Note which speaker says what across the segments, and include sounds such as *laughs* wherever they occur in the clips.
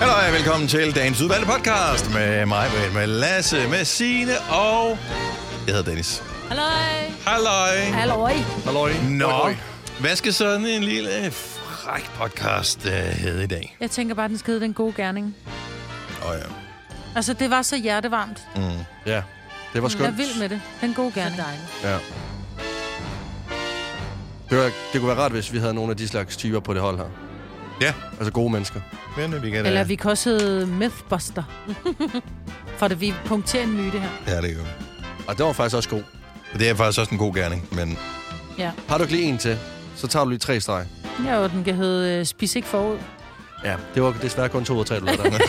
Speaker 1: Hallo og velkommen til dagens udvalgte podcast med mig, med- med Lasse, med Signe og... Jeg hedder Dennis.
Speaker 2: Halløj.
Speaker 1: Halløj.
Speaker 2: Halløj.
Speaker 1: Halløj. Nå, hvad skal sådan en lille fræk podcast øh, hedde i dag?
Speaker 2: Jeg tænker bare, den skal hedde den gode gerning.
Speaker 1: Åh oh, ja.
Speaker 2: Altså, det var så hjertevarmt.
Speaker 1: Mm.
Speaker 3: Ja, det var
Speaker 2: Jeg er
Speaker 3: skønt.
Speaker 2: vild med det. Den gode gerning.
Speaker 3: Ja. Det, var, det kunne være rart, hvis vi havde nogle af de slags typer på det hold her.
Speaker 1: Ja.
Speaker 3: Altså gode mennesker.
Speaker 1: Men vi kan...
Speaker 2: Eller vi kan også hedde Mythbuster. For det, vi punkterer en myte her.
Speaker 1: Ja, det er jo.
Speaker 3: Og det var faktisk også god.
Speaker 1: Det er faktisk også en god gerning, men...
Speaker 2: Ja.
Speaker 3: Har du ikke lige en til, så tager du lige tre streg.
Speaker 2: Ja, og den kan hedde øh, Spis ikke forud.
Speaker 3: Ja, det var desværre kun to ud af tre, du lavede der. Og det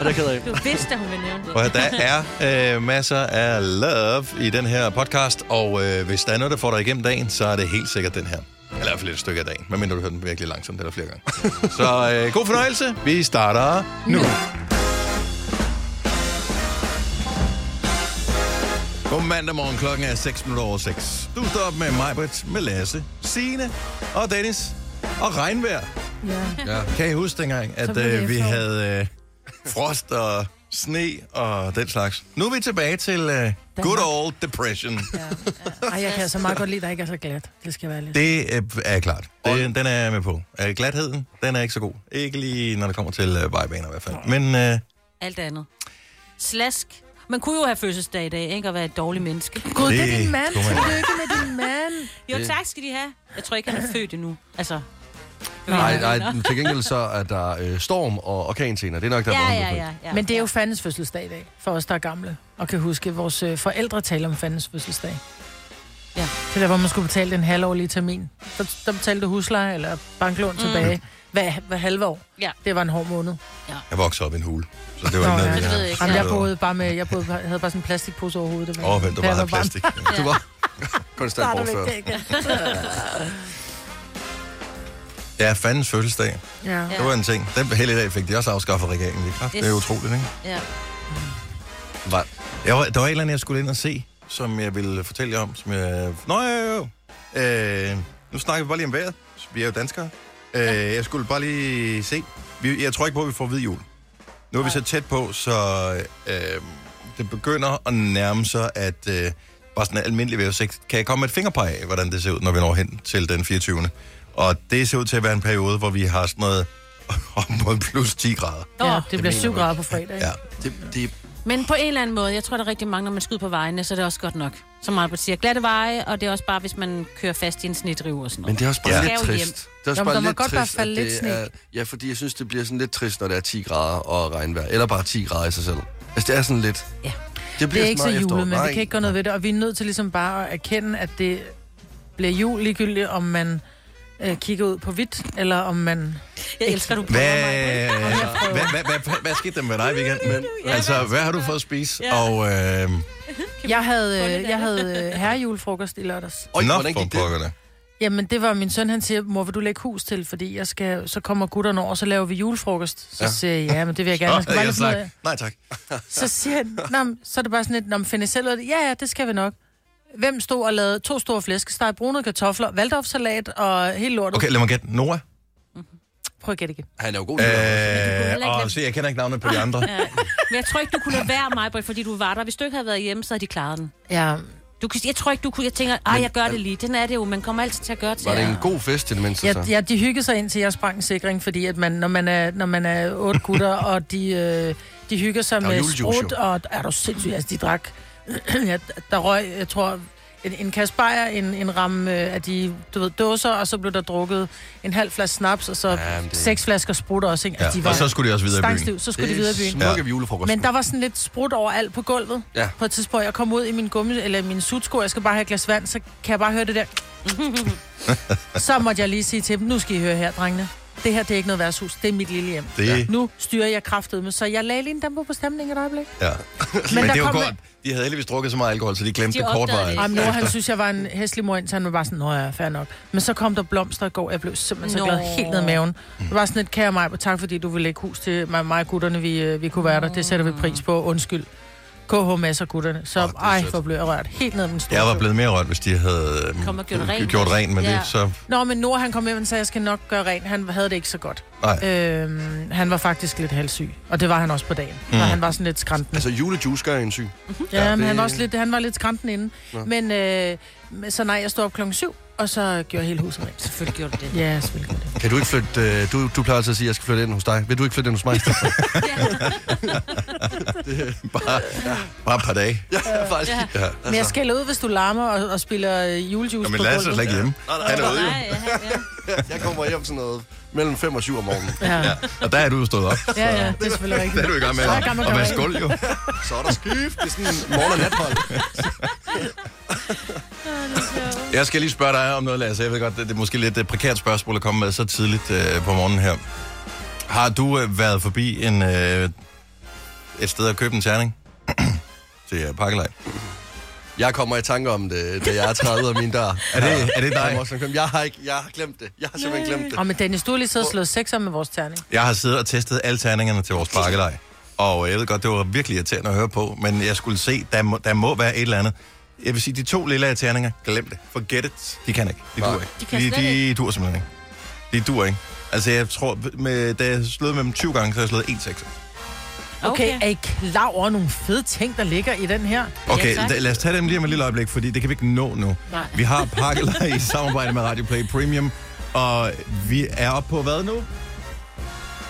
Speaker 3: er jeg ked af.
Speaker 2: *laughs* Du vidste, at hun ville nævne det.
Speaker 1: Og der er øh, masser af love i den her podcast, og øh, hvis der er noget, der får dig igennem dagen, så er det helt sikkert den her. Eller i hvert fald et stykke af dagen, medmindre du hører den virkelig langsomt eller flere gange. *laughs* så øh, god fornøjelse. Vi starter nu. God mandag morgen, klokken er 6 minutter over 6. Du står op med mig, Britt, med Lasse, Signe og Dennis og regnvejr.
Speaker 2: Ja.
Speaker 1: Ja. Kan I huske dengang,
Speaker 2: Så
Speaker 1: at
Speaker 2: blev det
Speaker 1: øh, vi
Speaker 2: efterår.
Speaker 1: havde øh, frost og sne og den slags? Nu er vi tilbage til øh, good old depression.
Speaker 4: Ej, jeg
Speaker 2: altså
Speaker 4: kan så meget godt lide, at der ikke er så glat. Det skal være lidt.
Speaker 1: Det øh, er klart. Det, den er jeg med på. Øh, glatheden, den er ikke så god. Ikke lige, når det kommer til øh, vejbaner i hvert fald. Men øh,
Speaker 5: *laughs* Alt andet. Slask. Man kunne jo have fødselsdag i dag, ikke? Og være et dårligt menneske.
Speaker 4: Gud, det,
Speaker 1: Det
Speaker 4: er din mand.
Speaker 1: skulle man-
Speaker 4: Tillykke med din mand.
Speaker 5: Jo,
Speaker 3: Det-
Speaker 5: tak skal de have. Jeg tror ikke, han er født endnu.
Speaker 4: *laughs*
Speaker 5: Altså,
Speaker 3: Nej, nej, men til gengæld så er der øh, storm og orkan senere. Det er nok der,
Speaker 5: ja,
Speaker 3: hvor han
Speaker 5: ja,
Speaker 3: blev
Speaker 5: ja,
Speaker 3: født.
Speaker 5: ja.
Speaker 4: Men det er jo fandens fødselsdag i dag, for os, der er gamle. Og kan huske, at vores øh, forældre taler om fandens fødselsdag.
Speaker 5: Ja.
Speaker 4: Det er der, hvor man skulle betale den halvårlige termin. Så der betalte du husleje eller banklån mm. tilbage hver, hver halve år.
Speaker 5: Ja.
Speaker 4: Det var en hård måned.
Speaker 1: jeg voksede op i en hule. Så det var
Speaker 4: Nå,
Speaker 1: ikke
Speaker 4: ja.
Speaker 1: noget,
Speaker 5: Det ved jeg ikke.
Speaker 4: Jamen, jeg
Speaker 1: Ja.
Speaker 4: boede bare med, jeg boede, havde bare sådan en plastikpose over hovedet. det var-
Speaker 1: Åh, vent, du
Speaker 4: da
Speaker 1: bare
Speaker 4: jeg
Speaker 1: havde
Speaker 4: var barn. *laughs*
Speaker 1: plastik.
Speaker 3: Du var konstant bortført.
Speaker 1: Ja, fandens fødselsdag.
Speaker 4: Ja.
Speaker 1: Det var en ting. Den helligdag fik de også afskaffet af regeringen. Det er kraft. Det er
Speaker 5: Yes.
Speaker 1: utroligt, ikke?
Speaker 5: ja.
Speaker 3: Var,
Speaker 1: Jeg var, der var et eller andet, jeg skulle ind og se, som jeg ville fortælle jer om. Som jeg... Nå, jo, jo, jo. Øh, nu snakker vi bare lige om vejret. Vi er jo danskere. Øh, jeg skulle bare lige se. Vi, jeg tror ikke på, at vi får hvid jul. Nu er vi så tæt på, så øh, det begynder at nærme sig, at øh, bare sådan en almindelig vejrudsigt. Kan jeg komme med et fingerpege af, hvordan det ser ud, når vi når hen til den 24. Og det ser ud til at være en periode, hvor vi har sådan noget *laughs* op mod plus 10 grader.
Speaker 4: ja,
Speaker 5: Nå,
Speaker 4: det bliver 7 grader på fredag. ikke?
Speaker 1: Ja.
Speaker 3: det, det,
Speaker 5: Men på en eller anden måde, jeg tror, der er rigtig mange, når man skyder på vejene, så er det også godt nok. Som Albert siger, glatte veje, og det er også bare, hvis man kører fast i en snedrive og sådan
Speaker 3: Men
Speaker 5: noget.
Speaker 3: det er også bare
Speaker 1: Ja.
Speaker 3: ja.
Speaker 5: Skal
Speaker 3: lidt
Speaker 5: jo
Speaker 3: trist. Det er også
Speaker 4: Nå, men der
Speaker 3: bare
Speaker 4: må
Speaker 3: lidt
Speaker 4: godt bare
Speaker 3: trist,
Speaker 4: falde
Speaker 3: at
Speaker 4: lidt
Speaker 3: det
Speaker 4: sne.
Speaker 3: er, Ja, fordi jeg synes, det bliver sådan lidt trist, når det er 10 grader og regnvejr. Eller bare 10 grader i sig selv. Altså, det er sådan lidt...
Speaker 5: Ja.
Speaker 3: Det
Speaker 4: Det
Speaker 3: bliver
Speaker 4: er ikke så
Speaker 3: sådan meget efterår.
Speaker 4: julet, men
Speaker 3: Nej.
Speaker 4: vi kan ikke gøre noget ved det. Og vi er nødt til ligesom bare at erkende, at det bliver jul ligegyldigt, om man øh, kigger ud på hvidt, eller om man...
Speaker 5: Jeg elsker, du prøver
Speaker 1: Hvad,
Speaker 5: mig.
Speaker 1: hvad, hvad, hvad, hvad, hvad skete der med dig i weekenden? Altså, hvad har du fået at spise?
Speaker 5: Ja.
Speaker 1: Og, øh,
Speaker 4: Jeg havde, øh, jeg havde øh, herrejulefrokost i lørdags.
Speaker 3: Øj,
Speaker 1: Nå,
Speaker 3: hvordan
Speaker 1: for
Speaker 3: gik det?
Speaker 1: pokker da.
Speaker 4: Jamen, det var min søn, han siger, mor, vil du lægge hus til, fordi jeg skal, så kommer gutterne over, så laver vi julefrokost. Så ja.
Speaker 3: Ja.
Speaker 4: siger jeg, ja, men det vil
Speaker 3: *laughs*
Speaker 4: jeg gerne. Man
Speaker 1: Nå,
Speaker 4: skal
Speaker 1: havde
Speaker 4: bare
Speaker 1: jeg
Speaker 4: lige finde ud af-
Speaker 1: sagt, nej tak.
Speaker 4: Så siger han, Nå, men så er det bare sådan lidt, Nå, men find I selv ud af det. Ja, ja, det skal vi nok. Hvem stod og lavede to store flæskesteg, brune kartofler, valdorfsalat og hele lortet?
Speaker 1: Okay, lad mig gætte. Noah?
Speaker 4: Prøv at gætte igen.
Speaker 3: Han er jo god. Øh,
Speaker 5: heller ikke
Speaker 1: Øh,
Speaker 5: lade-
Speaker 1: og se, jeg kender ikke navnet på
Speaker 3: Ah.
Speaker 1: de andre.
Speaker 5: Men jeg tror ikke, du kunne lade være mig, fordi du var der. Hvis du ikke havde været hjemme, så havde de klaret den.
Speaker 4: Ja,
Speaker 5: Du kan, jeg tror ikke, du kunne... Jeg tænker, ej, jeg gør det lige. Den er det jo. Man kommer altid til at gøre det.
Speaker 3: var det en god fest i det mindste, så?
Speaker 4: Ja, ja, de hyggede sig ind til jeg sprang en sikring, fordi at man, når, man er, når man er otte
Speaker 1: *laughs*
Speaker 4: gutter, og de, øh, de hygger sig
Speaker 3: Der var
Speaker 4: med
Speaker 3: julejuice, jo.
Speaker 4: sprut, og er du sindssygt, altså de drak, *clears throat* ja, der røg, jeg tror, en, en kasse bajer, en, en ramme øh, af de, du ved, dåser, og så blev der drukket en halv flaske snaps, og så
Speaker 3: Jamen, det-
Speaker 4: seks flasker sprut også, ikke? Altså, de
Speaker 1: Ja. Og så skulle de også videre i byen.
Speaker 4: stangstiv, så skulle de videre i byen.
Speaker 3: Smukke ja. julefrokost.
Speaker 4: Men der var sådan lidt sprut overalt på gulvet.
Speaker 3: Ja.
Speaker 4: På et tidspunkt, jeg kom ud i min gummi, eller min sutsko, jeg skal bare have et glas vand, så kan jeg bare høre det der.
Speaker 1: *laughs*
Speaker 4: så måtte jeg lige sige til dem, nu skal I høre her, drengene. Det her, det er ikke noget værtshus, det er mit lille hjem.
Speaker 1: Det,
Speaker 4: Nu styrer jeg kraftet med, så jeg lagde lige en damper på stemningen et øjeblik.
Speaker 1: ja.
Speaker 4: Men
Speaker 1: Men
Speaker 4: der
Speaker 1: det var
Speaker 4: kom-
Speaker 1: godt. De havde heldigvis drukket så meget alkohol, så de glemte
Speaker 5: De
Speaker 1: det
Speaker 5: opdagede
Speaker 1: kortvarigt.
Speaker 5: det
Speaker 4: Ej, men nu, han synes, jeg var en hæslig mor, indtil han var bare sådan, nå ja, fair nok. Men så kom der blomster i går, jeg blev simpelthen så
Speaker 5: Nå.
Speaker 4: glad helt ned i maven. Det var sådan et kære mig, tak fordi du ville lægge hus til mig, mig og gutterne, vi, øh, vi kunne være der. Det sætter vi pris på, undskyld. KH Mads og gutterne, så
Speaker 3: Åh,
Speaker 4: oh,
Speaker 3: det er
Speaker 4: ej,
Speaker 3: sødt.
Speaker 4: hvor blev jeg rørt. Helt ned med den store
Speaker 1: Jeg var
Speaker 4: tå.
Speaker 1: blevet mere rørt, hvis de havde øhm,
Speaker 5: Kom og gjort
Speaker 1: øh,
Speaker 5: rent.
Speaker 1: gjort rent, men
Speaker 5: Ja.
Speaker 1: det så...
Speaker 4: Nå, men Nord, han kom hjem og sagde, jeg skal nok gøre rent. Han havde det ikke så godt.
Speaker 1: Nej.
Speaker 4: Øhm, han var faktisk lidt halssyg, og det var han også på dagen. Mm.
Speaker 1: Mm.
Speaker 4: Og han var sådan lidt skranten.
Speaker 3: Altså, julejuice gør en syg.
Speaker 5: Mhm.
Speaker 4: Ja,
Speaker 3: Ja,
Speaker 4: men
Speaker 3: det-
Speaker 4: han var, også lidt, han var lidt skranten inden.
Speaker 3: Nå.
Speaker 4: Men øh, så nej, jeg stod op klokken syv, og så gjorde jeg hele huset rent.
Speaker 5: Selvfølgelig gjorde du det.
Speaker 4: Ja, selvfølgelig. gjorde jeg
Speaker 3: Kan du ikke flytte... Øh, du, du plejer altid at sige, at jeg skal flytte ind hos dig. Vil du ikke flytte ind
Speaker 4: *laughs*
Speaker 3: hos mig?
Speaker 1: Bare, bare et par dage.
Speaker 3: *laughs* ja, altså. faktisk.
Speaker 5: Ja.
Speaker 1: Ja.
Speaker 4: det. Men jeg skælder ud, hvis du larmer og, og spiller øh, julejuice
Speaker 1: Nå, men
Speaker 4: på
Speaker 1: Lasse er
Speaker 4: gulvet.
Speaker 1: slet ikke hjemme. Han er ude jo.
Speaker 5: Nej, ja, ja.
Speaker 3: Jeg kommer hjem sådan noget mellem 5 og 7 om morgenen.
Speaker 4: Ja.
Speaker 1: Ja. Og der er du jo stået op.
Speaker 4: ja,
Speaker 1: *laughs*
Speaker 4: ja, det er selvfølgelig
Speaker 1: Der
Speaker 4: rigtigt.
Speaker 1: er du i gang med
Speaker 4: Så er jeg i gang med at
Speaker 1: at
Speaker 4: gøre
Speaker 1: være
Speaker 4: rent.
Speaker 1: skuld, jo.
Speaker 3: Så er der skift. Det er sådan morgen- og nathold.
Speaker 1: Jeg skal lige spørge dig om noget, Lasse. Jeg ved godt, det det er måske lidt et prekært spørgsmål at komme med så tidligt øh, på morgenen her. Har du øh, været forbi en, øh, et sted at købe en terning? *clears throat* til øh, pakkelej.
Speaker 3: Jeg kommer i tanke om det, da jeg er træet ud af min dør.
Speaker 1: Er det- er det dig?
Speaker 3: Jeg, må også sådan komme. jeg har ikke... Jeg har glemt det. Jeg har simpelthen glemt det.
Speaker 4: Og med Dennis, du har lige siddet og slået sekser med vores terning.
Speaker 1: Jeg har siddet og testet alle terningerne til vores pakkelej. Og jeg ved godt, det var virkelig irriterende at høre på, men jeg skulle se, der må, der må være et eller andet. Jeg vil sige, de to lille terninger, glem det. Forget it. De kan ikke. De
Speaker 3: Nej.
Speaker 1: dur ikke.
Speaker 5: De kan
Speaker 1: de,
Speaker 5: slet
Speaker 1: de dur simpelthen ikke. De dur ikke. Altså, jeg tror, med, da jeg slåede med dem 20 gange, så har jeg slået 1 sekser.
Speaker 4: Okay,
Speaker 5: Okay.
Speaker 4: er I klar over nogle fede ting, der ligger i den her?
Speaker 1: Okay,
Speaker 5: tak.
Speaker 1: ja, lad os tage dem lige om et lille øjeblik, fordi det kan vi ikke nå nu.
Speaker 5: Nej.
Speaker 1: Vi har pakkelej i samarbejde med Radio Play Premium, og vi er oppe på hvad nu? Øh,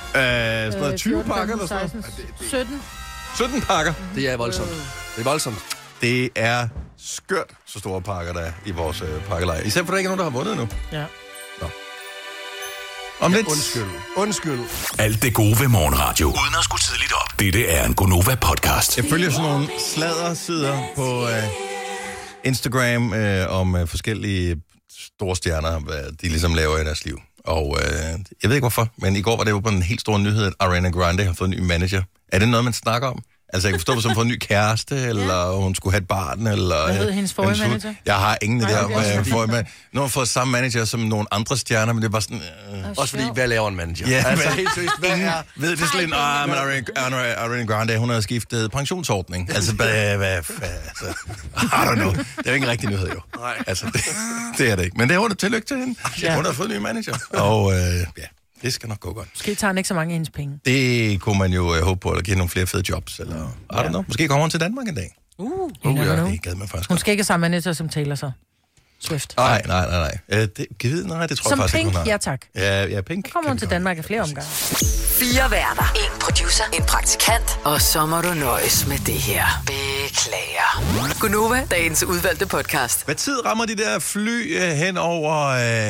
Speaker 5: Øh,
Speaker 1: sådan noget 20 pakker eller sådan noget?
Speaker 4: 17.
Speaker 1: 17 pakker.
Speaker 3: Det er voldsomt. Det er voldsomt.
Speaker 1: Det er skørt, så store pakker der er i vores øh, pakkelejr. Især for, der ikke er nogen, der har vundet nu.
Speaker 4: Ja.
Speaker 1: Om lidt.
Speaker 3: Undskyld. Undskyld.
Speaker 6: Alt det gode ved morgenradio. Uden at skulle tidligt op. Dette er en Gonova-podcast.
Speaker 1: Jeg følger sådan nogle sladder-sider på øh, Instagram øh, om øh, forskellige store stjerner, hvad de ligesom laver i deres liv. Og øh, jeg ved ikke hvorfor, men i går var det jo på en helt stor nyhed, at Ariana Grande har fået en ny manager. Er det noget, man snakker om? Altså, jeg kan forstå, hvis hun får en ny kæreste, eller ja. hun skulle have et barn, eller... øh,
Speaker 4: Hvad hed hendes forrige manager?
Speaker 1: Jeg har ingen idé om,
Speaker 4: det er også
Speaker 1: hvad forrige manager... Nu har hun fået samme manager som nogle andre stjerner, men det er bare sådan... Øh,
Speaker 3: Også fordi, hvad laver en manager?
Speaker 1: Ja,
Speaker 3: altså,
Speaker 1: men-
Speaker 3: helt seriøst, hvad
Speaker 1: Ingen
Speaker 3: er...
Speaker 1: ved det slet ikke. Ah, men Ariana- Ariana Ariana Grande, hun har skiftet pensionsordning. Altså, hvad, hvad, hvad, altså, I don't know. Det er jo ikke en rigtig nyhed, jo.
Speaker 3: Nej.
Speaker 1: Altså, det, det er det ikke. Men det er under tillykke til hende.
Speaker 4: Ja.
Speaker 1: Hun har fået en ny manager. Og øh, ja, det skal nok gå godt.
Speaker 4: Måske tager han ikke så mange af hendes penge.
Speaker 1: Det kunne man jo øh, håbe på, eller give nogle flere fede jobs, eller I don't know. Måske kommer hun til Danmark en dag.
Speaker 4: Uh,
Speaker 5: Uh.
Speaker 4: You
Speaker 1: Oh, Ja,
Speaker 4: never know.
Speaker 1: det gad man faktisk
Speaker 4: Hun
Speaker 1: godt.
Speaker 4: skal ikke have samme manager som Taylor så. Swift.
Speaker 1: Nej, nej, nej, nej. Øh, det, kan vide, nej, det tror
Speaker 4: Som
Speaker 1: jeg faktisk
Speaker 4: Pink,
Speaker 1: ikke, hun har.
Speaker 4: ja tak.
Speaker 1: Ja, ja, Pink.
Speaker 4: Kommer
Speaker 1: kan
Speaker 4: hun
Speaker 1: vi
Speaker 4: til
Speaker 1: godt.
Speaker 4: Danmark i flere omgange.
Speaker 7: Fire værter. En producer. En praktikant. Og så må du nøjes med det her. Beklager. Gunova, dagens udvalgte podcast.
Speaker 1: Hvad tid rammer de der fly øh, hen over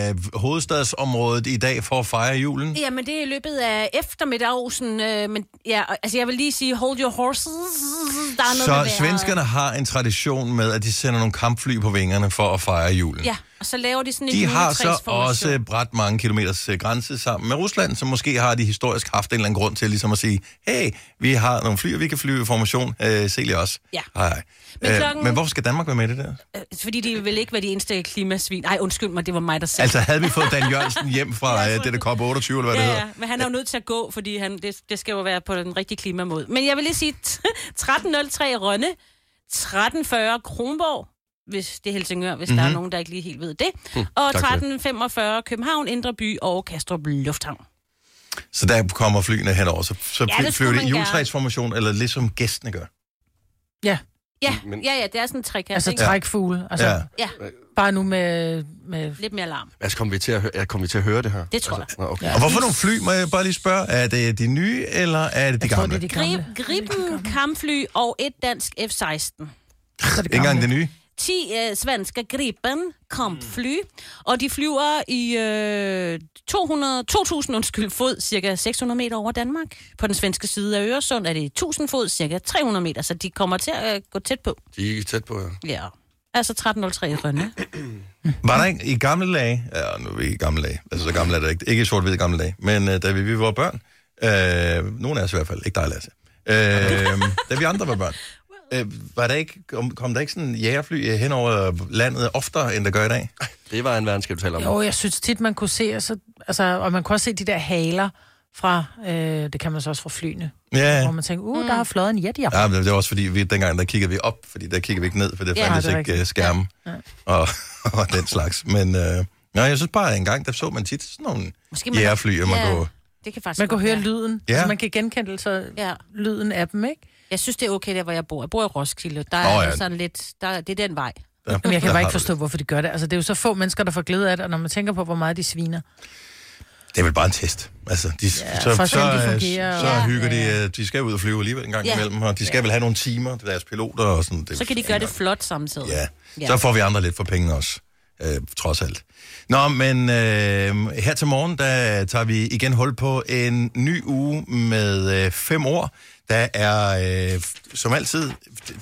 Speaker 1: øh, hovedstadsområdet i dag for at fejre julen?
Speaker 5: Ja, men det er i løbet af eftermiddagen, øh, men ja, og- altså jeg vil lige sige, hold your horses, der er noget med
Speaker 1: Så
Speaker 5: vejret.
Speaker 1: svenskerne har en tradition med, at de sender nogle kampfly på vingerne for at fejre julen.
Speaker 5: Ja, og så laver de sådan en
Speaker 1: De har så
Speaker 5: juletræsformation.
Speaker 1: også bræt mange kilometers øh, grænse sammen med Rusland, som måske har de historisk haft en eller anden grund til ligesom at sige, hey, vi har nogle fly, og vi kan flyve i formation, øh, se lige os.
Speaker 5: Ja.
Speaker 1: Hej. Men,
Speaker 5: Men
Speaker 1: øh,
Speaker 5: klokken-
Speaker 1: men hvorfor skal Danmark være med i det der?
Speaker 5: Øh, Fordi de vil ikke være de eneste klimasvin. Nej, undskyld mig, det var mig, der sagde
Speaker 1: Altså, havde vi fået Dan Jørgensen hjem
Speaker 5: *laughs*
Speaker 1: fra øh, det der COP28, eller hvad det
Speaker 5: Ja,
Speaker 1: hedder?
Speaker 5: ja, men han er jo nødt til at gå, fordi han, det, det skal jo være på den rigtige klimamåd. Men jeg vil lige sige, *laughs* 13.03 Rønne, 13.40 Kronborg, hvis det er Helsingør, hvis mm-hmm. der er nogen, der ikke lige helt ved det. og
Speaker 3: tak for
Speaker 5: 13.45 København, Indre By og Kastrup Lufthavn.
Speaker 1: Så der kommer flyene henover, så, så
Speaker 5: det
Speaker 1: fly,
Speaker 5: skulle
Speaker 1: flyver de
Speaker 5: man
Speaker 1: i
Speaker 5: gerne.
Speaker 1: juletræsformation, eller ligesom gæstene gør.
Speaker 5: Ja,
Speaker 3: Men-
Speaker 5: ja, ja, det er sådan en trekant.
Speaker 4: Altså
Speaker 5: ikke?
Speaker 4: trækfugle. Altså,
Speaker 1: Ja.
Speaker 4: ja.
Speaker 5: Ja,
Speaker 4: Bare nu med, med
Speaker 5: lidt mere larm.
Speaker 3: Altså, kommer vi til at høre, ja, kommer vi til at høre det her?
Speaker 5: Det tror
Speaker 3: jeg. Okay.
Speaker 1: Og hvorfor nogle fly, må jeg bare lige spørge? Er det de nye, eller er det de
Speaker 4: jeg tror, det
Speaker 1: gamle?
Speaker 4: er de gamle.
Speaker 5: Grib, griben, kampfly og et dansk F-16.
Speaker 4: Så er det
Speaker 1: Ikke engang
Speaker 4: gamle.
Speaker 1: det nye?
Speaker 5: 10 øh, svenske Gripen kampfly,
Speaker 4: Mm.
Speaker 5: og de flyver i øh, 200, 2.000 undskyld, fod, cirka 600 meter over Danmark. På den svenske side af Øresund er det 1.000 fod, cirka 300 meter, så de kommer til at øh, gå tæt på.
Speaker 3: De er tæt på, ja.
Speaker 5: Ja. Altså 13.03 i
Speaker 4: *clears throat*
Speaker 5: Rønne.
Speaker 1: Var der ikke i gamle dage, ja, nu er vi i gamle dage, altså så gamle er det ikke, ikke i sort-hvid gamle dage, men uh, da vi, vi var børn, uh, nogle af os i hvert fald, ikke dig Lasse, uh, da vi andre var børn, uh, var der ikke, kom, kom der ikke sådan jægerfly øh, hen over landet oftere, end der gør i dag?
Speaker 3: Det var en verden, skal du tale om.
Speaker 4: altså, Jo, jeg synes tit, man kunne se, og, så, altså, og man kunne også se de der haler fra, øh, det kan man så også fra flyene,
Speaker 1: Ja,
Speaker 4: hvor man tænker, uh,
Speaker 5: Mm.
Speaker 4: der har fløjet en jet, ja.
Speaker 1: ja men det var også fordi, vi, dengang der kiggede vi op, fordi der kiggede vi ikke ned, for der
Speaker 4: Ja,
Speaker 1: fandtes
Speaker 4: det er
Speaker 1: ikke
Speaker 4: rigtigt.
Speaker 1: uh, skærme
Speaker 4: Ja.
Speaker 1: Og, *laughs* og den slags. Men øh, nej, jeg synes bare, at en gang, der så man tit sådan nogle
Speaker 5: Måske
Speaker 1: jægerfly, og man ja. går...
Speaker 5: Det kan faktisk
Speaker 4: Man kan
Speaker 5: godt
Speaker 4: høre
Speaker 5: være.
Speaker 4: lyden,
Speaker 1: Ja.
Speaker 4: ja. så man kan genkende så
Speaker 5: Ja.
Speaker 4: lyden af dem, ikke?
Speaker 5: Jeg synes, det er okay der, hvor jeg bor. Jeg bor i Roskilde. Der
Speaker 1: Nå,
Speaker 5: er
Speaker 1: ja.
Speaker 5: ja. sådan lidt... Der, det er den vej.
Speaker 1: Der,
Speaker 4: Men jeg kan
Speaker 1: der
Speaker 4: bare
Speaker 1: har
Speaker 4: ikke
Speaker 1: du
Speaker 4: forstå, hvorfor de gør det. Altså, det er jo så få mennesker, der får glæde af det, og når man tænker på, hvor meget de sviner.
Speaker 1: Det. det er vel bare en test. Altså, de, ja, så,
Speaker 4: for
Speaker 1: så,
Speaker 4: at se, om de
Speaker 1: så,
Speaker 4: fungerer,
Speaker 1: så
Speaker 4: og-
Speaker 1: hygger de, øh, de skal ud og flyve alligevel en gang
Speaker 5: Ja.
Speaker 1: imellem, og de skal vel have nogle timer, deres piloter og sådan. Det,
Speaker 5: Så kan de gøre det flot samtidig.
Speaker 1: Ja,
Speaker 5: Ja.
Speaker 1: så får vi andre lidt for penge også, øh, trods alt. Nå, men øh, her til morgen, der tager vi igen hul på en ny uge med øh, fem år. Der er, øh, som altid,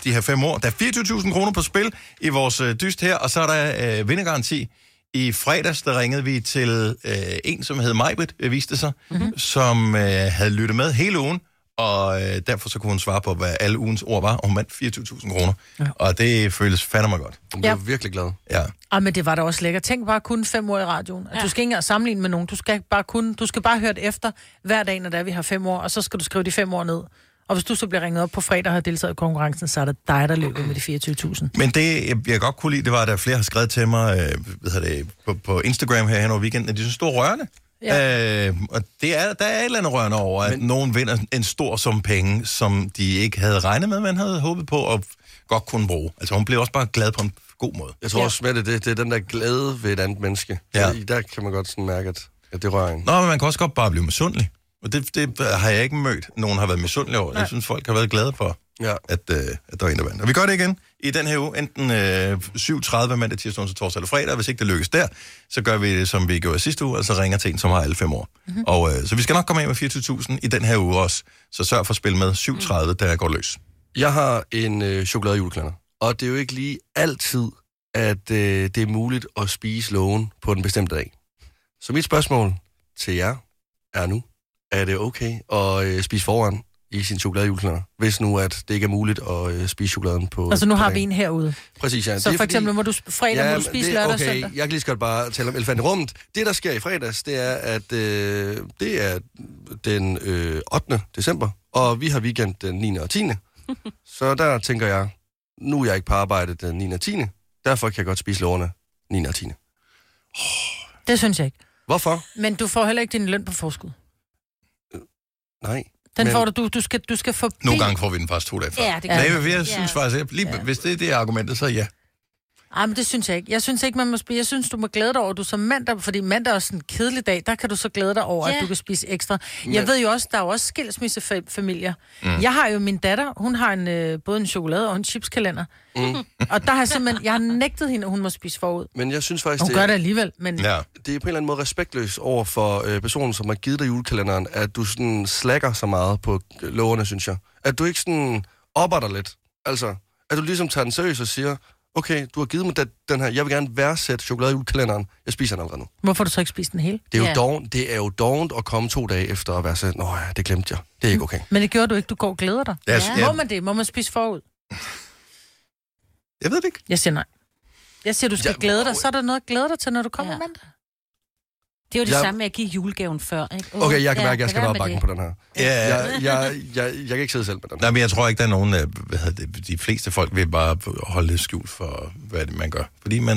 Speaker 1: de her fem år, der er 24.000 kroner på spil i vores øh, dyst her, og så er der øh, vindergaranti. I fredags, der ringede vi til øh, en, som hed Majbrit, øh, viste det sig, mm-hmm. som øh, havde lyttet med hele ugen, og øh, derfor så kunne hun svare på, hvad alle ugens ord var, og hun vandt 24.000 kroner. Ja. Og det føles fandme godt.
Speaker 3: Hun blev
Speaker 4: Ja.
Speaker 3: virkelig glad.
Speaker 1: Ja.
Speaker 4: Ah, men det var da også lækkert. Tænk bare kun fem år i radioen. Ja. Du skal ikke engang sammenligne med nogen. Du skal bare kun, du skal bare høre det efter hver dag, når det er, vi har fem år, og så skal du skrive de fem år ned. Og hvis du så bliver ringet op på fredag og har deltaget i konkurrencen, så er det dig, der løber med de 24.000.
Speaker 1: Men det, jeg, jeg godt kunne lide, det var, at der flere har skrevet til mig øh, hvad hedder det, på, på Instagram her hen over weekenden, at de synes, det var rørende. Ja. Øh, og det er, der er et eller andet rørende over, at Men... nogen vinder en stor sum penge, som de ikke havde regnet med, man havde håbet på og godt kunne bruge. Altså hun blev også bare glad på en god måde.
Speaker 3: Jeg tror også, Mette, det, det er den der glæde ved et andet menneske.
Speaker 1: Ja.
Speaker 3: Ja. I der kan man godt sådan mærke, at, at det rører en.
Speaker 1: Nå, men man kan også godt bare blive misundelig. Og det, det har jeg ikke mødt, nogen har været misundelig over. Nej. Jeg synes, folk har været glade for.
Speaker 3: Ja.
Speaker 1: at, øh, at der er en, der vandt. Og vi gør det igen i den her uge, enten øh, 7.30 mandag, tirsdag, onsdag, torsdag eller fredag. Hvis ikke det lykkes der, så gør vi det, som vi gjorde sidste uge, altså ringer til en, som har alle fem år. Mm-hmm. Og, øh, så vi skal nok komme af med 24.000 i den her uge også. Så sørg for at spille med 7.30, der går løs.
Speaker 3: Jeg har en øh, chokoladejuleklænder. Og det er jo ikke lige altid, at øh, det er muligt at spise lågen på den bestemte dag. Så mit spørgsmål til jer er nu, er det okay at øh, spise foran i sin chokoladejuleklænder, hvis nu at det ikke er muligt at øh, spise chokoladen på
Speaker 4: Altså nu
Speaker 3: på
Speaker 4: har vi
Speaker 3: dagen?
Speaker 4: en herude.
Speaker 3: Præcis, ja.
Speaker 4: Så for eksempel må du sp- fredag må
Speaker 3: men
Speaker 4: du spise
Speaker 3: det-
Speaker 4: lørdag og
Speaker 3: okay.
Speaker 4: søndag.
Speaker 3: Jeg kan lige så godt bare tale om elefanten i rummet. Det, der sker i fredags, det er, at øh, det er den øh, 8. december, og vi har weekend den 9. og
Speaker 4: *laughs*
Speaker 3: 10. så der tænker jeg, nu er jeg ikke på arbejde den 9. og 10. Derfor kan jeg godt spise lårene 9. og 10.
Speaker 4: Det synes jeg ikke.
Speaker 3: Hvorfor?
Speaker 4: Men du får heller ikke din løn på forskud.
Speaker 3: Nej.
Speaker 4: Den
Speaker 3: Men-
Speaker 4: får du, du, du skal, du skal forbi.
Speaker 1: Nogle gange får vi den faktisk to dage før.
Speaker 5: Ja, det
Speaker 1: Ja.
Speaker 5: kan
Speaker 1: Nej,
Speaker 5: ja.
Speaker 1: jeg, jeg synes faktisk, at lige, ja. hvis det er det argumentet, så ja.
Speaker 4: Ej, men det synes jeg ikke. Jeg synes ikke, man må spise. Jeg synes, du må glæde dig over, at du som mandag, fordi mandag er også en kedelig dag, der kan du så glæde dig over,
Speaker 5: Ja.
Speaker 4: at du kan spise ekstra. Jeg ved jo også, der er jo også skilsmissefamilier. Mm. Jeg har jo min datter, hun har en, øh, både en chokolade og en chipskalender. Mm. Og der har jeg simpelthen, jeg har nægtet hende, at hun må spise forud.
Speaker 3: Men jeg synes faktisk,
Speaker 4: Hun
Speaker 3: det,
Speaker 4: gør det alligevel, men ja.
Speaker 1: ja.
Speaker 3: det er på en eller anden måde respektløst over for øh, personen, som har givet dig julekalenderen, at du sådan slækker så meget på loverne, synes jeg. At du ikke sådan opper dig lidt. Altså, at du ligesom tager den seriøst og siger, okay, du har givet mig den, den her, jeg vil gerne værdsætte chokoladejulekalenderen, jeg spiser den allerede nu.
Speaker 4: hvorfor har du så ikke spise den hele?
Speaker 3: Det er, jo
Speaker 5: Ja.
Speaker 3: dovent, det er jo dovent at komme to dage efter og være sådan, nå ja, det glemte jeg. Det er ikke okay.
Speaker 4: Men det gjorde du ikke, du går og glæder dig.
Speaker 1: Jeg,
Speaker 4: Ja. Må
Speaker 1: jeg,
Speaker 4: man det? Må man spise forud?
Speaker 1: jeg ved det ikke.
Speaker 4: Jeg siger nej. Jeg siger, du skal
Speaker 3: Ja,
Speaker 4: glæde
Speaker 3: wow.
Speaker 4: dig, så er der noget at glæde dig til, når du kommer ja.
Speaker 5: Ja.
Speaker 4: mandag.
Speaker 5: Det er jo det
Speaker 3: Jeg-
Speaker 5: ja. samme med at give julegaven før. Ikke? Uh,
Speaker 3: Okay, jeg kan mærke,
Speaker 5: ja,
Speaker 3: at jeg
Speaker 5: lad
Speaker 3: skal
Speaker 5: være
Speaker 3: være
Speaker 5: med
Speaker 3: bakken
Speaker 5: det.
Speaker 3: på den her.
Speaker 1: Ja, ja.
Speaker 3: Jeg, jeg, jeg, jeg kan ikke sidde selv med den her.
Speaker 1: Nej, men jeg tror ikke, der er nogen... øh, Hvad hedder det, de fleste folk vil bare holde det skjult for, hvad det, er, man gør. Fordi man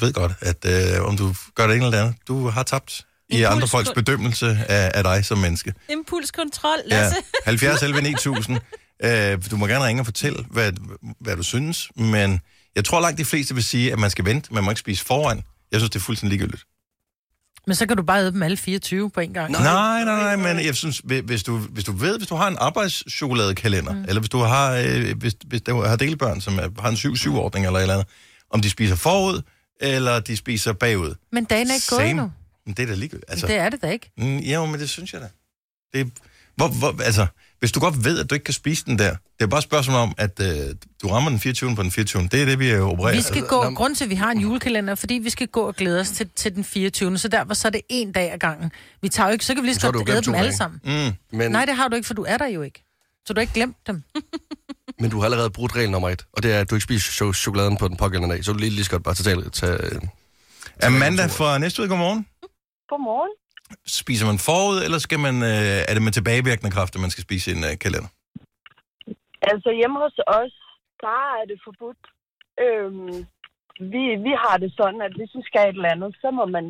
Speaker 1: ved godt, at øh, om du gør det ene eller det andet, du har tabt i
Speaker 5: Impulskontrol.
Speaker 1: andre folks bedømmelse af, af dig som menneske.
Speaker 5: Impulskontrol, Lasse.
Speaker 1: 70
Speaker 5: *laughs*
Speaker 1: 11 9000. Øh, du må gerne ringe og fortælle, hvad, hvad du synes, men jeg tror langt de fleste vil sige, at man skal vente, man må ikke spise foran. Jeg synes, det er fuldstændig ligegyldigt.
Speaker 4: Men så kan du bare æde dem alle 24 på en gang.
Speaker 1: Nej, nej, nej, men jeg synes, hvi- hvis du, hvis du ved, hvis du har en arbejdschokoladekalender, mm. eller hvis du har, øh, hvis, hvis du har delebørn, som er, har en 7-7-ordning eller et eller andet, om de spiser forud, eller de spiser bagud.
Speaker 4: Men dagen er ikke gået endnu.
Speaker 1: Men det er da ligegyldigt. Altså,
Speaker 4: Det er det da ikke.
Speaker 1: mm, ja, men det synes jeg da. Det, er- hvor, hvor, altså, hvis du godt ved, at du ikke kan spise den der, det er bare et spørgsmål om, at øh, du rammer den 24. på den 24. Det er det, vi øh, opererer.
Speaker 4: Vi skal
Speaker 3: altså,
Speaker 4: gå,
Speaker 3: når-
Speaker 4: grund til, at vi har en julekalender, fordi vi skal gå og glæde os til, til den 24. Så derfor så er det en dag ad gangen. Vi tager jo ikke, så kan vi lige
Speaker 3: Så
Speaker 4: så
Speaker 3: har du
Speaker 4: godt
Speaker 3: glemt
Speaker 4: æde
Speaker 3: to
Speaker 4: dem alle
Speaker 3: dage.
Speaker 4: sammen.
Speaker 1: Mm.
Speaker 3: Men,
Speaker 4: Nej, det har du ikke, for du er der jo ikke. Så du har ikke glemt dem.
Speaker 3: men du har allerede brudt regel nummer et, og det er, at du ikke spiser cho- chokoladen på den pågældende dag, så du lige, lige så godt bare tage, tage, tage
Speaker 1: Amanda fra næste ud, godmorgen.
Speaker 8: Godmorgen.
Speaker 1: spiser man forud, eller skal man, øh, er det med tilbagevirkende kraft, at man skal spise en øh, kalender?
Speaker 8: Altså hjemme hos os, der er det forbudt. Øhm, vi, vi har det sådan, at hvis vi skal et eller andet, så må man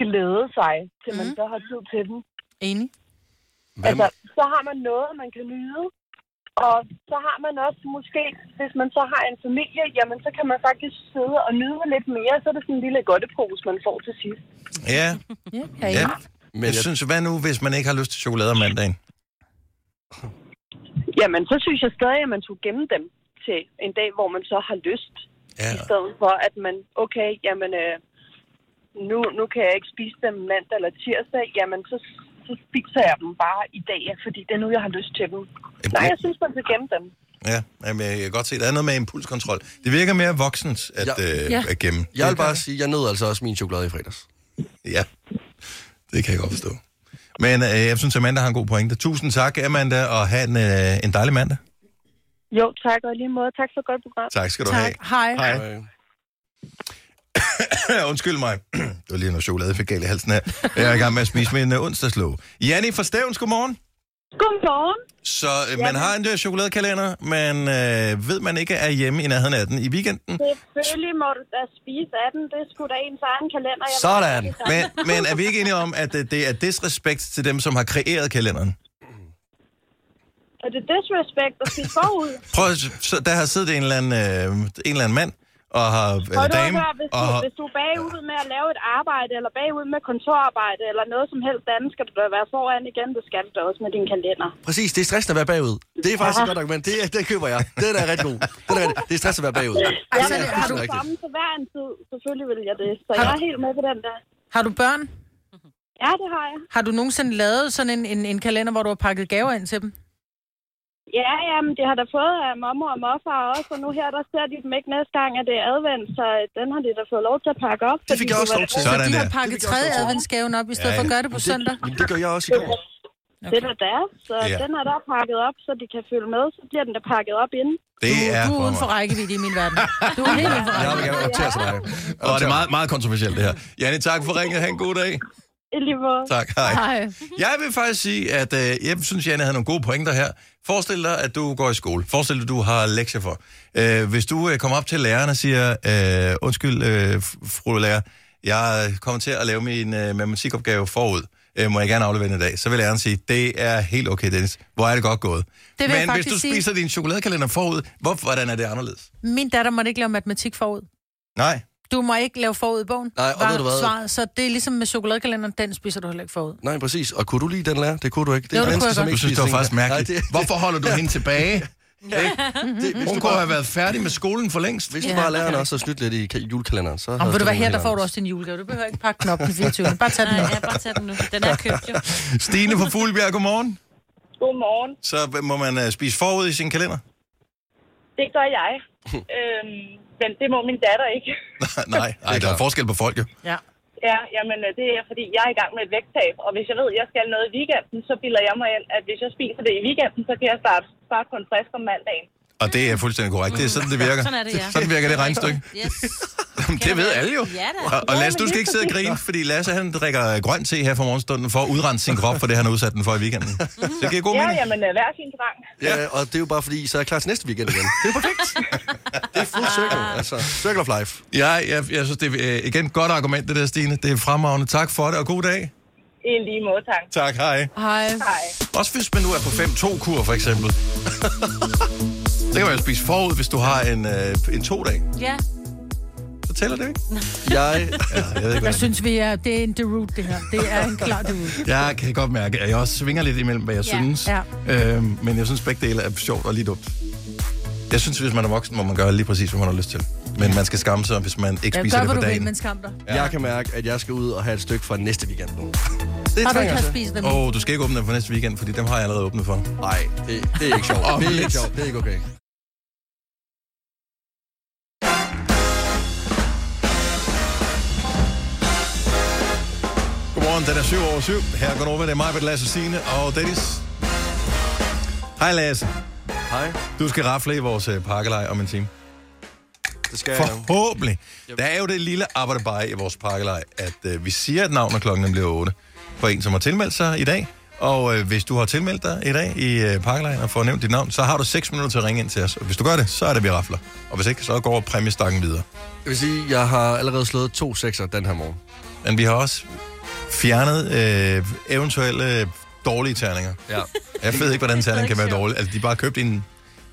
Speaker 8: glæde sig, til man så har tid til den.
Speaker 2: Enig.
Speaker 3: Hvad
Speaker 8: Altså,
Speaker 3: med,
Speaker 8: så har man noget, man kan nyde. Og så har man også måske, hvis man så har en familie, jamen så kan man faktisk sidde og nyde lidt mere. Så er det sådan en lille godtepose, man får til sidst.
Speaker 1: Ja,
Speaker 2: Ja, jeg er
Speaker 1: ja.
Speaker 2: enig.
Speaker 3: men
Speaker 1: Jeg
Speaker 3: jeg,
Speaker 1: synes, hvad nu, hvis man ikke har lyst til chokolade om mandagen?
Speaker 8: Jamen, så synes jeg stadig, at man skulle gemme dem til en dag, hvor man så har lyst.
Speaker 1: Ja.
Speaker 8: I stedet for, at man, okay, jamen, øh, nu, nu kan jeg ikke spise dem mandag eller tirsdag, jamen, så, så spiser jeg dem bare i dag, fordi det er nu, jeg har lyst til dem. Nej, jeg synes, man skal gemme dem.
Speaker 1: Ja, jamen, jeg kan godt se, der er noget med impulskontrol. Det virker mere voksent at, ja.
Speaker 3: Ja.
Speaker 1: Øh,
Speaker 2: Ja.
Speaker 1: at gemme.
Speaker 3: jeg vil bare sige, jeg nød altså også min chokolade i fredags.
Speaker 1: Ja, det kan jeg godt forstå. Men øh, jeg synes, Amanda har en god pointe. Tusind tak, Amanda, og have en, øh, en dejlig mandag.
Speaker 8: Jo, tak, og i lige måde. Tak for et godt program.
Speaker 1: Tak skal du
Speaker 4: Tak.
Speaker 1: have.
Speaker 4: Hej.
Speaker 1: Hej.
Speaker 3: Øh,
Speaker 1: *coughs* Undskyld mig. *clears throat* det var lige noget chokolade, jeg fik galt i halsen her. Jeg er i gang med at spise min uh, onsdagslåge. Janni fra Stævns, godmorgen.
Speaker 8: Godmorgen.
Speaker 1: Så øh, man har en uh, chokoladekalender, men øh, ved man ikke er hjemme i nærheden af den i weekenden.
Speaker 8: Selvfølgelig må du da spise af den. Det skulle da ens egen kalender.
Speaker 3: Sådan.
Speaker 1: Men, men er vi ikke enige om, at øh, det er disrespekt til dem, som har kreeret kalenderen?
Speaker 8: Er det disrespect at spise
Speaker 1: *laughs*
Speaker 8: forud?
Speaker 1: Prøv, at s- så der har siddet en eller anden, øh, en eller anden mand, og har, eller dame, og har,
Speaker 8: du er bagud med at lave et arbejde, eller bagud med kontorarbejde, eller noget som helst andet, skal du da være foran igen. Det skal du da også med din kalender.
Speaker 3: Præcis, det er stressende at være bagud. Det er faktisk et godt argument. Det, er- det køber jeg. Det er da rigtig god. Det er, rigtig, det er stress at være bagud.
Speaker 4: altså,
Speaker 8: Jeg
Speaker 3: det
Speaker 8: vil
Speaker 3: er
Speaker 8: have
Speaker 3: fuldstændig
Speaker 8: det
Speaker 3: rigtigt.
Speaker 8: samme til hver en tid. Selvfølgelig vil jeg det. Så jeg er helt med på den der.
Speaker 4: Har du børn?
Speaker 8: Ja, det har jeg.
Speaker 4: Har du nogensinde lavet sådan en, en, en kalender, hvor du har pakket gaver ind til dem?
Speaker 8: Ja, jamen, det har da fået af mamma og morfar også, og nu her, der ser de dem ikke næste gang, at det er advendt, så øh, den har de da fået lov til at pakke op.
Speaker 3: Det fik
Speaker 8: fordi
Speaker 3: jeg også
Speaker 8: var
Speaker 3: lov
Speaker 8: da-
Speaker 3: til.
Speaker 1: Sådan
Speaker 4: De
Speaker 1: der.
Speaker 4: har pakket
Speaker 3: Det vil jeg også
Speaker 4: tredje
Speaker 3: godt.
Speaker 4: adventsgaven op, i stedet
Speaker 1: Ja,
Speaker 4: for at
Speaker 1: ja.
Speaker 4: gøre det på søndag.
Speaker 3: Jamen, det gør jeg også i går.
Speaker 8: Det er da deres, så
Speaker 1: Ja.
Speaker 8: den er der pakket op, så de kan følge med, så bliver den da pakket op inden.
Speaker 1: det er
Speaker 4: Du, du er
Speaker 1: for
Speaker 4: uden for
Speaker 1: mig.
Speaker 4: rækkevidde i min verden. Du er helt uden
Speaker 1: *laughs*
Speaker 4: for
Speaker 3: Jeg vil gerne optage sig dig.
Speaker 1: Og det er meget, meget kontroversielt, det her. Janne, tak for ringet. Ha' en god dag.
Speaker 8: I lige måde.
Speaker 1: Tak, hej.
Speaker 4: rækkevidde.
Speaker 1: Jeg vil faktisk sige, at øh, jeg synes, Janne havde nogle gode pointer her. Forestil dig, at du går i skole. Forestil dig, at du har lektier for. Øh, hvis du øh, kommer op til læreren og siger, øh, undskyld, øh, f- fru lærer, jeg kommer til at lave min øh, matematikopgave forud. Øh, må jeg gerne aflevere den i dag? Så vil læreren sige, det er helt okay, Dennis. Hvor er det godt gået.
Speaker 4: vil jeg
Speaker 1: Men hvis
Speaker 4: faktisk
Speaker 1: du
Speaker 4: sige.
Speaker 1: spiser din chokoladekalender forud, hvor, hvordan er det anderledes?
Speaker 4: Min datter måtte ikke lave matematik forud.
Speaker 1: Nej.
Speaker 4: Du må ikke lave forud i bogen.
Speaker 3: Nej, og
Speaker 4: var
Speaker 3: ved du hvad?
Speaker 4: Svaret. Så det er ligesom med chokoladekalenderen, den spiser du heller ikke forud.
Speaker 3: Nej, præcis. Og kunne du lide den lærer? Det kunne du ikke. Det
Speaker 4: Jo, det
Speaker 3: et menneske,
Speaker 4: kunne jeg
Speaker 3: som
Speaker 4: godt.
Speaker 1: Du
Speaker 3: ikke
Speaker 1: synes, det var
Speaker 3: spiser
Speaker 1: faktisk
Speaker 3: ting. Nej,
Speaker 1: mærkeligt.
Speaker 3: det-
Speaker 1: Hvorfor holder du hende tilbage?
Speaker 3: det- hvis
Speaker 1: Hun kunne
Speaker 3: du bare-
Speaker 1: have været færdig med skolen for længst.
Speaker 3: Hvis du bare lærer også at snytte lidt i ka- julekalenderen, så...
Speaker 4: Om
Speaker 3: havde
Speaker 4: vil du
Speaker 3: det
Speaker 4: være her,
Speaker 3: været
Speaker 4: der får du
Speaker 3: helt
Speaker 4: også din julegave. Du behøver ikke pakke den op den 24. Bare tag den
Speaker 5: Nej,
Speaker 4: med.
Speaker 5: jeg bare tage den nu. Den er købt jo.
Speaker 1: Stine fra Fuglebjerg, godmorgen.
Speaker 8: Godmorgen.
Speaker 1: Så må man øh, spise forud i sin kalender? *laughs*
Speaker 8: Det gør jeg. øhm, men det må min datter ikke.
Speaker 1: Nej, ej, der er
Speaker 3: klart.
Speaker 1: forskel på folk jo.
Speaker 4: Ja.
Speaker 8: Ja, jamen øh, det er fordi, jeg er i gang med et vægttab, og hvis jeg ved, at jeg skal noget i weekenden, så bilder jeg mig ind, at hvis jeg spiser det i weekenden, så kan jeg starte, starte på en frisk om mandagen.
Speaker 1: Og det er fuldstændig korrekt. Det er sådan, det virker.
Speaker 5: Sådan er det, ja.
Speaker 1: Sådan virker det regnstykke.
Speaker 5: Yes.
Speaker 1: Det ved alle jo.
Speaker 5: *laughs* Ja da.
Speaker 1: Og- Og Lasse, du skal ikke sidde og grine, fordi Lasse han drikker grøn te her fra morgenstunden for at udrense sin krop for det, han har udsat den for i weekenden. Så det giver god
Speaker 8: Ja,
Speaker 1: mening.
Speaker 8: jamen øh, hver sin drang.
Speaker 3: Ja, og det er jo bare fordi, så er jeg klar til næste weekend igen. Det er perfekt. det er full circle, altså. Circle of life.
Speaker 1: Ja, jeg, jeg synes, det er øh, igen et godt argument, det der, Stine. Det er fremragende. Tak for det, og god dag.
Speaker 8: I lige måde, tak.
Speaker 1: Tak, hej.
Speaker 4: Hej.
Speaker 8: Hej.
Speaker 1: Også hvis man nu er på 5-2-kur, for eksempel. *laughs* Så kan man jo spise forud, hvis du har en, øh, en to-dag.
Speaker 5: Ja.
Speaker 1: Så tæller det,
Speaker 4: *laughs*
Speaker 1: ikke?
Speaker 3: Jeg
Speaker 1: Ja, jeg ved ikke,
Speaker 4: Jeg synes, vi er, det er en deroute, det her. Det er en klar deroute.
Speaker 1: Jeg kan godt mærke, at jeg også svinger lidt imellem, hvad jeg ja.
Speaker 5: Ja.
Speaker 1: synes.
Speaker 4: Ja.
Speaker 1: Øhm, men jeg synes, begge dele er sjovt og lige dumt. Jeg synes, hvis man er voksen, må man gøre lige præcis, hvad man har lyst til. Men man skal skamme sig, hvis man ikke
Speaker 4: Jeg
Speaker 1: spiser
Speaker 4: gør,
Speaker 1: det
Speaker 4: hvad
Speaker 1: på
Speaker 4: du
Speaker 1: dagen.
Speaker 4: vil, men skam dig. *laughs*
Speaker 3: Ja. Jeg kan mærke, at jeg skal ud og have et stykke fra næste weekend nu. Det
Speaker 4: Har du ikke
Speaker 3: trænger
Speaker 4: har
Speaker 3: til.
Speaker 4: spist dem?
Speaker 1: Åh, oh, du skal ikke åbne dem for næste weekend, fordi dem har jeg allerede åbnet for.
Speaker 3: Nej, det, det er ikke sjovt. det er ikke sjovt. Det er ikke okay.
Speaker 1: Godmorgen, den er 7 over 7. Her går over, det er mig, Lasse Signe og Dennis. Hej Lasse,
Speaker 3: Hej.
Speaker 1: du skal rafle i vores øh, pakkelej om en time.
Speaker 3: Det skal jeg.
Speaker 1: Forhåbentlig. Der er jo det lille arbejde i vores pakkelej, at øh, vi siger et navn, når klokken bliver 8. For en, som har tilmeldt sig i dag. Og øh, hvis du har tilmeldt dig i dag i øh, pakkelejen og får nævnt dit navn, så har du 6 minutter til at ringe ind til os. Og hvis du gør det, så er det, vi rafler. Og hvis ikke, så går præmiestakken videre.
Speaker 3: Jeg vil sige, jeg har allerede slået to sekser den her morgen.
Speaker 1: Men vi har også fjernet øh, eventuelle øh, dårlige terninger.
Speaker 3: Ja.
Speaker 1: Jeg ved ikke, hvordan terning kan være dårlig. Altså, de bare købte i en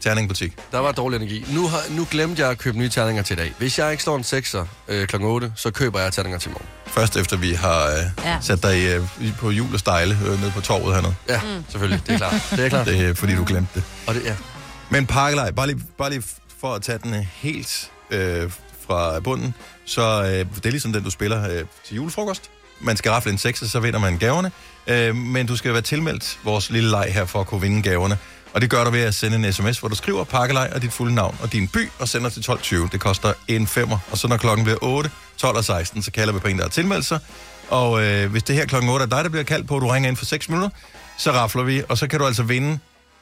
Speaker 1: terningbutik.
Speaker 3: Der var dårlig energi. Nu, har, nu glemte jeg at købe nye terninger til i dag. Hvis jeg ikke slår en sekser øh, kl. 8, så køber jeg terninger til i morgen.
Speaker 1: Først efter vi har øh,
Speaker 5: Ja.
Speaker 1: ja. sat dig øh, i- på hjul og stejle øh, nede på torvet hernede.
Speaker 3: Ja, mm. selvfølgelig. Det er klart. Det er klart.
Speaker 1: Det er fordi, du glemte det.
Speaker 3: Og det, ja.
Speaker 1: Men pakkelej, bare lige, bare lige for at tage den øh, helt øh, fra bunden, så øh, det er ligesom den, du spiller øh, til julefrokost. Man skal rafle en sekser, så vinder man gaverne. Øh, men du skal være tilmeldt vores lille leg her for at kunne vinde gaverne. Og det gør du ved at sende en sms, hvor du skriver pakkelej og dit fulde navn og din by og sender til 12.20. Det koster en femmer. Og så når klokken bliver 8, 12 og 16, så kalder vi på en, der har tilmeldt sig. Og øh, hvis det her klokken 8 er dig, der bliver kaldt på, og du ringer ind for 6 minutter, så rafler vi, og så kan du altså vinde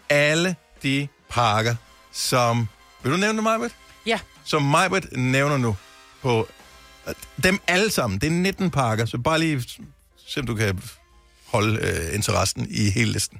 Speaker 1: alle de pakker, som... Vil du nævne det, Majbert?
Speaker 4: Ja.
Speaker 1: Som Majbert nævner nu på dem alle sammen. Det er 19 pakker, så bare lige se, om du kan holde øh, interessen i hele listen.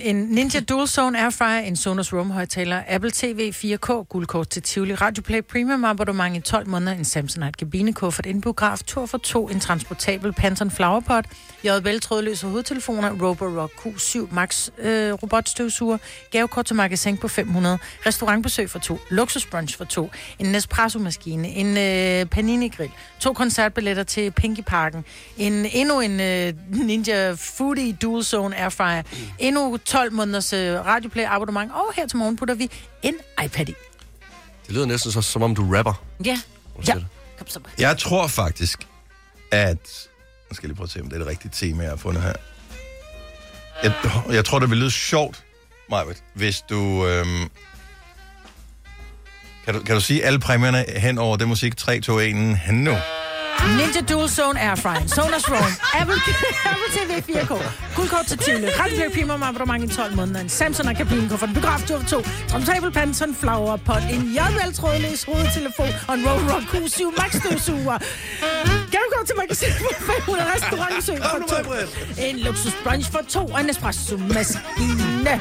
Speaker 4: En Ninja Dual Zone Airfryer, en Sonos Roam højtaler, Apple TV 4K, guldkort til Tivoli, Radio Play Premium abonnement i 12 måneder, en Samsonite kabinekuffert, en biograf, tur for to, en transportabel Panton Flowerpot, JBL trådløse hovedtelefoner, Roborock Q7 Max øh, robotstøvsuger, gavekort til magasin på 500, restaurantbesøg for to, luksusbrunch for to, en Nespresso-maskine, en øh, panini-grill, to koncertbilletter til Pinky Parken, en, endnu en øh, Ninja Foodie Dual Zone Airfryer, endnu 12 måneders øh, radioplay abonnement, og her til morgen putter vi en iPad i.
Speaker 3: det lyder næsten så, som om du rapper.
Speaker 5: Ja,
Speaker 3: Ja.
Speaker 5: kom så.
Speaker 1: Jeg tror faktisk, at... Nu skal jeg lige prøve at se, om det er det rigtige tema, jeg har fundet her. Jeg, jeg tror, det ville lyde sjovt, Majbert, hvis du... Øhm, kan, du, kan du sige alle præmierne hen over det musik 3, 2, 1, hen nu?
Speaker 4: Ninja Dual Zone Airfryer, Sonos Roam, *laughs* Apple, Apple TV 4K, guldkort til Tivoli, radioplay Premium abonnement i 12 måneder, en Samsung kabineko for en biograftur for to, transportabel Panton Flowerpot, en JBL trådløs hovedtelefon og en Roborock Q7 Max støvsuger. Gavekort til magasin på 500 restaurantbesøg for
Speaker 1: nu,
Speaker 4: to. En luksus brunch for to og en espresso-maskine.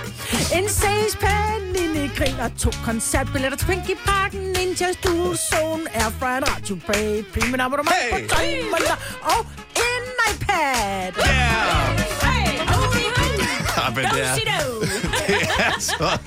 Speaker 4: En sage panini grill og to koncertbilletter til Pinky Parken, Ninja Dual Zone, Airfryer, en Radio Play, Premium abonnement på
Speaker 1: Hey!
Speaker 4: 12 måneder og en iPad.
Speaker 1: Ah, men det er, *laughs* det er så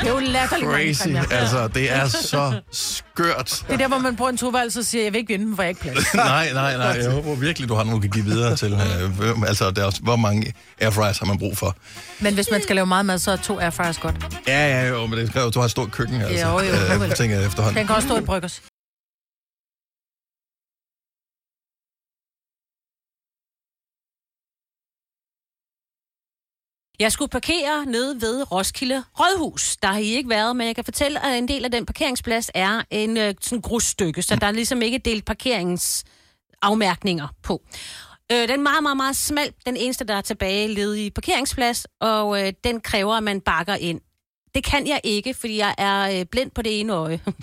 Speaker 4: Det er jo latterligt mange
Speaker 1: crazy.
Speaker 4: præmier.
Speaker 1: Altså, det er så skørt.
Speaker 4: *laughs* Det er der, hvor man bruger en toværelse og siger, jeg vil ikke vinde, dem, for jeg har ikke plads.
Speaker 1: nej, nej, nej. Jeg håber virkelig, du har nogen, du kan give videre til. øh, hvem- altså, der er også, hvor mange airfryers har man brug for?
Speaker 4: Men hvis man skal lave meget mad, så er to airfryers godt.
Speaker 1: Ja, ja, jo, men det kræver, du har et stort køkken. Altså,
Speaker 4: Jo, jo,
Speaker 1: øh,
Speaker 4: vel.
Speaker 1: tænker jeg efterhånden.
Speaker 4: Den kan også stå i et bryggers.
Speaker 5: Jeg skulle parkere nede ved Roskilde Rådhus. Der har I ikke været, men jeg kan fortælle, at en del af den parkeringsplads er en øh, sådan grusstykke, så der er ligesom ikke delt parkeringsafmærkninger på. Øh, den er meget, meget, meget smal. Den eneste, der er tilbage, ledige parkeringsplads, og øh, den kræver, at man bakker ind. Det kan jeg ikke, fordi jeg er øh, blind på det ene øje. *laughs*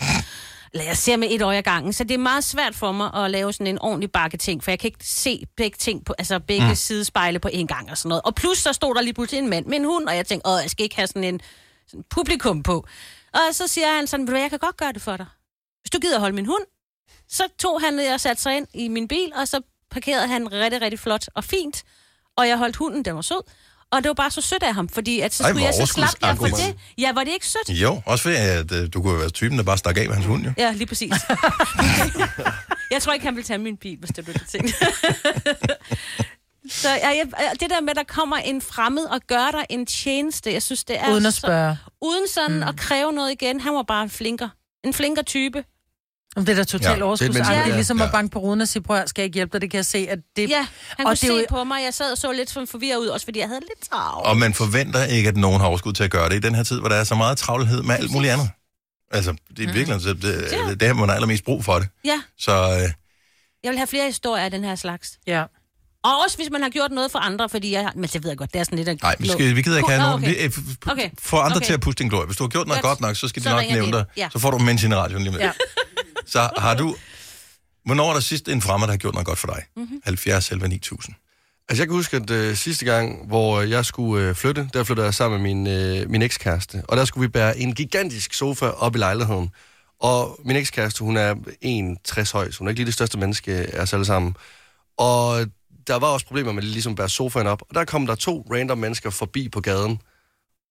Speaker 5: Eller jeg ser med et øje ad gangen, så det er meget svært for mig at lave sådan en ordentlig bakketing, for jeg kan ikke se begge ting på, altså begge mm. sidespejle på en gang og sådan noget. Og plus så stod der lige pludselig en mand med en hund, og jeg tænkte, åh, jeg skal ikke have sådan en sådan publikum på. Og så siger han sådan, ved du hvad, jeg kan godt gøre det for dig. Hvis du gider holde min hund, så tog han det og satte sig ind i min bil, og så parkerede han rigtig, rigtig flot og fint. Og jeg holdt hunden, den var sød. Og det var bare så sødt af ham, fordi at så
Speaker 1: Ej,
Speaker 5: skulle
Speaker 1: hvor
Speaker 5: jeg så slappe jer for det.
Speaker 1: overskudsargument.
Speaker 5: Ja, var det ikke sødt?
Speaker 1: Jo, også fordi, at øh, du kunne jo være typen, der bare stak af med hans hund, jo.
Speaker 5: Ja, lige
Speaker 4: *laughs*
Speaker 5: præcis. jeg tror ikke, han vil tage min bil, hvis det blev det ting.
Speaker 4: *laughs*
Speaker 5: Så ja, jeg, det der med, at der kommer en fremmed og gør dig en tjeneste, jeg synes, det er...
Speaker 4: Uden at spørge.
Speaker 5: Så, uden sådan mm. at kræve noget igen. Han var bare en flinker. En flinker type.
Speaker 4: Om det der totalt
Speaker 1: Ja,
Speaker 4: ja,
Speaker 3: det er et
Speaker 4: overskudsagtigt,
Speaker 3: menneske,
Speaker 4: det
Speaker 3: ja.
Speaker 4: er ligesom
Speaker 1: Ja.
Speaker 4: at banke på ruden og sige, prøv at høre, skal jeg ikke hjælpe dig, det kan jeg se, at det...
Speaker 5: Ja, han
Speaker 4: Og
Speaker 5: kunne
Speaker 4: det er
Speaker 5: se
Speaker 4: jo-
Speaker 5: på mig. Jeg sad og så lidt sådan forvirret ud, også fordi jeg havde lidt travlt.
Speaker 1: Og man forventer ikke, at nogen har overskud til at gøre det i den her tid, hvor der er så meget travlhed med alt muligt andet. Altså, det
Speaker 4: Mm.
Speaker 1: er virkelig, så det,
Speaker 5: Ja.
Speaker 1: det er her, man har allermest brug for det.
Speaker 5: Ja,
Speaker 1: Så øh,
Speaker 5: jeg vil have flere historier af den her slags.
Speaker 4: Ja.
Speaker 5: Og også hvis man har gjort noget for andre, fordi jeg... Men det ved jeg godt, det er sådan lidt... at-
Speaker 1: nej, vi, skal, vi gider ikke
Speaker 5: Ku-
Speaker 1: have
Speaker 5: Nå,
Speaker 1: nogen.
Speaker 5: okay.
Speaker 1: Vi, øh, f- f-
Speaker 5: Okay.
Speaker 1: Få andre
Speaker 5: Okay.
Speaker 1: til at puste din glorie. Hvis du har gjort noget
Speaker 5: Godt.
Speaker 1: godt nok, så skal de
Speaker 5: Så
Speaker 1: nok
Speaker 5: ringer
Speaker 1: nævne
Speaker 5: vi
Speaker 1: dig.
Speaker 5: ind. Ja.
Speaker 1: Så får du en mention i radioen lige med.
Speaker 4: Ja.
Speaker 1: Så har du... Hvornår er der sidst en fremmed, der har gjort noget godt for dig?
Speaker 5: Mhm.
Speaker 1: Mm-hmm. 70 11 9000.
Speaker 3: Altså, jeg kan huske, at øh, sidste gang, hvor jeg skulle øh, flytte, der flyttede jeg sammen med min, øh, min ekskæreste. Og der skulle vi bære en gigantisk sofa op i lejligheden. Og min ekskæreste, hun er 1,60 høj, så hun er ikke lige det største menneske af os alle sammen. Og der var også problemer med ligesom at bære sofaen op. Og der kom der to random mennesker forbi på gaden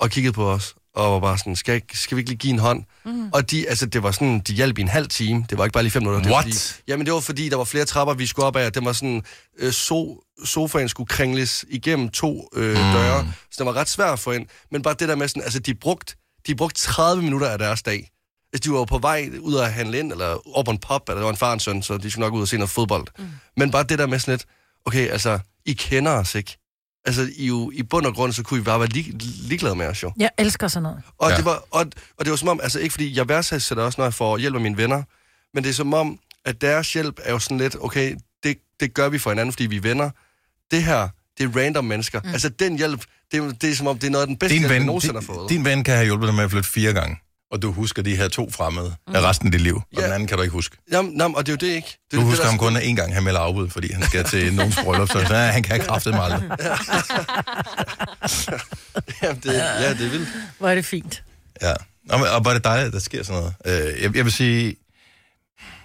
Speaker 3: og kiggede på os. Og var bare sådan, skal, jeg ikke- skal vi ikke lige give en hånd? Mm. Og de, altså, det var sådan, de hjalp i en halv time. Det var ikke bare lige fem minutter. Det var
Speaker 1: What?
Speaker 3: fordi, Jamen, det var fordi, der var flere trapper, vi skulle op af. Den var sådan, øh, so, sofaen skulle kringles igennem to øh, mm. døre, så den var ret svær at få ind. Men bare det der med sådan, altså, de brugte de brugte 30 minutter af deres dag. Altså, de var jo på vej ud og handle ind, eller op på en pop, eller det var en far og en søn, så de skulle nok ud og se noget fodbold. Mm. Men bare det der med sådan lidt, okay, altså, I kender os ikke. Altså, I, er jo, i bund og grund, så kunne I bare være lig, ligeglade med os jo.
Speaker 4: Jeg elsker sådan noget.
Speaker 3: Og,
Speaker 1: Ja.
Speaker 3: ja. det var, og, og det var som om, altså ikke fordi jeg værdsætter også, når jeg får hjælp af mine venner, men det er som om, at deres hjælp er jo sådan lidt, okay, det, det gør vi for hinanden, fordi vi er venner. Det her, det er random mennesker. Mm. Altså den hjælp, det, er- det er som om, det er noget af den bedste
Speaker 1: Din
Speaker 3: hjælp, jeg
Speaker 1: ven,
Speaker 3: nogensinde har
Speaker 1: din,
Speaker 3: fået.
Speaker 1: din ven kan have hjulpet dig med at flytte fire gange, og du husker de her to fremmede mm.
Speaker 5: Mhm.
Speaker 1: af resten af dit liv, og
Speaker 3: Ja.
Speaker 1: den anden kan du ikke huske.
Speaker 3: Jamen, jamen, og det er jo det ikke. Det, er
Speaker 1: Du
Speaker 3: det,
Speaker 1: husker
Speaker 3: der-
Speaker 1: ham kun én gang, han melder afbud, fordi han skal
Speaker 3: *laughs*
Speaker 1: til nogens bryllup, så ja, han kan kraftet
Speaker 4: *laughs*
Speaker 1: mig aldrig.
Speaker 3: Jamen, det, ja, det er vildt.
Speaker 4: Hvor er det fint.
Speaker 1: Ja. Og, og var det dejligt, at der sker sådan noget. Øh, jeg, jeg vil sige...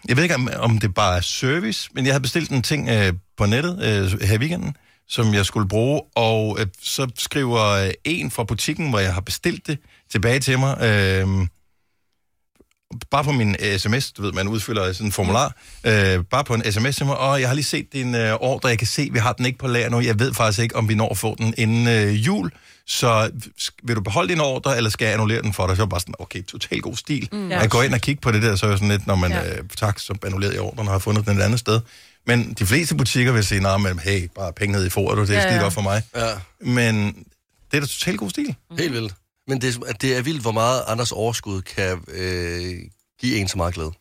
Speaker 1: Jeg ved ikke, om, om det bare er service, men jeg havde bestilt en ting øh, på nettet øh, her i weekenden, som jeg skulle bruge, og øh, så skriver øh, en fra butikken, hvor jeg har bestilt det, tilbage til mig. Øh, bare på min øh, sms, du ved, man udfylder sådan en formular, øh, bare på en sms til mig, og jeg har lige set din øh, ordre, jeg kan se, vi har den ikke på lager nu, jeg ved faktisk ikke, om vi når at få den inden øh, jul, så sk- vil du beholde din ordre, eller skal jeg annullere den for dig? Så er jeg bare sådan, okay, total god stil. Mm. Jeg går ind og kigger på det der, så er jeg sådan lidt, når man, ja.
Speaker 4: Ja.
Speaker 1: øh, tak, så annullerede jeg ordren og har fundet den et andet sted. Men de fleste butikker vil sige, nej, men hey, bare penge ned i foråret, det er ja,
Speaker 4: Ja,
Speaker 1: ja.
Speaker 4: ja.
Speaker 1: skidt op for mig.
Speaker 3: Ja,
Speaker 1: Men det er da total god stil.
Speaker 3: Mm. helt vildt. Men det er, som- at det er vildt, hvor meget andres overskud kan øh, give en så meget glæde.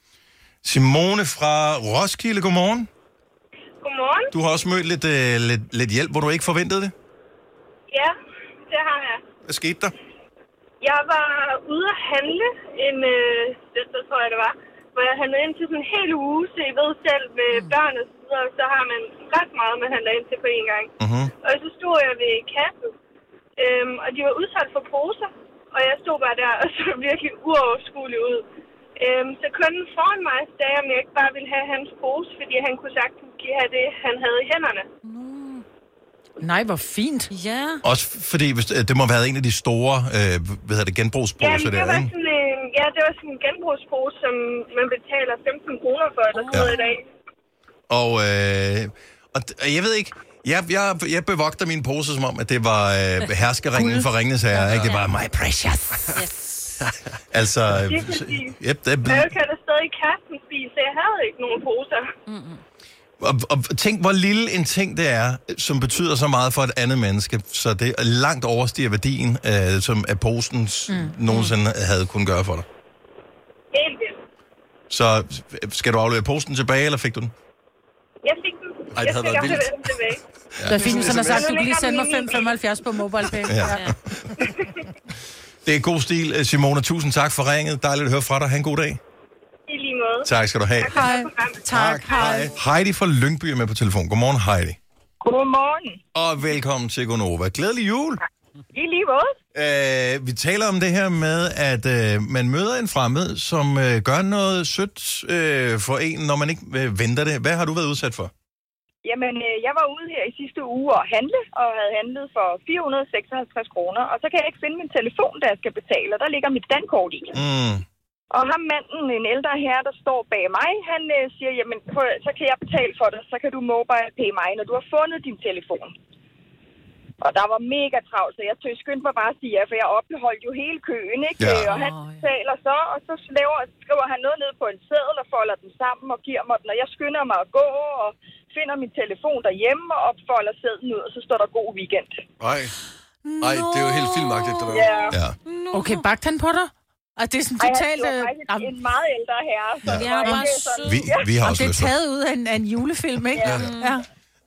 Speaker 1: Simone fra Roskilde, godmorgen.
Speaker 9: Godmorgen.
Speaker 1: Du har også mødt lidt, øh, lidt, lidt hjælp, hvor du ikke forventede det.
Speaker 9: Ja, det har jeg.
Speaker 1: Hvad skete der?
Speaker 9: Jeg var ude at handle en øh, søster, tror jeg det var, hvor jeg handlede ind til sådan en hel uge, så I ved selv med
Speaker 1: Mm.
Speaker 9: børn og så videre, så har man ret meget, man handler ind til på en gang.
Speaker 1: Mhm.
Speaker 9: Og så stod jeg ved kassen, øhm, og de var udsolgt for poser, og jeg stod bare der *laughs* og så virkelig uoverskuelig ud. Øhm, så kunden foran mig sagde, om jeg ikke bare ville have hans pose, fordi han kunne sagtens give have det, han havde i hænderne.
Speaker 4: Nej, hvor fint.
Speaker 5: Ja.
Speaker 1: Også fordi hvis, øh, det må have været en af de store øh, hvad hedder det, genbrugsposer
Speaker 9: Jamen, det
Speaker 1: der,
Speaker 9: var
Speaker 1: ikke?
Speaker 9: sådan, øh, ja, det var sådan en genbrugspose, som man betaler 15 kroner for, eller sådan
Speaker 1: Ja.
Speaker 9: noget i dag.
Speaker 1: Og, øh, og, d- og jeg ved ikke, jeg, jeg, jeg bevogter mine poser som om, at det var
Speaker 4: *laughs*
Speaker 1: øh, herskerringen for Ringenes Herre, ikke? Det var my precious.
Speaker 5: Yes.
Speaker 1: Altså, øh,
Speaker 9: Lige præcis.
Speaker 1: yep, det,
Speaker 9: Og jeg kørte stadig i kassen, fordi så jeg havde ikke nogen poser.
Speaker 1: og, og tænk, hvor lille en ting det er, som betyder så meget for et andet menneske, så det langt overstiger værdien, øh, som at posen mm. nogensinde havde kunnet gøre for dig.
Speaker 9: Helt vildt.
Speaker 1: Så øh, skal du aflevere posen tilbage, eller fik du den?
Speaker 9: Jeg fik den.
Speaker 3: Ej, det
Speaker 9: jeg
Speaker 3: havde
Speaker 9: fik
Speaker 3: været
Speaker 9: aldrig
Speaker 3: vildt.
Speaker 9: den tilbage.
Speaker 4: Ja. Det er fint, hvis han har sagt,
Speaker 9: sms.
Speaker 4: du kan lige sende mig 5,75 på MobilePay.
Speaker 1: Ja. Det er god stil, øh, Simone. Tusind tak for ringet. Dejligt at høre fra dig. Ha' en god dag.
Speaker 9: I lige måde.
Speaker 1: Tak skal du have.
Speaker 4: Hej. Tak, hej.
Speaker 1: Hej. Heidi fra Lyngby er med på telefon. Godmorgen, Heidi.
Speaker 9: Godmorgen.
Speaker 1: Og velkommen til Gonova. Glædelig jul.
Speaker 9: I lige måde.
Speaker 1: Øh, vi taler om det her med, at øh, man møder en fremmed, som øh, gør noget sødt øh, for en, når man ikke øh, venter det. Hvad har du været udsat for?
Speaker 9: Jamen, øh, jeg var ude her i sidste uge og handle, og havde handlet for 456 kroner. Og så kan jeg ikke finde min telefon, da jeg skal betale, og der ligger mit dankort i.
Speaker 1: Mm.
Speaker 9: Og ham manden, en ældre herre, der står bag mig, han øh, siger, jamen prøv, så kan jeg betale for dig, så kan du mobile pay mig, når du har fundet din telefon. Og der var mega travlt, så jeg tøj skyndte mig bare at sige ja, for jeg opholdt jo hele køen, ikke?
Speaker 1: Ja.
Speaker 9: Øh, Og han
Speaker 2: Åh, ja.
Speaker 9: taler så, og så slaver, skriver han noget ned på en seddel og folder den sammen og giver mig den, og jeg skynder mig at gå og finder min telefon derhjemme og opfolder sædlen ud, og så står der god weekend.
Speaker 3: Nej. Nej, det er jo helt filmagtigt, det der.
Speaker 9: Ja.
Speaker 1: Ja.
Speaker 4: Okay, bagte han på dig? Og det er sådan
Speaker 9: Ej, han-
Speaker 4: totalt...
Speaker 9: det var
Speaker 4: øh,
Speaker 9: faktisk
Speaker 4: jamen,
Speaker 9: en meget ældre herre, så
Speaker 1: Ja.
Speaker 9: det
Speaker 5: Ja,
Speaker 9: var
Speaker 5: bare
Speaker 9: ikke sådan,
Speaker 5: sød.
Speaker 1: Vi, vi har
Speaker 4: jamen,
Speaker 1: også
Speaker 4: det er
Speaker 1: lyst til.
Speaker 4: taget ud af en, af en julefilm, ikke?
Speaker 9: Ja.
Speaker 4: ja.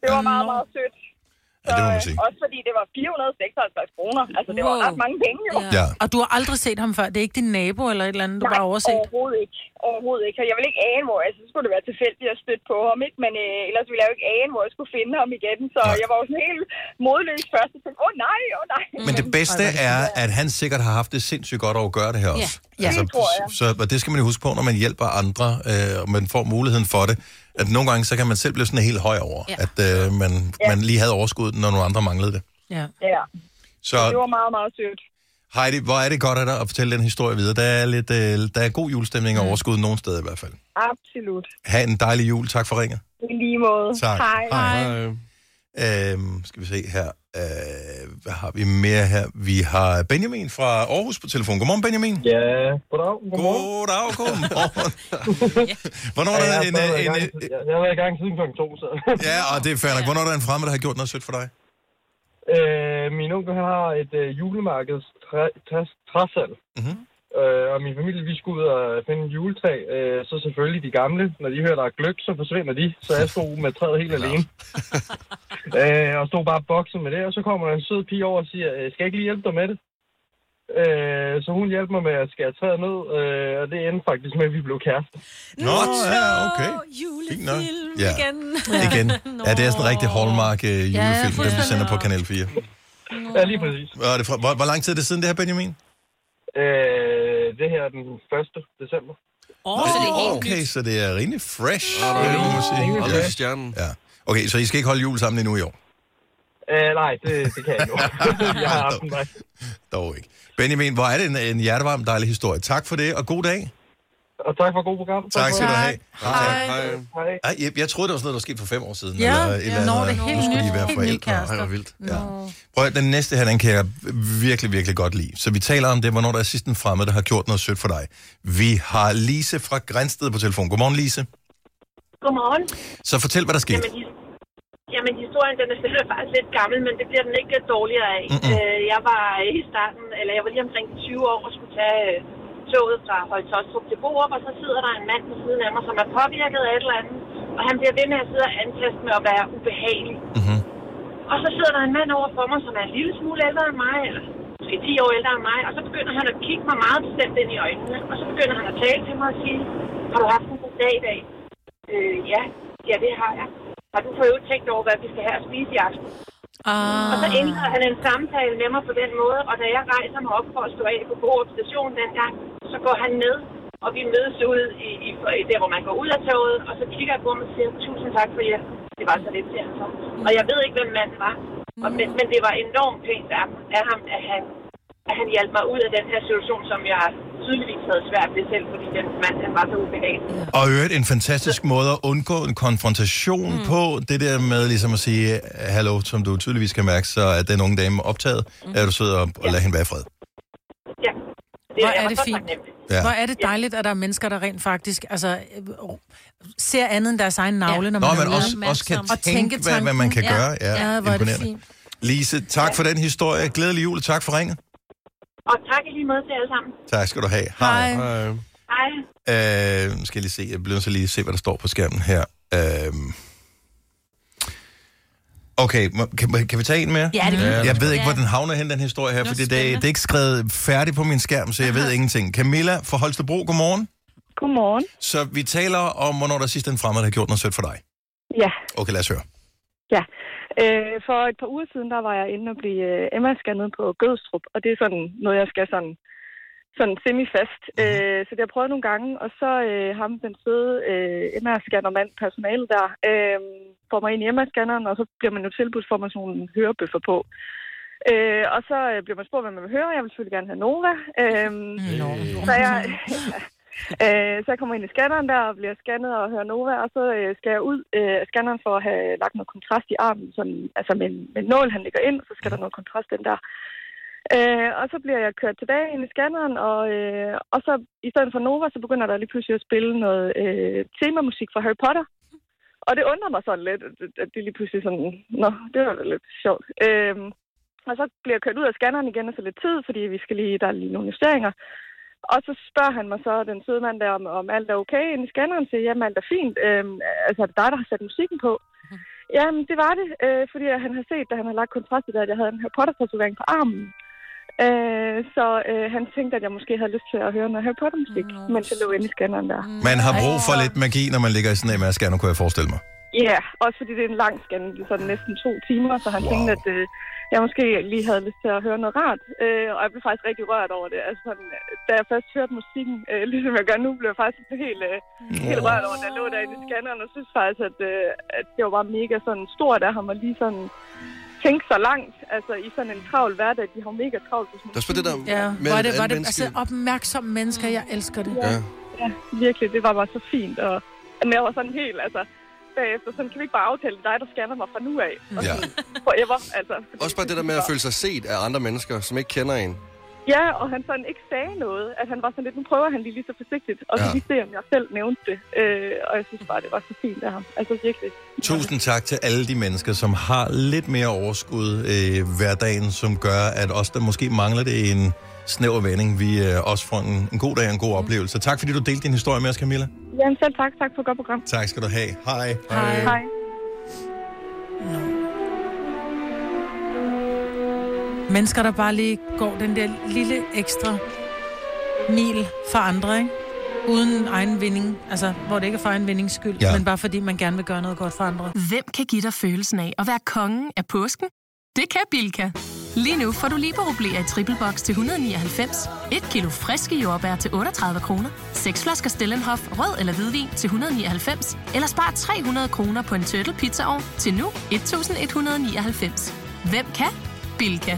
Speaker 9: det var meget, meget sødt.
Speaker 1: Ja, det må man
Speaker 9: øh,
Speaker 1: sige.
Speaker 9: Også fordi det var 456 kroner. Altså, det var
Speaker 5: Wow.
Speaker 9: ret mange penge, jo.
Speaker 5: Ja.
Speaker 1: Ja.
Speaker 4: Og du har aldrig set ham før? Det er ikke din nabo eller et eller andet, du bare har overset?
Speaker 9: overhovedet ikke. Overhovedet ikke. Jeg ville ikke ane, hvor altså, så skulle det være tilfældigt at støtte på ham, ikke? Men øh, ellers ville jeg jo ikke ane, hvor jeg skulle finde ham igen. Så
Speaker 1: Nej.
Speaker 9: nej. jeg var jo sådan helt modløs først. Jeg tænkte, åh oh, nej, åh oh, nej.
Speaker 1: Men det bedste er, at han sikkert har haft det sindssygt godt over at gøre det her
Speaker 9: Ja.
Speaker 1: også. Altså,
Speaker 9: Ja. Det tror jeg.
Speaker 1: Så, og det skal man jo huske på, når man hjælper andre, øh, og man får muligheden for det. At nogle gange, så kan man selv blive sådan helt høj over,
Speaker 9: Ja.
Speaker 1: ja. at øh,
Speaker 9: Ja.
Speaker 1: man, ja. man lige havde overskuddet, når nogle andre manglede det.
Speaker 4: Ja.
Speaker 9: ja. Det
Speaker 1: Så
Speaker 9: var meget, meget sødt.
Speaker 1: Heidi, hvor er det godt af dig at fortælle den historie videre. Der er, lidt, øh, der er god julestemning og
Speaker 9: Mm.
Speaker 1: overskud nogen steder i hvert fald.
Speaker 9: Absolut.
Speaker 1: Ha' en dejlig jul. Tak for ringet.
Speaker 9: I lige måde.
Speaker 1: Tak.
Speaker 9: Hej.
Speaker 1: Øhm, skal vi se her. Øh, hvad har vi mere her? Vi har Benjamin fra Aarhus på telefon. Godmorgen, Benjamin.
Speaker 10: Ja, goddag.
Speaker 1: Goddag,
Speaker 10: *laughs*
Speaker 1: godmorgen. Hvornår er der en...
Speaker 10: Jeg,
Speaker 1: en, en
Speaker 10: jeg har været i gang siden kl. 2, så... *laughs*
Speaker 1: ja, og det er fair nok. Hvornår er der en fremmed, der har gjort noget sødt for dig?
Speaker 10: øh, min onkel han har et øh, julemarkeds træ- træs- træsalg.
Speaker 1: Mm-hmm.
Speaker 10: Øh, og min familie, vi skulle ud og finde en juletræ. Øh, så selvfølgelig de gamle. Når de hører, der er gløk, så forsvinder de. Så jeg stod med træet helt
Speaker 5: *laughs*
Speaker 10: alene. øh, og stod bare bokset med det. Og så kommer der en sød pige over og siger, øh, skal jeg ikke lige hjælpe dig med det? Øh, så hun hjalp mig med at skære træet ned. Øh, og det endte faktisk med, at vi blev kærester.
Speaker 1: Nå, ja, okay. Fint nok. Ja. Igen. Ja, det er sådan en rigtig hallmark øh, julefilm, ja, den vi sender på Kanal 4.
Speaker 10: Ja, lige præcis.
Speaker 1: Og er det fra, hvor, hvor lang tid er det siden, det her, Benjamin?
Speaker 10: Øh, det her er den 1. december.
Speaker 5: Åh, så det er helt
Speaker 1: okay,
Speaker 5: nyt.
Speaker 1: så det er rimelig fresh. vil jeg må sige.
Speaker 10: rimelig
Speaker 1: Ja.
Speaker 10: fresh.
Speaker 3: Stjernen.
Speaker 1: Ja. Okay, så I skal ikke holde jul sammen endnu i år?
Speaker 10: Øh, nej, det, det kan jeg jo.
Speaker 1: *laughs*
Speaker 10: jeg har haft en vej.
Speaker 1: Dog ikke. Benjamin, hvor er det en, en hjertevarm dejlig historie. Tak for det, og god dag.
Speaker 10: Og tak for god program.
Speaker 1: Tak skal du have.
Speaker 4: Hej.
Speaker 10: Hej.
Speaker 1: Ej, jeg, jeg troede, det var sådan noget, der skete for fem år siden.
Speaker 4: Ja,
Speaker 1: eller et
Speaker 4: ja.
Speaker 1: eller andet.
Speaker 4: Nå, det er helt
Speaker 1: nu skulle
Speaker 4: nyt.
Speaker 1: de være
Speaker 4: Helt nye
Speaker 1: forældre. Ej,
Speaker 4: kærester. Mm.
Speaker 1: hvor vildt. Ja.
Speaker 4: Nå.
Speaker 1: Prøv at, den næste her, den kan jeg virkelig, virkelig godt lide. Så vi taler om det, hvornår der er sidst en fremmed, der har gjort noget sødt for dig. Vi har Lise fra Grænsted på telefon. Godmorgen, Lise.
Speaker 9: Godmorgen.
Speaker 1: Så fortæl, hvad der skete.
Speaker 9: Jamen, his- jamen historien den er selvfølgelig faktisk lidt gammel, men det bliver den ikke dårligere af.
Speaker 1: Mm-mm.
Speaker 9: Øh, jeg var i starten, eller jeg var lige omkring 20 år og skulle tage øh, toget fra Høje Tostrup til Borup, og så sidder der en mand ved siden af mig, som er påvirket af et eller andet, og han bliver ved med at sidde og antaste med at være ubehagelig.
Speaker 1: Mhm.
Speaker 9: Og så sidder der en mand over for mig, som er en lille smule ældre end mig, eller måske 10 år ældre end mig, og så begynder han at kigge mig meget bestemt ind i øjnene, og så begynder han at tale til mig og sige, har du haft en god dag i dag? Øh, ja, ja, det har jeg. Har du for øvrigt tænkt over, hvad vi skal have at spise i aften?
Speaker 2: Ah.
Speaker 9: Og så ændrede han en samtale med mig på den måde, og da jeg rejser mig op for at stå af på Borup station dengang, så går han ned, og vi mødes ude i, i, i der, hvor man går ud af toget, og så kigger jeg på ham og siger, tusind tak for jer. Det var så lidt, siger han så. Og jeg ved ikke, hvem manden var, og, men, men det var enormt pænt af, af ham, at han, at han hjalp mig ud af den her situation, som jeg tydeligvis havde svært ved selv, fordi den mand han var så ubehagelig.
Speaker 1: Og i øvrigt en fantastisk måde at undgå en konfrontation mm. på. Det der med ligesom at sige, hallo, som du tydeligvis kan mærke, så er den unge dame optaget. Mm. Er du sød op og lad hende være i fred.
Speaker 9: Ja.
Speaker 4: Hvor
Speaker 9: jeg
Speaker 4: er
Speaker 9: var
Speaker 4: det
Speaker 9: så
Speaker 4: fint.
Speaker 9: taknemmelig.
Speaker 1: Ja.
Speaker 4: Hvor er det dejligt, at der er mennesker, der rent faktisk altså, øh, ser andet end deres egen navle, når
Speaker 1: Nå,
Speaker 4: man
Speaker 1: men
Speaker 4: er
Speaker 1: også,
Speaker 4: ude.
Speaker 1: også kan
Speaker 4: Og
Speaker 1: tænke, hvad, hvad man kan
Speaker 4: tanken.
Speaker 1: gøre. Ja,
Speaker 4: ja hvor er det
Speaker 1: imponerende.
Speaker 4: fint.
Speaker 1: Lise, tak for den historie. Glædelig jul, og tak for ringet.
Speaker 9: Og tak i lige måde til alle sammen.
Speaker 1: Tak skal du have.
Speaker 4: Hej.
Speaker 1: Hej.
Speaker 9: Hej.
Speaker 1: Øh, skal jeg lige se. Jeg bliver nødt til lige at se, hvad der står på skærmen her. Øh, okay, må- kan, kan vi tage en mere?
Speaker 5: Ja, det kan vi.
Speaker 1: Jeg ved ikke, hvor den havner hen, den historie her, for det, det, det er ikke skrevet færdigt på min skærm, så jeg ved ingenting. Camilla fra Holstebro, godmorgen.
Speaker 11: Godmorgen.
Speaker 1: Så vi taler om, hvornår der sidst en fremmed har gjort noget sødt for dig.
Speaker 11: Ja,
Speaker 1: Okay, lad os høre.
Speaker 11: ja. Øh, for et par uger siden, der var jeg inde og blive øh, Emma-scannet på Gødstrup, og det er sådan noget, jeg skal sådan, sådan semi-fast. Øh, så det har jeg prøvet nogle gange, og så øh, ham, den fede øh, Emma-scannermand, personalet der, øh, får mig ind i Emma-scanneren, og så bliver man jo tilbudt, får man sådan nogle hørebøffer på. Øh, og så øh, bliver man spurgt, hvad man vil høre, og jeg vil selvfølgelig gerne have Nova. Øh, så jeg, Øh, så jeg kommer ind i scanneren der og bliver scannet og hører Nova, og så øh, skal jeg ud øh, af scanneren for at have lagt noget kontrast i armen, sådan, altså med, en- med en nål, han ligger ind, så skal der noget kontrast ind der. Øh, og så bliver jeg kørt tilbage ind i scanneren, og, øh, og så i stedet for Nova, så begynder der lige pludselig at spille noget øh, temamusik fra Harry Potter. Og det undrer mig sådan lidt, at- at det lige pludselig sådan, nå, det var da lidt sjovt. Øh, og så bliver jeg kørt ud af scanneren igen efter lidt tid, fordi vi skal lige, der er lige nogle justeringer. Og så spørger han mig så, den søde mand der, om, om alt er okay inde i scanneren, siger, jamen alt er fint. Øhm, altså, er det dig, der har sat musikken på? Jamen, det var det, øh, fordi han har set, da han har lagt kontrast i det, at jeg havde en Harry Potter-tatovering på armen. Øh, så øh, han tænkte, at jeg måske havde lyst til at høre noget Harry Potter-musik, mm, mens jeg lå inde i scanneren der.
Speaker 1: Man har brug for lidt magi, når man ligger i sådan en maske, nu kunne jeg forestille mig.
Speaker 11: Ja, også fordi det er en lang scan, det er sådan næsten to timer, så han wow. tænkte, at øh, jeg måske lige havde lyst til at høre noget rart. Øh, og jeg blev faktisk rigtig rørt over det. Altså, sådan, da jeg først hørte musikken, øh, *laughs* ligesom jeg gør nu, blev jeg faktisk helt, øh, helt rørt over, da jeg lå derinde i scanneren, og synes faktisk, at, øh, at det var bare mega sådan stort af ham at lige sådan tænke så langt, altså i sådan en travl hverdag. De har jo mega travlt. Hvis man
Speaker 3: Der er sgu det der
Speaker 4: Ja,
Speaker 3: med
Speaker 4: var
Speaker 3: et
Speaker 4: det, var
Speaker 3: andet
Speaker 4: det,
Speaker 3: menneske.
Speaker 4: altså opmærksomme mennesker, jeg elsker det.
Speaker 11: Ja. Ja, virkelig. Det var bare så fint. Og men jeg var sådan helt, altså, bagefter, sådan, kan vi ikke bare aftale det er dig, der scanner mig fra nu af? Og
Speaker 3: Ja.
Speaker 11: sådan, forever, altså. fordi
Speaker 3: Også bare Mm. det der med at føle sig set af andre mennesker, som ikke kender en.
Speaker 11: Ja, og han sådan ikke sagde noget. At han var sådan lidt, nu prøver han lige, lige så forsigtigt, og ja.
Speaker 3: Ja.
Speaker 11: lige se, om jeg selv nævnte det. Øh, og jeg synes bare, det var så fint af ham. Altså virkelig.
Speaker 1: Tusind tak til alle de mennesker, som har lidt mere overskud øh, hverdagen, som gør, at os, der måske mangler det i en snæver vending, vi øh, også får en, en god dag og en god oplevelse. Tak fordi du delte din historie med os, Camilla.
Speaker 11: Jamen selv tak. Tak for et godt program.
Speaker 1: Tak skal du have. Hej.
Speaker 11: Hej.
Speaker 4: Mennesker, der bare lige går den der lille ekstra mil for andre, ikke? Uden egen vinding. Altså, hvor det ikke er for egen vindings skyld,
Speaker 12: Ja.
Speaker 4: ja. men bare fordi man gerne vil gøre noget godt for andre.
Speaker 12: Hvem kan give dig følelsen af at være kongen af påsken? Det kan Bilka! Lige nu får du liberobleer i triple box til 199, et kilo friske jordbær til 38 kroner, seks flasker Stellenhof rød eller hvidvin til 199, eller spar 300 kroner på en turtle pizzaovn til nu 1199. Hvem kan? Bilka.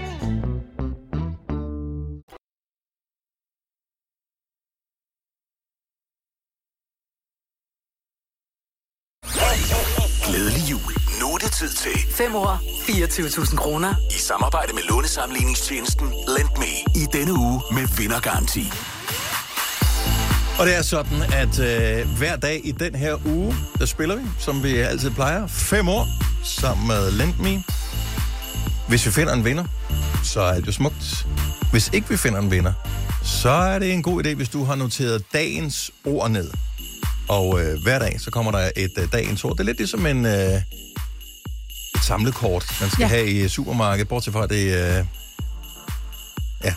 Speaker 6: Glædelig jul. Nu er det tid til
Speaker 7: 5 år, 24.000 kroner.
Speaker 6: i samarbejde med lånesamligningstjenesten LendMe i denne uge med vindergaranti.
Speaker 1: Og det er sådan, at øh, hver dag i den her uge, der spiller vi, som vi altid plejer, fem år sammen med LendMe. Hvis vi finder en vinder, så er det jo smukt. Hvis ikke vi finder en vinder, så er det en god idé, hvis du har noteret dagens ord ned. Og øh, hver dag, så kommer der et øh, dagens ord. Det er lidt ligesom en, øh, et samlekort, man skal ja.
Speaker 3: Ja.
Speaker 1: have i øh, supermarkedet, bortset fra at det... Øh, ja,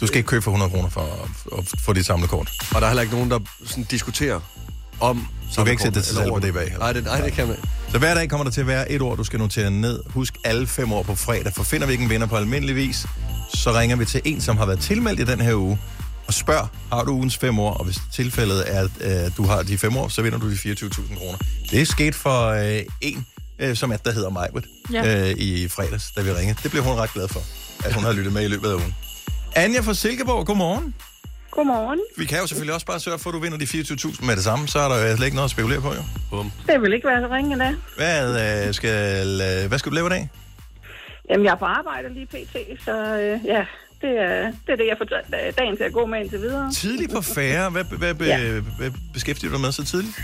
Speaker 1: du skal ikke købe for 100 kroner for at- at få dit samlekort.
Speaker 3: Og der er heller ikke nogen, der sådan diskuterer om...
Speaker 1: Så du kan ikke sætte dig selv på det bag.
Speaker 3: Nej, det, nej, det kan man ikke.
Speaker 1: Så hver dag kommer der til at være et ord, du skal notere ned. Husk alle fem år på fredag. For finder vi ikke en vinder på almindelig vis, så ringer vi til en, som har været tilmeldt i den her uge, og spørger, har du ugens fem år? Og hvis tilfældet er, at øh, du har de fem år, så vinder du de 24.000 kroner. Det er sket for øh, en, øh, som er, der hedder Majbrit,
Speaker 13: Ja.
Speaker 1: ja. øh, i fredags, da vi ringede. Det blev hun ret glad for, at hun har lyttet med i løbet af ugen. Anja fra Silkeborg, godmorgen.
Speaker 13: Godmorgen.
Speaker 1: Vi kan jo selvfølgelig også bare sørge for, at du vinder de 24.000 med det samme, så er der jo slet ikke noget at spekulere på, jo. Bum.
Speaker 13: Det vil ikke være så ringe da.
Speaker 1: Hvad, øh, skal, øh, hvad skal du lave i dag?
Speaker 13: Jamen, jeg er på arbejde lige pt, så øh, ja, det er, det er det, jeg får da- dagen til at gå med indtil videre.
Speaker 1: Tidligt på færre. Hvad, hvad, be,
Speaker 13: Ja.
Speaker 1: hvad beskæftiger du dig med så tidligt?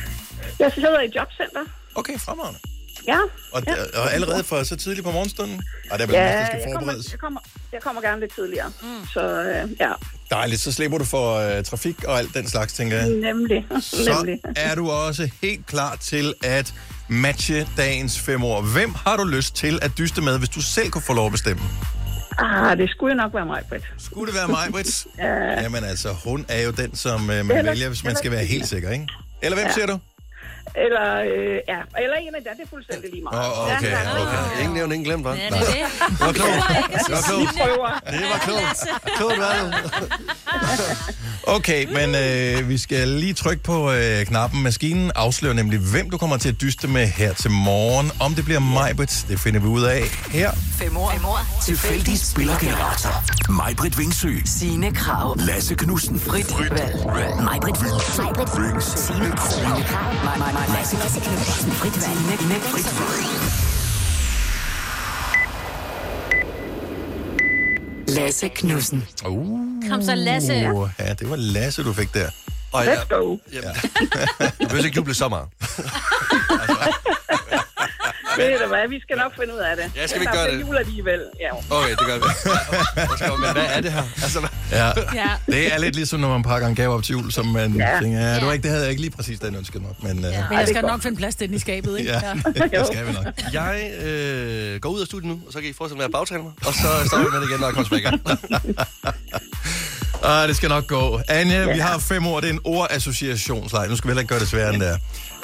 Speaker 13: Jeg sidder i et jobcenter.
Speaker 1: Okay, fremragende.
Speaker 13: Ja.
Speaker 1: Og, ja. og allerede fra så tidligt på morgenstunden? Og der er vel ja,
Speaker 13: ja,
Speaker 1: masser, der skal
Speaker 13: jeg, kommer,
Speaker 1: forberedes.
Speaker 13: jeg, kommer, jeg kommer gerne lidt tidligere. Mm. Så øh, ja,
Speaker 1: Dejligt, så slipper du for øh, trafik og alt den slags, tænker jeg.
Speaker 13: nemlig.
Speaker 1: Så er du også helt klar til at matche dagens fem år. Hvem har du lyst til at dyste med, hvis du selv kunne få lov at bestemme?
Speaker 13: Ah, det skulle jo nok være mig, Britt.
Speaker 1: Skulle det være mig, Britt?
Speaker 13: ja.
Speaker 1: Jamen altså, hun er jo den, som øh, man
Speaker 13: Eller-
Speaker 1: vælger, hvis man
Speaker 13: eller-
Speaker 1: skal være helt sikker, ikke? Eller hvem
Speaker 13: Ja.
Speaker 1: ja. siger du?
Speaker 13: Eller, øh, ja. Eller en af dem, det er fuldstændig lige meget.
Speaker 3: Åh, okay, okay. Ingen nævnt, ingen glemt, hva'?
Speaker 13: Ja,
Speaker 3: Nej.
Speaker 13: det er det.
Speaker 3: Det var klogt. Det var klogt.
Speaker 13: Vi prøver.
Speaker 3: Det var klogt.
Speaker 13: altså.
Speaker 3: Klogt var det.
Speaker 1: Okay, men øh, vi skal lige trykke på øh, knappen. Maskinen afslører nemlig, hvem du kommer til at dyste med her til morgen. Om det bliver Majbrit, det finder vi ud af her.
Speaker 7: Fem år. Fem år.
Speaker 6: Tilfældig spillergenerator. Majbrit Vingsø.
Speaker 7: Signe Krav.
Speaker 6: Lasse Knudsen. Frit Valg. Majbrit Vingsø. Majbrit Vingsø. Signe Krohn.
Speaker 7: Lasse Knudsen. Frit valg. Signe Lasse Knudsen.
Speaker 1: Uh.
Speaker 5: Kom så, Lasse.
Speaker 1: Ja, det var Lasse, du fik der.
Speaker 3: Og
Speaker 1: jeg,
Speaker 13: Let's go.
Speaker 1: Ja.
Speaker 3: *laughs* Jeg behøver ikke juble så meget.
Speaker 13: Ved du hvad, vi skal nok finde ud af det.
Speaker 3: Ja, skal vi ikke
Speaker 13: Der er
Speaker 3: gøre det?
Speaker 13: jul alligevel. Ja.
Speaker 3: Okay, det gør vi. Jeg skal jo, Men hvad er det her? *laughs* Altså, hvad?
Speaker 1: ja.
Speaker 13: Ja.
Speaker 1: Det er lidt ligesom, når man pakker en gave op til jul, som man ja.
Speaker 4: Ja.
Speaker 1: tænker, ja, det var ikke, det havde jeg ikke lige præcis den ønsket mig. Men, øh,
Speaker 4: Men jeg skal nok finde plads til den i skabet, ikke?
Speaker 1: Ja, det skal vi nok.
Speaker 3: Jeg øh, går ud af studiet nu, og så kan I fortsætte med at bagtale mig. Og så starter vi med det igen, når jeg kommer tilbage igen.
Speaker 1: Ah, det skal nok gå. Anja, ja. vi har fem ord. Det er en ordassociationslej. Nu skal vi heller ikke gøre det sværere end det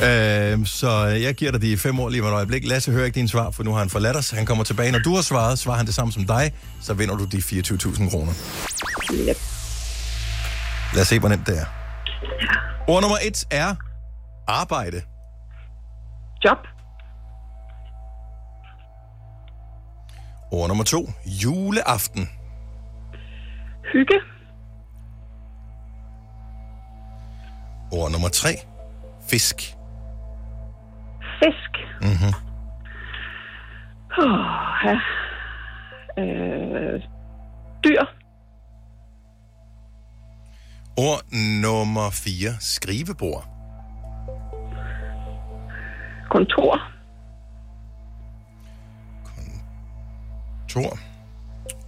Speaker 1: er. Øh, så jeg giver dig de fem ord lige om et øjeblik. Lasse hører ikke dine svar, for nu har han forladt os. Han kommer tilbage. Når du har svaret, svarer han det samme som dig, så vinder du de 24.000 kroner.
Speaker 13: Yep.
Speaker 1: Lad os se, hvor nemt det er. Ord nummer et er arbejde.
Speaker 13: Job.
Speaker 1: Ord nummer to, juleaften.
Speaker 13: Hygge.
Speaker 1: Ord nummer tre, fisk.
Speaker 13: Fisk.
Speaker 3: Mhm.
Speaker 1: Mm-hmm.
Speaker 13: Oh, ja. øh, dyr.
Speaker 1: Ord nummer 4. Skrivebord.
Speaker 13: Kontor.
Speaker 1: Kontor.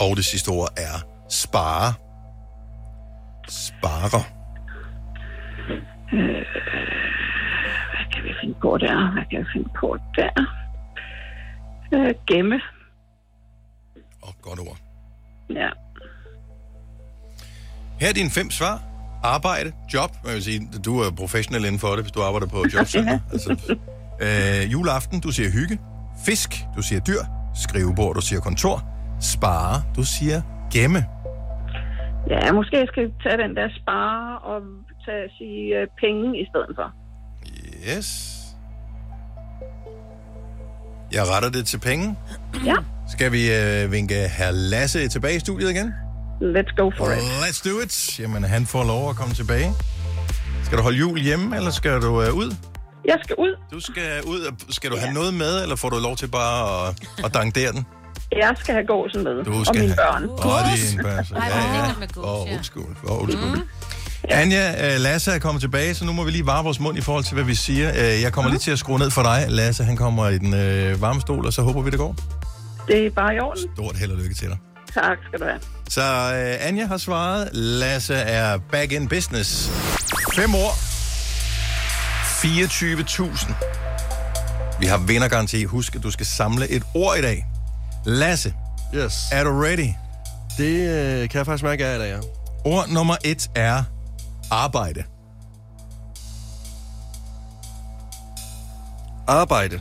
Speaker 1: Og det sidste ord er spare. Sparer.
Speaker 13: Øh, hvad kan vi finde på der? Hvad kan vi finde på der? Øh, gemme.
Speaker 1: Og godt ord.
Speaker 13: Ja.
Speaker 1: Her er dine fem svar. Arbejde, job. Jeg vil sige, du er professionel inden for det, hvis du arbejder på et jobcenter. Altså, øh, juleaften, du siger hygge. Fisk, du siger dyr. Skrivebord, du siger kontor. Spare, du siger gemme.
Speaker 13: Ja, måske jeg skal tage den der spare og tage, sige øh, penge i stedet for.
Speaker 1: Yes. Jeg retter det til penge.
Speaker 13: Ja.
Speaker 1: Skal vi øh, vinke herr Lasse tilbage i studiet igen?
Speaker 13: Let's go for it.
Speaker 1: Let's do it. Jamen, han får lov at komme tilbage. Skal du holde jul hjemme, eller skal du øh, ud?
Speaker 13: Jeg skal ud.
Speaker 1: Du skal ud. og- Skal du have noget med, eller får du lov til bare at, at dankdere den?
Speaker 13: Jeg skal have gåsen med.
Speaker 1: Du
Speaker 13: og
Speaker 1: skal
Speaker 13: mine
Speaker 1: have-
Speaker 13: børn.
Speaker 1: Og din børn. Ja, ja. Mm. Og old school. Og old school. Anja, øh, Lasse er kommet tilbage, så nu må vi lige varme vores mund i forhold til, hvad vi siger. Øh, Jeg
Speaker 13: Mm.
Speaker 1: kommer lige til at skrue ned for dig. Lasse, han kommer i den øh, varme stol, og så håber vi, det går.
Speaker 13: Det er bare i orden.
Speaker 1: Stort held og lykke til dig.
Speaker 13: Tak skal du have.
Speaker 1: Så øh, Anja har svaret. Lasse er back in business. Fem år. 24.000. Vi har vindergaranti. Husk, at du skal samle et ord i dag. Lasse.
Speaker 3: Yes.
Speaker 1: Er du ready?
Speaker 3: Det øh, kan jeg faktisk mærke, at jeg er i dag, ja.
Speaker 1: Ord nummer et er arbejde.
Speaker 3: Arbejde.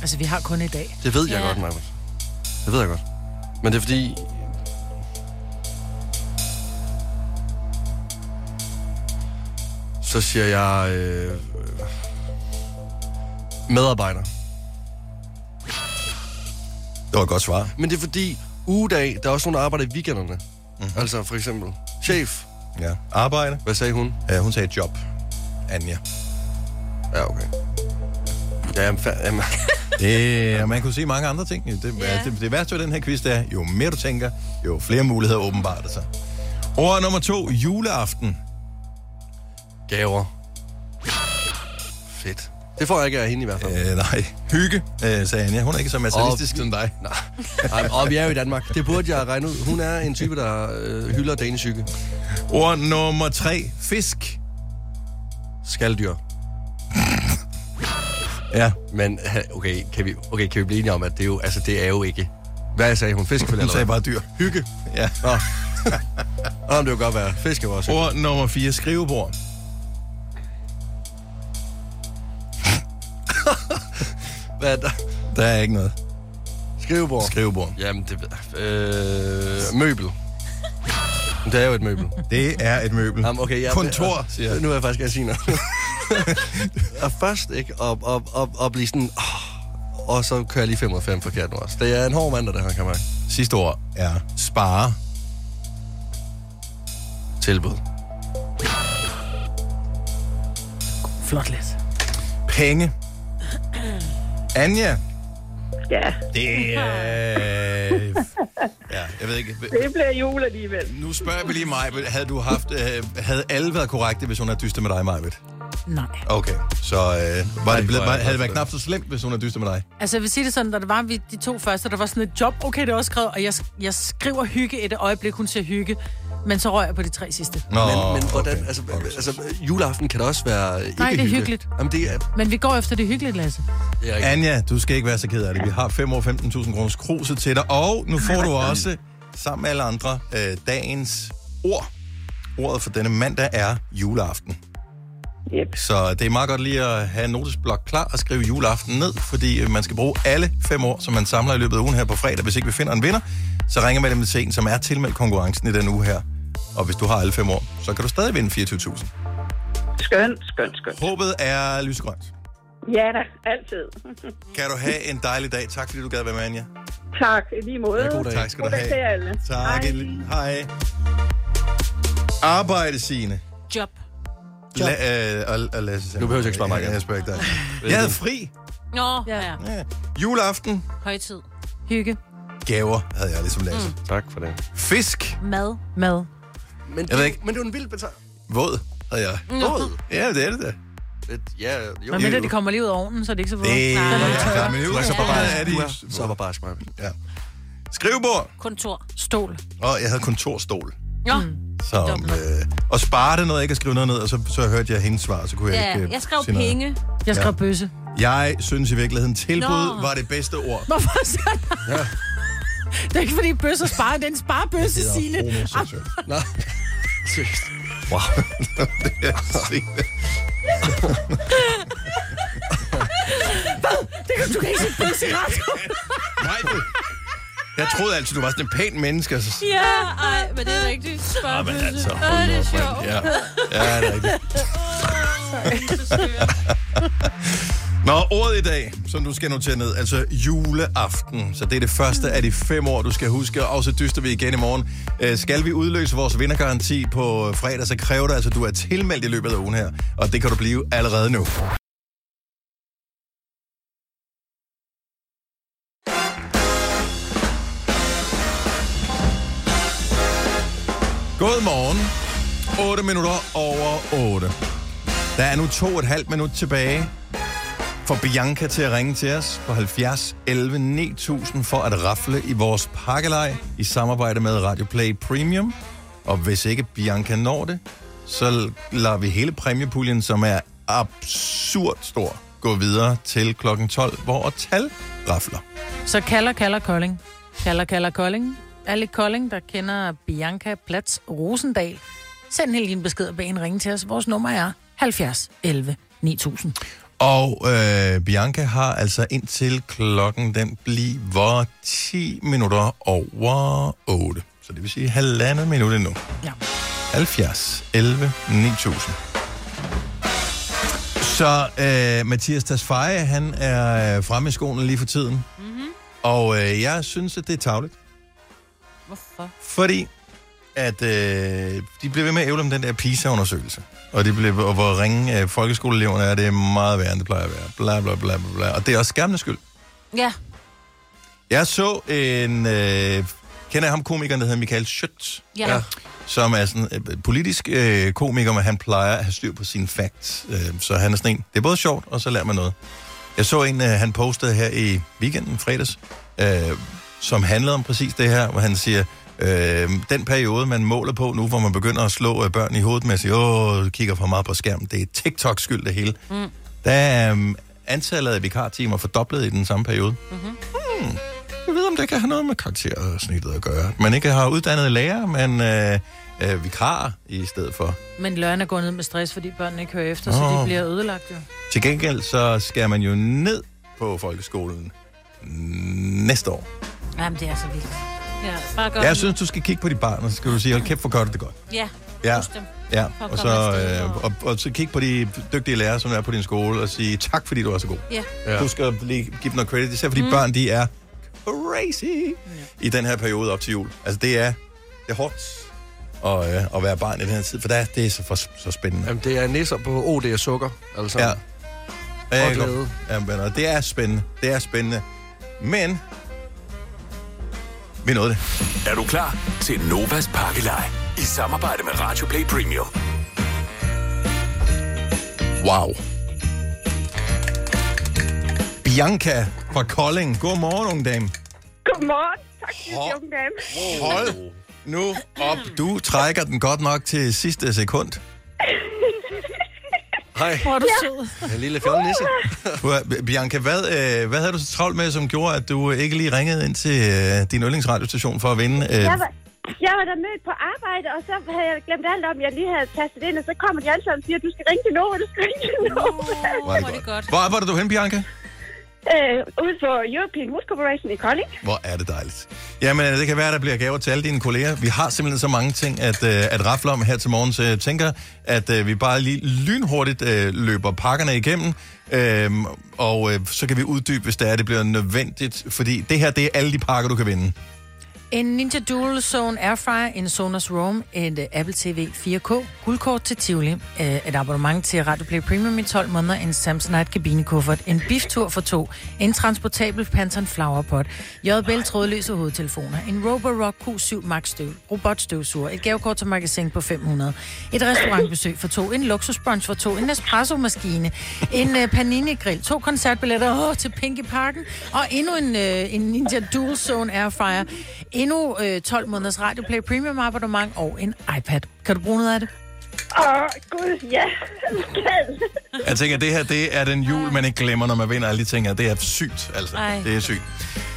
Speaker 4: Altså, vi har kun i dag.
Speaker 3: Det ved jeg ja. godt, Marvind. Det ved jeg godt. Men det er fordi... Så siger jeg... Øh, medarbejder.
Speaker 1: Det var et godt svar.
Speaker 3: Men det er fordi, ugedag, der er også nogen, der arbejder i weekenderne.
Speaker 1: Mhm.
Speaker 3: Mm-hmm. Altså for eksempel, chef.
Speaker 1: Ja. Arbejde.
Speaker 3: Hvad sagde hun?
Speaker 1: Ja, hun sagde job. Anja.
Speaker 3: Ja, okay. Ja, jamen, fa- jamen.
Speaker 1: *laughs* Det, og man kunne sige mange andre ting. Det, ja. det, det værste ved den her quiz, det er, jo mere du tænker, jo flere muligheder åbenbart sig. Ord nummer to, juleaften.
Speaker 3: Gaver. Fedt. Det får jeg ikke af hende i hvert fald.
Speaker 1: Øh, nej. Hygge, øh, sagde Anja. Hun er ikke så materialistisk
Speaker 3: Og-
Speaker 1: som dig.
Speaker 3: *laughs* Nej. Ej, og vi er jo i Danmark. Det burde jeg regne ud. Hun er en type, der øh, hylder dagens hygge.
Speaker 1: Ord nummer tre. Fisk.
Speaker 3: Skaldyr.
Speaker 1: Ja.
Speaker 3: Men ha- okay, kan vi, okay, kan vi blive enige om, at det, er jo, altså, det er jo ikke... Hvad sagde hun? Fiskefilet?
Speaker 1: Hun sagde
Speaker 3: hvad?
Speaker 1: bare dyr.
Speaker 3: Hygge?
Speaker 1: Ja.
Speaker 3: Nå. Nå, men det kunne godt være. Fiske var også
Speaker 1: Ord nummer 4, skrivebord.
Speaker 3: Hvad er der?
Speaker 1: Der er ikke noget.
Speaker 3: Skrivebord.
Speaker 1: Skrivebord.
Speaker 3: Jamen, det... Øh, møbel.
Speaker 1: *laughs*
Speaker 3: Det er jo et møbel.
Speaker 1: Det er et møbel.
Speaker 3: Jamen, okay, jeg,
Speaker 1: Kontor, siger jeg.
Speaker 3: Nu er jeg faktisk at
Speaker 1: *laughs*
Speaker 3: sige noget. og først, ikke, og, og, og, og blive sådan... Oh, og så kører jeg lige 5 ud af 5 forkert nu også. Det er en hård mandag, det her, kan jeg mærke.
Speaker 1: Sidste ord er spare.
Speaker 3: Tilbud.
Speaker 4: Flot lidt.
Speaker 1: Penge. Anja,
Speaker 13: Ja.
Speaker 1: det er...
Speaker 13: *laughs*
Speaker 1: Øh, *laughs* ja, jeg ved ikke.
Speaker 13: Det bliver jul alligevel.
Speaker 1: Nu spørger vi lige mig, havde du haft, øh, havde alle været korrekte, hvis hun havde dystet med dig, Majbet?
Speaker 4: Nej.
Speaker 1: Okay, så øh, var det,
Speaker 3: hvor er
Speaker 1: blevet, var, havde det
Speaker 3: jeg glad for
Speaker 1: været
Speaker 3: det.
Speaker 1: knap så slemt, hvis hun havde dystet med dig?
Speaker 4: Altså, jeg vil sige det sådan, da det var vi, de to første, der var sådan et job. Okay, det er også skrevet, og jeg, jeg skriver hygge et øjeblik, hun siger hygge. Men så røg jeg på de tre sidste.
Speaker 3: Nå, men, men hvordan, okay. altså, altså, juleaften kan da også være ikke
Speaker 4: Nej, det er
Speaker 3: hygge.
Speaker 4: hyggeligt.
Speaker 3: Jamen, det er...
Speaker 4: Men vi går efter det hyggelige, Lasse.
Speaker 3: Ja,
Speaker 1: Anja, du skal ikke være så ked af det. Vi har 5 år 15.000 kroners kruse til dig, og nu får du også, sammen med alle andre, øh, dagens ord. Ordet for denne mandag er juleaften.
Speaker 13: Yep.
Speaker 1: Så det er meget godt lige at have en notesblok klar og skrive juleaften ned, fordi øh, man skal bruge alle fem år, som man samler i løbet af ugen her på fredag. Hvis ikke vi finder en vinder, så ringer man dem til en, som er tilmeldt konkurrencen i den uge her. Og hvis du har alle fem år, så kan du stadig vinde 24.000.
Speaker 13: Skønt, skønt, skønt.
Speaker 1: Håbet er lysegrønt.
Speaker 13: Ja da, altid. *laughs*
Speaker 1: Kan du have en dejlig dag. Tak fordi du gad være med, Anja.
Speaker 13: tak, i lige måde.
Speaker 1: Ja, god dag. Tak skal du
Speaker 13: God dag
Speaker 1: have.
Speaker 13: til alle.
Speaker 1: Tak. Hej. Hej. Arbejde, Signe.
Speaker 9: *laughs*
Speaker 5: Job.
Speaker 1: La, øh, og, og Lasse
Speaker 3: Nu behøver jeg ikke spørge mig igen.
Speaker 1: Jeg, jeg spørger ikke dig. Jeg havde fri.
Speaker 5: Nå, ja.
Speaker 1: ja. Juleaften.
Speaker 5: Højtid.
Speaker 4: Hygge.
Speaker 1: Gaver havde jeg ligesom Lasse. Mm.
Speaker 3: Tak for det.
Speaker 1: Fisk.
Speaker 5: Mad.
Speaker 4: Mad.
Speaker 3: Men
Speaker 1: Jeg ved ikke.
Speaker 3: Men det er jo en vild betal.
Speaker 1: Våd havde jeg.
Speaker 5: Nå. Våd?
Speaker 1: Ja, det er det da.
Speaker 3: Ja, jo.
Speaker 4: Men mindre det kommer lige ud af ovnen, så er det ikke så vådt.
Speaker 1: Det
Speaker 4: Nej.
Speaker 1: er ja, men jo, så bare er
Speaker 3: Du er
Speaker 1: det.
Speaker 3: så barbarsk, mig.
Speaker 1: Ja. Skrivebord.
Speaker 5: Kontor.
Speaker 4: Stol.
Speaker 1: Og jeg havde kontorstol.
Speaker 5: Nå. Mm.
Speaker 1: Så, øh, og spare det noget, ikke at skrive noget ned, og så, så hørte jeg hendes svar, så kunne jeg
Speaker 5: Ja,
Speaker 1: ikke øh,
Speaker 5: jeg skrev
Speaker 1: sige noget.
Speaker 5: penge.
Speaker 4: Jeg skrev
Speaker 1: Ja.
Speaker 4: bøsse.
Speaker 1: Jeg synes i virkeligheden, tilbud
Speaker 4: Nå.
Speaker 1: Nå. var det bedste ord.
Speaker 4: Hvorfor så? *laughs* Det er ikke fordi bøsser sparer, det er en sparebøsse,
Speaker 1: hedder
Speaker 4: Signe. Ah.
Speaker 1: homoseksuel.
Speaker 3: Nå. Seriøst.
Speaker 1: Wow. det er Signe.
Speaker 4: Hvad? Det kan du kan ikke sige bøsse i radioen.
Speaker 1: Nej, du. Jeg troede altid, du var sådan en pæn menneske. og Så...
Speaker 5: Ja, ej, men det er rigtigt.
Speaker 1: Ah, men
Speaker 5: Sparebøsse.
Speaker 1: altså,
Speaker 5: Åh, det er
Speaker 1: hold nu op,
Speaker 5: sjovt.
Speaker 1: mand. Ja, ja det er rigtigt. Nå, ordet i dag, som du skal notere ned, altså juleaften. Så det er det første af de fem år, du skal huske, og så dyster vi igen i morgen. Øh, skal vi udløse vores vindergaranti på fredag, så kræver det altså, at du er tilmeldt i løbet af ugen her. Og det kan du blive allerede nu. Godmorgen. 8 minutter over 8. Der er nu to og et halvt minut tilbage for Bianca til at ringe til os på 70 11 9000 for at rafle i vores pakkelej i samarbejde med Radio Play Premium. Og hvis ikke Bianca når det, så lader vi hele præmiepuljen, som er absurd stor, gå videre til klokken 12, hvor tal rafler.
Speaker 4: Så kalder, kalder Kolding. Kalder, kalder Kolding. Alle Kolding, der kender Bianca Plats Rosendal, send helt en besked og bag en ringe til os. Vores nummer er 70 11 9000.
Speaker 1: Og øh, Bianca har altså indtil klokken, den bliver 10 minutter over 8. Så det vil sige halvandet minut endnu.
Speaker 4: Ja.
Speaker 1: 70, 11, 9000. Så øh, Mathias Tasfaye, han er øh, fremme i skolen lige for tiden. Mm-hmm. Og øh, jeg synes, at det er tavligt.
Speaker 5: Hvorfor?
Speaker 1: Fordi at øh, de bliver ved med at ævle om den der PISA-undersøgelse. Og, de bliver, og hvor ringe øh, folkeskoleeleverne er, det er meget værre, end det plejer at være. Bla, bla, bla, bla, bla. Og det er også skærmenes skyld.
Speaker 5: *laughs* Ja.
Speaker 1: Jeg så en... Øh, kender jeg ham komikeren, der hedder Michael Schødt?
Speaker 5: Ja.
Speaker 1: Som er sådan en øh, politisk øh, komiker, men han plejer at have styr på sine facts. Øh, så han er sådan en... Det er både sjovt, og så lærer man noget. Jeg så en, øh, han postede her i weekenden, fredags, øh, som handlede om præcis det her, hvor han siger, øh, den periode, man måler på nu, hvor man begynder at slå øh, børn i hovedet med at sige, åh, du kigger for meget på skærmen, det er TikTok skyld det hele.
Speaker 5: Mm.
Speaker 1: Der øhm, antallet af vikartimer fordoblet i den samme periode.
Speaker 5: Mm-hmm.
Speaker 1: Hmm. Jeg ved, om det kan have noget med karaktersnittet at gøre. At Man ikke har uddannet lærer, men øh, øh, vikarer i stedet for.
Speaker 4: Men lørdagen er gået ned med stress, fordi børnene ikke hører efter, oh. så
Speaker 1: Åh.
Speaker 4: de bliver ødelagt jo.
Speaker 1: Til gengæld så skal man jo ned på folkeskolen næste år.
Speaker 5: Jamen, det er så vildt. Ja, bare gør
Speaker 1: Jeg
Speaker 5: det.
Speaker 1: synes, du skal kigge på dit barn, og så skal du sige, hold kæft, hvor gør det det godt.
Speaker 5: Ja,
Speaker 1: Ja,
Speaker 5: husk dem.
Speaker 1: ja.
Speaker 5: For at
Speaker 1: Og, så,
Speaker 5: komme afsted
Speaker 1: øh, og, og så kig på de dygtige lærere, som er på din skole, og sige tak, fordi du er så god.
Speaker 5: Ja. Mhm.
Speaker 1: Ja. Du skal lige give dem noget credit, især fordi mm. børn, de er crazy i den her periode op til jul. Altså, det er, det er hårdt at, øh, at være barn i den her tid, for der, det er så, for, så spændende.
Speaker 3: Jamen, det er nisser på OD og sukker, altså.
Speaker 1: Ja. Ja,
Speaker 3: Og
Speaker 1: jeg kan godt-
Speaker 3: glæde.
Speaker 1: Jamen, og det er spændende. Det er spændende. Men vi nåede det.
Speaker 6: Er du klar til Novas pakkelej i samarbejde med Radio Play Premium?
Speaker 1: Wow. Bianca fra Kolding. Godmorgen, unge dame.
Speaker 9: Godmorgen. Tak til de unge dame. *laughs*
Speaker 1: Hold nu op. Du trækker den godt nok til sidste sekund. Hej.
Speaker 4: Hvor er du
Speaker 9: Ja.
Speaker 4: sød.
Speaker 1: En lille fjollenisse. Bianca, hvad, øh, hvad havde du så travlt med, som gjorde, at du ikke lige ringede ind til øh, din yndlingsradiostation for at vinde? Øh,
Speaker 9: Jeg, var, jeg var der mødt på arbejde, og så havde jeg glemt alt om, at jeg lige havde tastet ind, og så kommer de alle sammen og siger, du skal ringe til Nova, du skal ringe til Nova.
Speaker 1: Hvor er det godt. Hvor arbejder du hen, Bianca?
Speaker 9: *laughs* Øh, ude for European Wood Corporation i Kolding.
Speaker 1: Hvor er det dejligt. Jamen, øh, det kan være, at der bliver gaver til alle dine kolleger. Vi har simpelthen så mange ting at, øh, at rafle om her til morgen, så jeg tænker, at øh, vi bare lige lynhurtigt øh, løber pakkerne igennem, øh, og øh, så kan vi uddybe, hvis det er, det bliver nødvendigt, fordi det her, det er alle de pakker, du kan vinde.
Speaker 4: En Ninja Dual Zone Airfryer, en Sonos Roam, en øh, Apple TV 4K, guldkort til Tivoli, øh, et abonnement til Radio Play Premium i 12 måneder, en Samsonite kabinekuffert, en biftur for to, en transportabel Pantone Flowerpot, JBL trådløse hovedtelefoner, en Roborock Q7 Max støv, robotstøvsuger, et gavekort til magasin på 500, et restaurantbesøg for to, en luksusbrunch for to, en Nespresso-maskine, en øh, panini-grill, to koncertbilletter åh, til Pinky Parken, og endnu en, øh, en Ninja Dual Zone Airfryer, endnu øh, 12 måneders Radio Play Premium abonnement og en iPad. Kan du bruge noget af det?
Speaker 9: Åh, gud, ja.
Speaker 1: Jeg tænker, at det her, det er den jul, man ikke glemmer, når man vinder alle de ting, og det er sygt, altså.
Speaker 9: Ej.
Speaker 1: Det er sygt.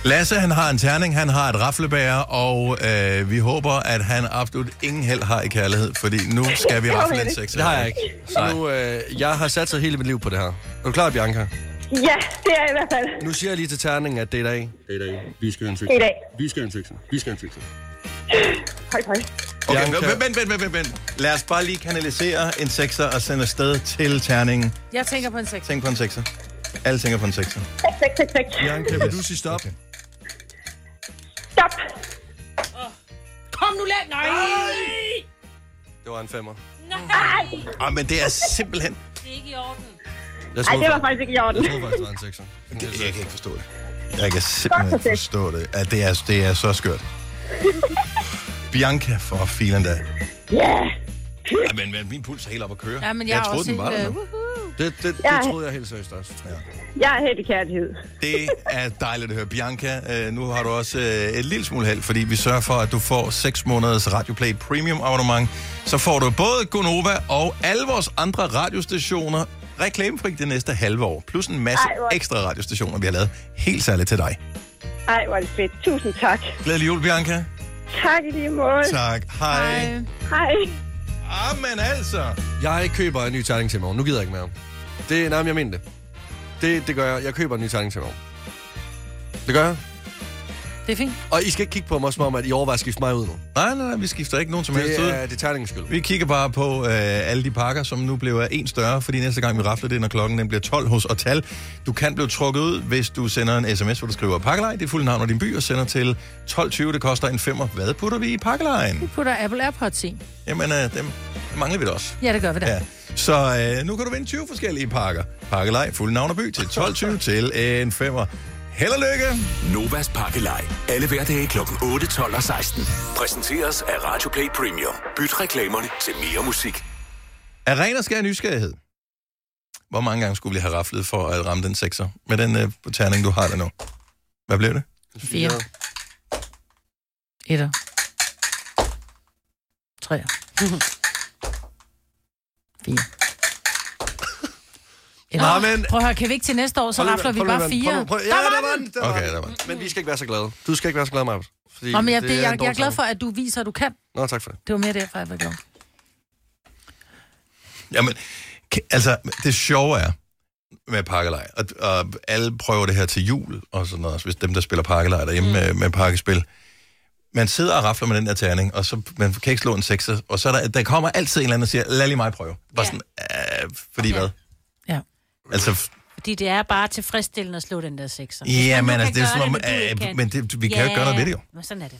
Speaker 1: Lasse, han har en terning, han har et raflebæger, og øh, vi håber, at han absolut ingen held har i kærlighed, fordi nu skal vi rafle en sex.
Speaker 3: Det har jeg ikke. Så nu, øh, jeg har satset hele mit liv på det her. Er du klar, Bianca?
Speaker 9: Ja, det er i hvert fald.
Speaker 3: Nu siger jeg lige til terningen, at det er i dag. Det er i dag. Vi skal have en
Speaker 9: Det er i dag.
Speaker 3: Vi skal have en sekser. Vi skal have en sekser.
Speaker 9: Høj, høj.
Speaker 1: Okay, vent, vent, vent, vent, vent. Lad os bare lige kanalisere en sekser og sende afsted til terningen.
Speaker 4: Jeg tænker på en seks.
Speaker 1: Tænk på en sekser. Alle tænker på en sekser.
Speaker 9: Tak, tak, tak, tak.
Speaker 3: Bianca, vil du sige stop? Okay.
Speaker 9: Stop.
Speaker 4: Kom nu, lad! Nej!
Speaker 3: Det var en femmer.
Speaker 9: Nej!
Speaker 1: Ah, men det er simpelthen...
Speaker 5: Det er ikke i orden.
Speaker 3: Jeg
Speaker 9: Ej,
Speaker 3: troede
Speaker 9: det var
Speaker 3: fa-
Speaker 9: faktisk ikke i orden.
Speaker 3: Jeg troede faktisk, det var en sekser. Det,
Speaker 1: jeg kan ikke forstå det. Jeg kan simpelthen ikke forstå det. At det, er, det er så skørt. Bianca fra Filanda.
Speaker 9: Ja.
Speaker 1: Ja, men, men min puls er helt op at køre.
Speaker 9: Ja, men jeg er
Speaker 1: troede,
Speaker 9: også
Speaker 1: den var
Speaker 9: helt,
Speaker 1: der.
Speaker 9: øh,
Speaker 1: nu.
Speaker 3: Det, det,
Speaker 9: Jeg er- troede
Speaker 3: jeg helt seriøst også. Ja.
Speaker 9: Jeg er helt i kærlighed.
Speaker 1: Det er dejligt at høre. Bianca, øh, nu har du også øh, et lille smule held, fordi vi sørger for, at du får 6 måneders Radioplay Premium abonnement. Så får du både Gonova og alle vores andre radiostationer reklamefri det næste halve år. Plus en masse
Speaker 9: Ej, hvor-
Speaker 1: ekstra radiostationer, vi har lavet helt særligt til dig.
Speaker 9: Ej, hvor er det fedt. Tusind tak.
Speaker 1: Glædelig jul, Bianca.
Speaker 9: Tak i lige måde.
Speaker 1: Tak. Hej. Hej.
Speaker 9: Hej.
Speaker 1: Jamen altså.
Speaker 3: Jeg køber en ny terning til i morgen. Nu gider jeg ikke mere. Det, nej, men jeg mener det. det. Det gør jeg. Jeg køber en ny terning til i morgen. Det gør jeg.
Speaker 4: Det er fint.
Speaker 3: Og I skal ikke kigge på mig som om, at I overvejer at skifte mig ud nu.
Speaker 1: Nej, nej, nej, vi skifter ikke nogen som helst
Speaker 3: det
Speaker 1: ud.
Speaker 3: Er, det er terningens skyld.
Speaker 1: Vi kigger bare på øh, alle de pakker, som nu bliver en større, fordi næste gang vi rafler det, er, når klokken den bliver 12 hos Otal. Du kan blive trukket ud, hvis du sender en sms, hvor du skriver pakkelej, det fulde navn og din by, og sender til 12.20. Det koster en femmer. Hvad putter vi i pakkelejen?
Speaker 4: Vi putter Apple AirPods i.
Speaker 1: Jamen, øh, dem mangler vi da også.
Speaker 4: Ja, det gør vi da.
Speaker 1: Ja. Så øh, nu kan du vinde 20 forskellige pakker. Pakkelej, fulde navn og by til *laughs* 12.20 til en femmer. Held og lykke!
Speaker 6: Novas pakkelej. Alle hverdage kl. 8, 12 og 16. Præsenteres af Radio Play Premium. Byt reklamerne til mere musik.
Speaker 1: Arena skal have nysgerrighed. Hvor mange gange skulle vi have raflet for at ramme den sekser? Med den øh, terning, du har der nu. Hvad blev det?
Speaker 4: Fire. Etter. Treer. Fire.
Speaker 3: Nå, men-
Speaker 4: Prøv at høre, kan vi ikke til næste år, så
Speaker 3: Prøv lige-
Speaker 4: rafler vi
Speaker 3: prøv lige-
Speaker 4: bare
Speaker 3: prøv-
Speaker 4: fire?
Speaker 3: prøv- prøv- Ja, der var den! Der okay, var den. Men vi skal ikke være så glade. Du skal ikke være så glad, Marvind.
Speaker 4: Nå, men jeg, det, jeg, jeg er glad for, at du viser, at du kan.
Speaker 3: Nå, tak for det.
Speaker 4: Det var mere derfor, jeg var glad.
Speaker 1: Jamen, k- altså, det sjove er med pakkelej, og, og alle prøver det her til jul og sådan noget, også hvis dem, der spiller pakkelej derhjemme mm. med, med pakkespil. Man sidder og rafler med den der terning, og så man kan ikke slå en sekser, og så er der, der kommer altid en eller anden og siger, lad lige mig prøve. Bare sådan, "Øh, fordi hvad?
Speaker 4: Ja.
Speaker 1: Altså, f-
Speaker 5: Fordi det er bare tilfredsstillende at slå den der sekser.
Speaker 1: Ja,
Speaker 5: Hvis man nu
Speaker 1: men altså,
Speaker 5: kan
Speaker 1: det er
Speaker 5: gøre
Speaker 1: som om,
Speaker 5: men du
Speaker 1: øh,
Speaker 5: ikke kan.
Speaker 1: men det- vi kan jo ikke gøre noget ved det, jo.
Speaker 5: Men sådan er det.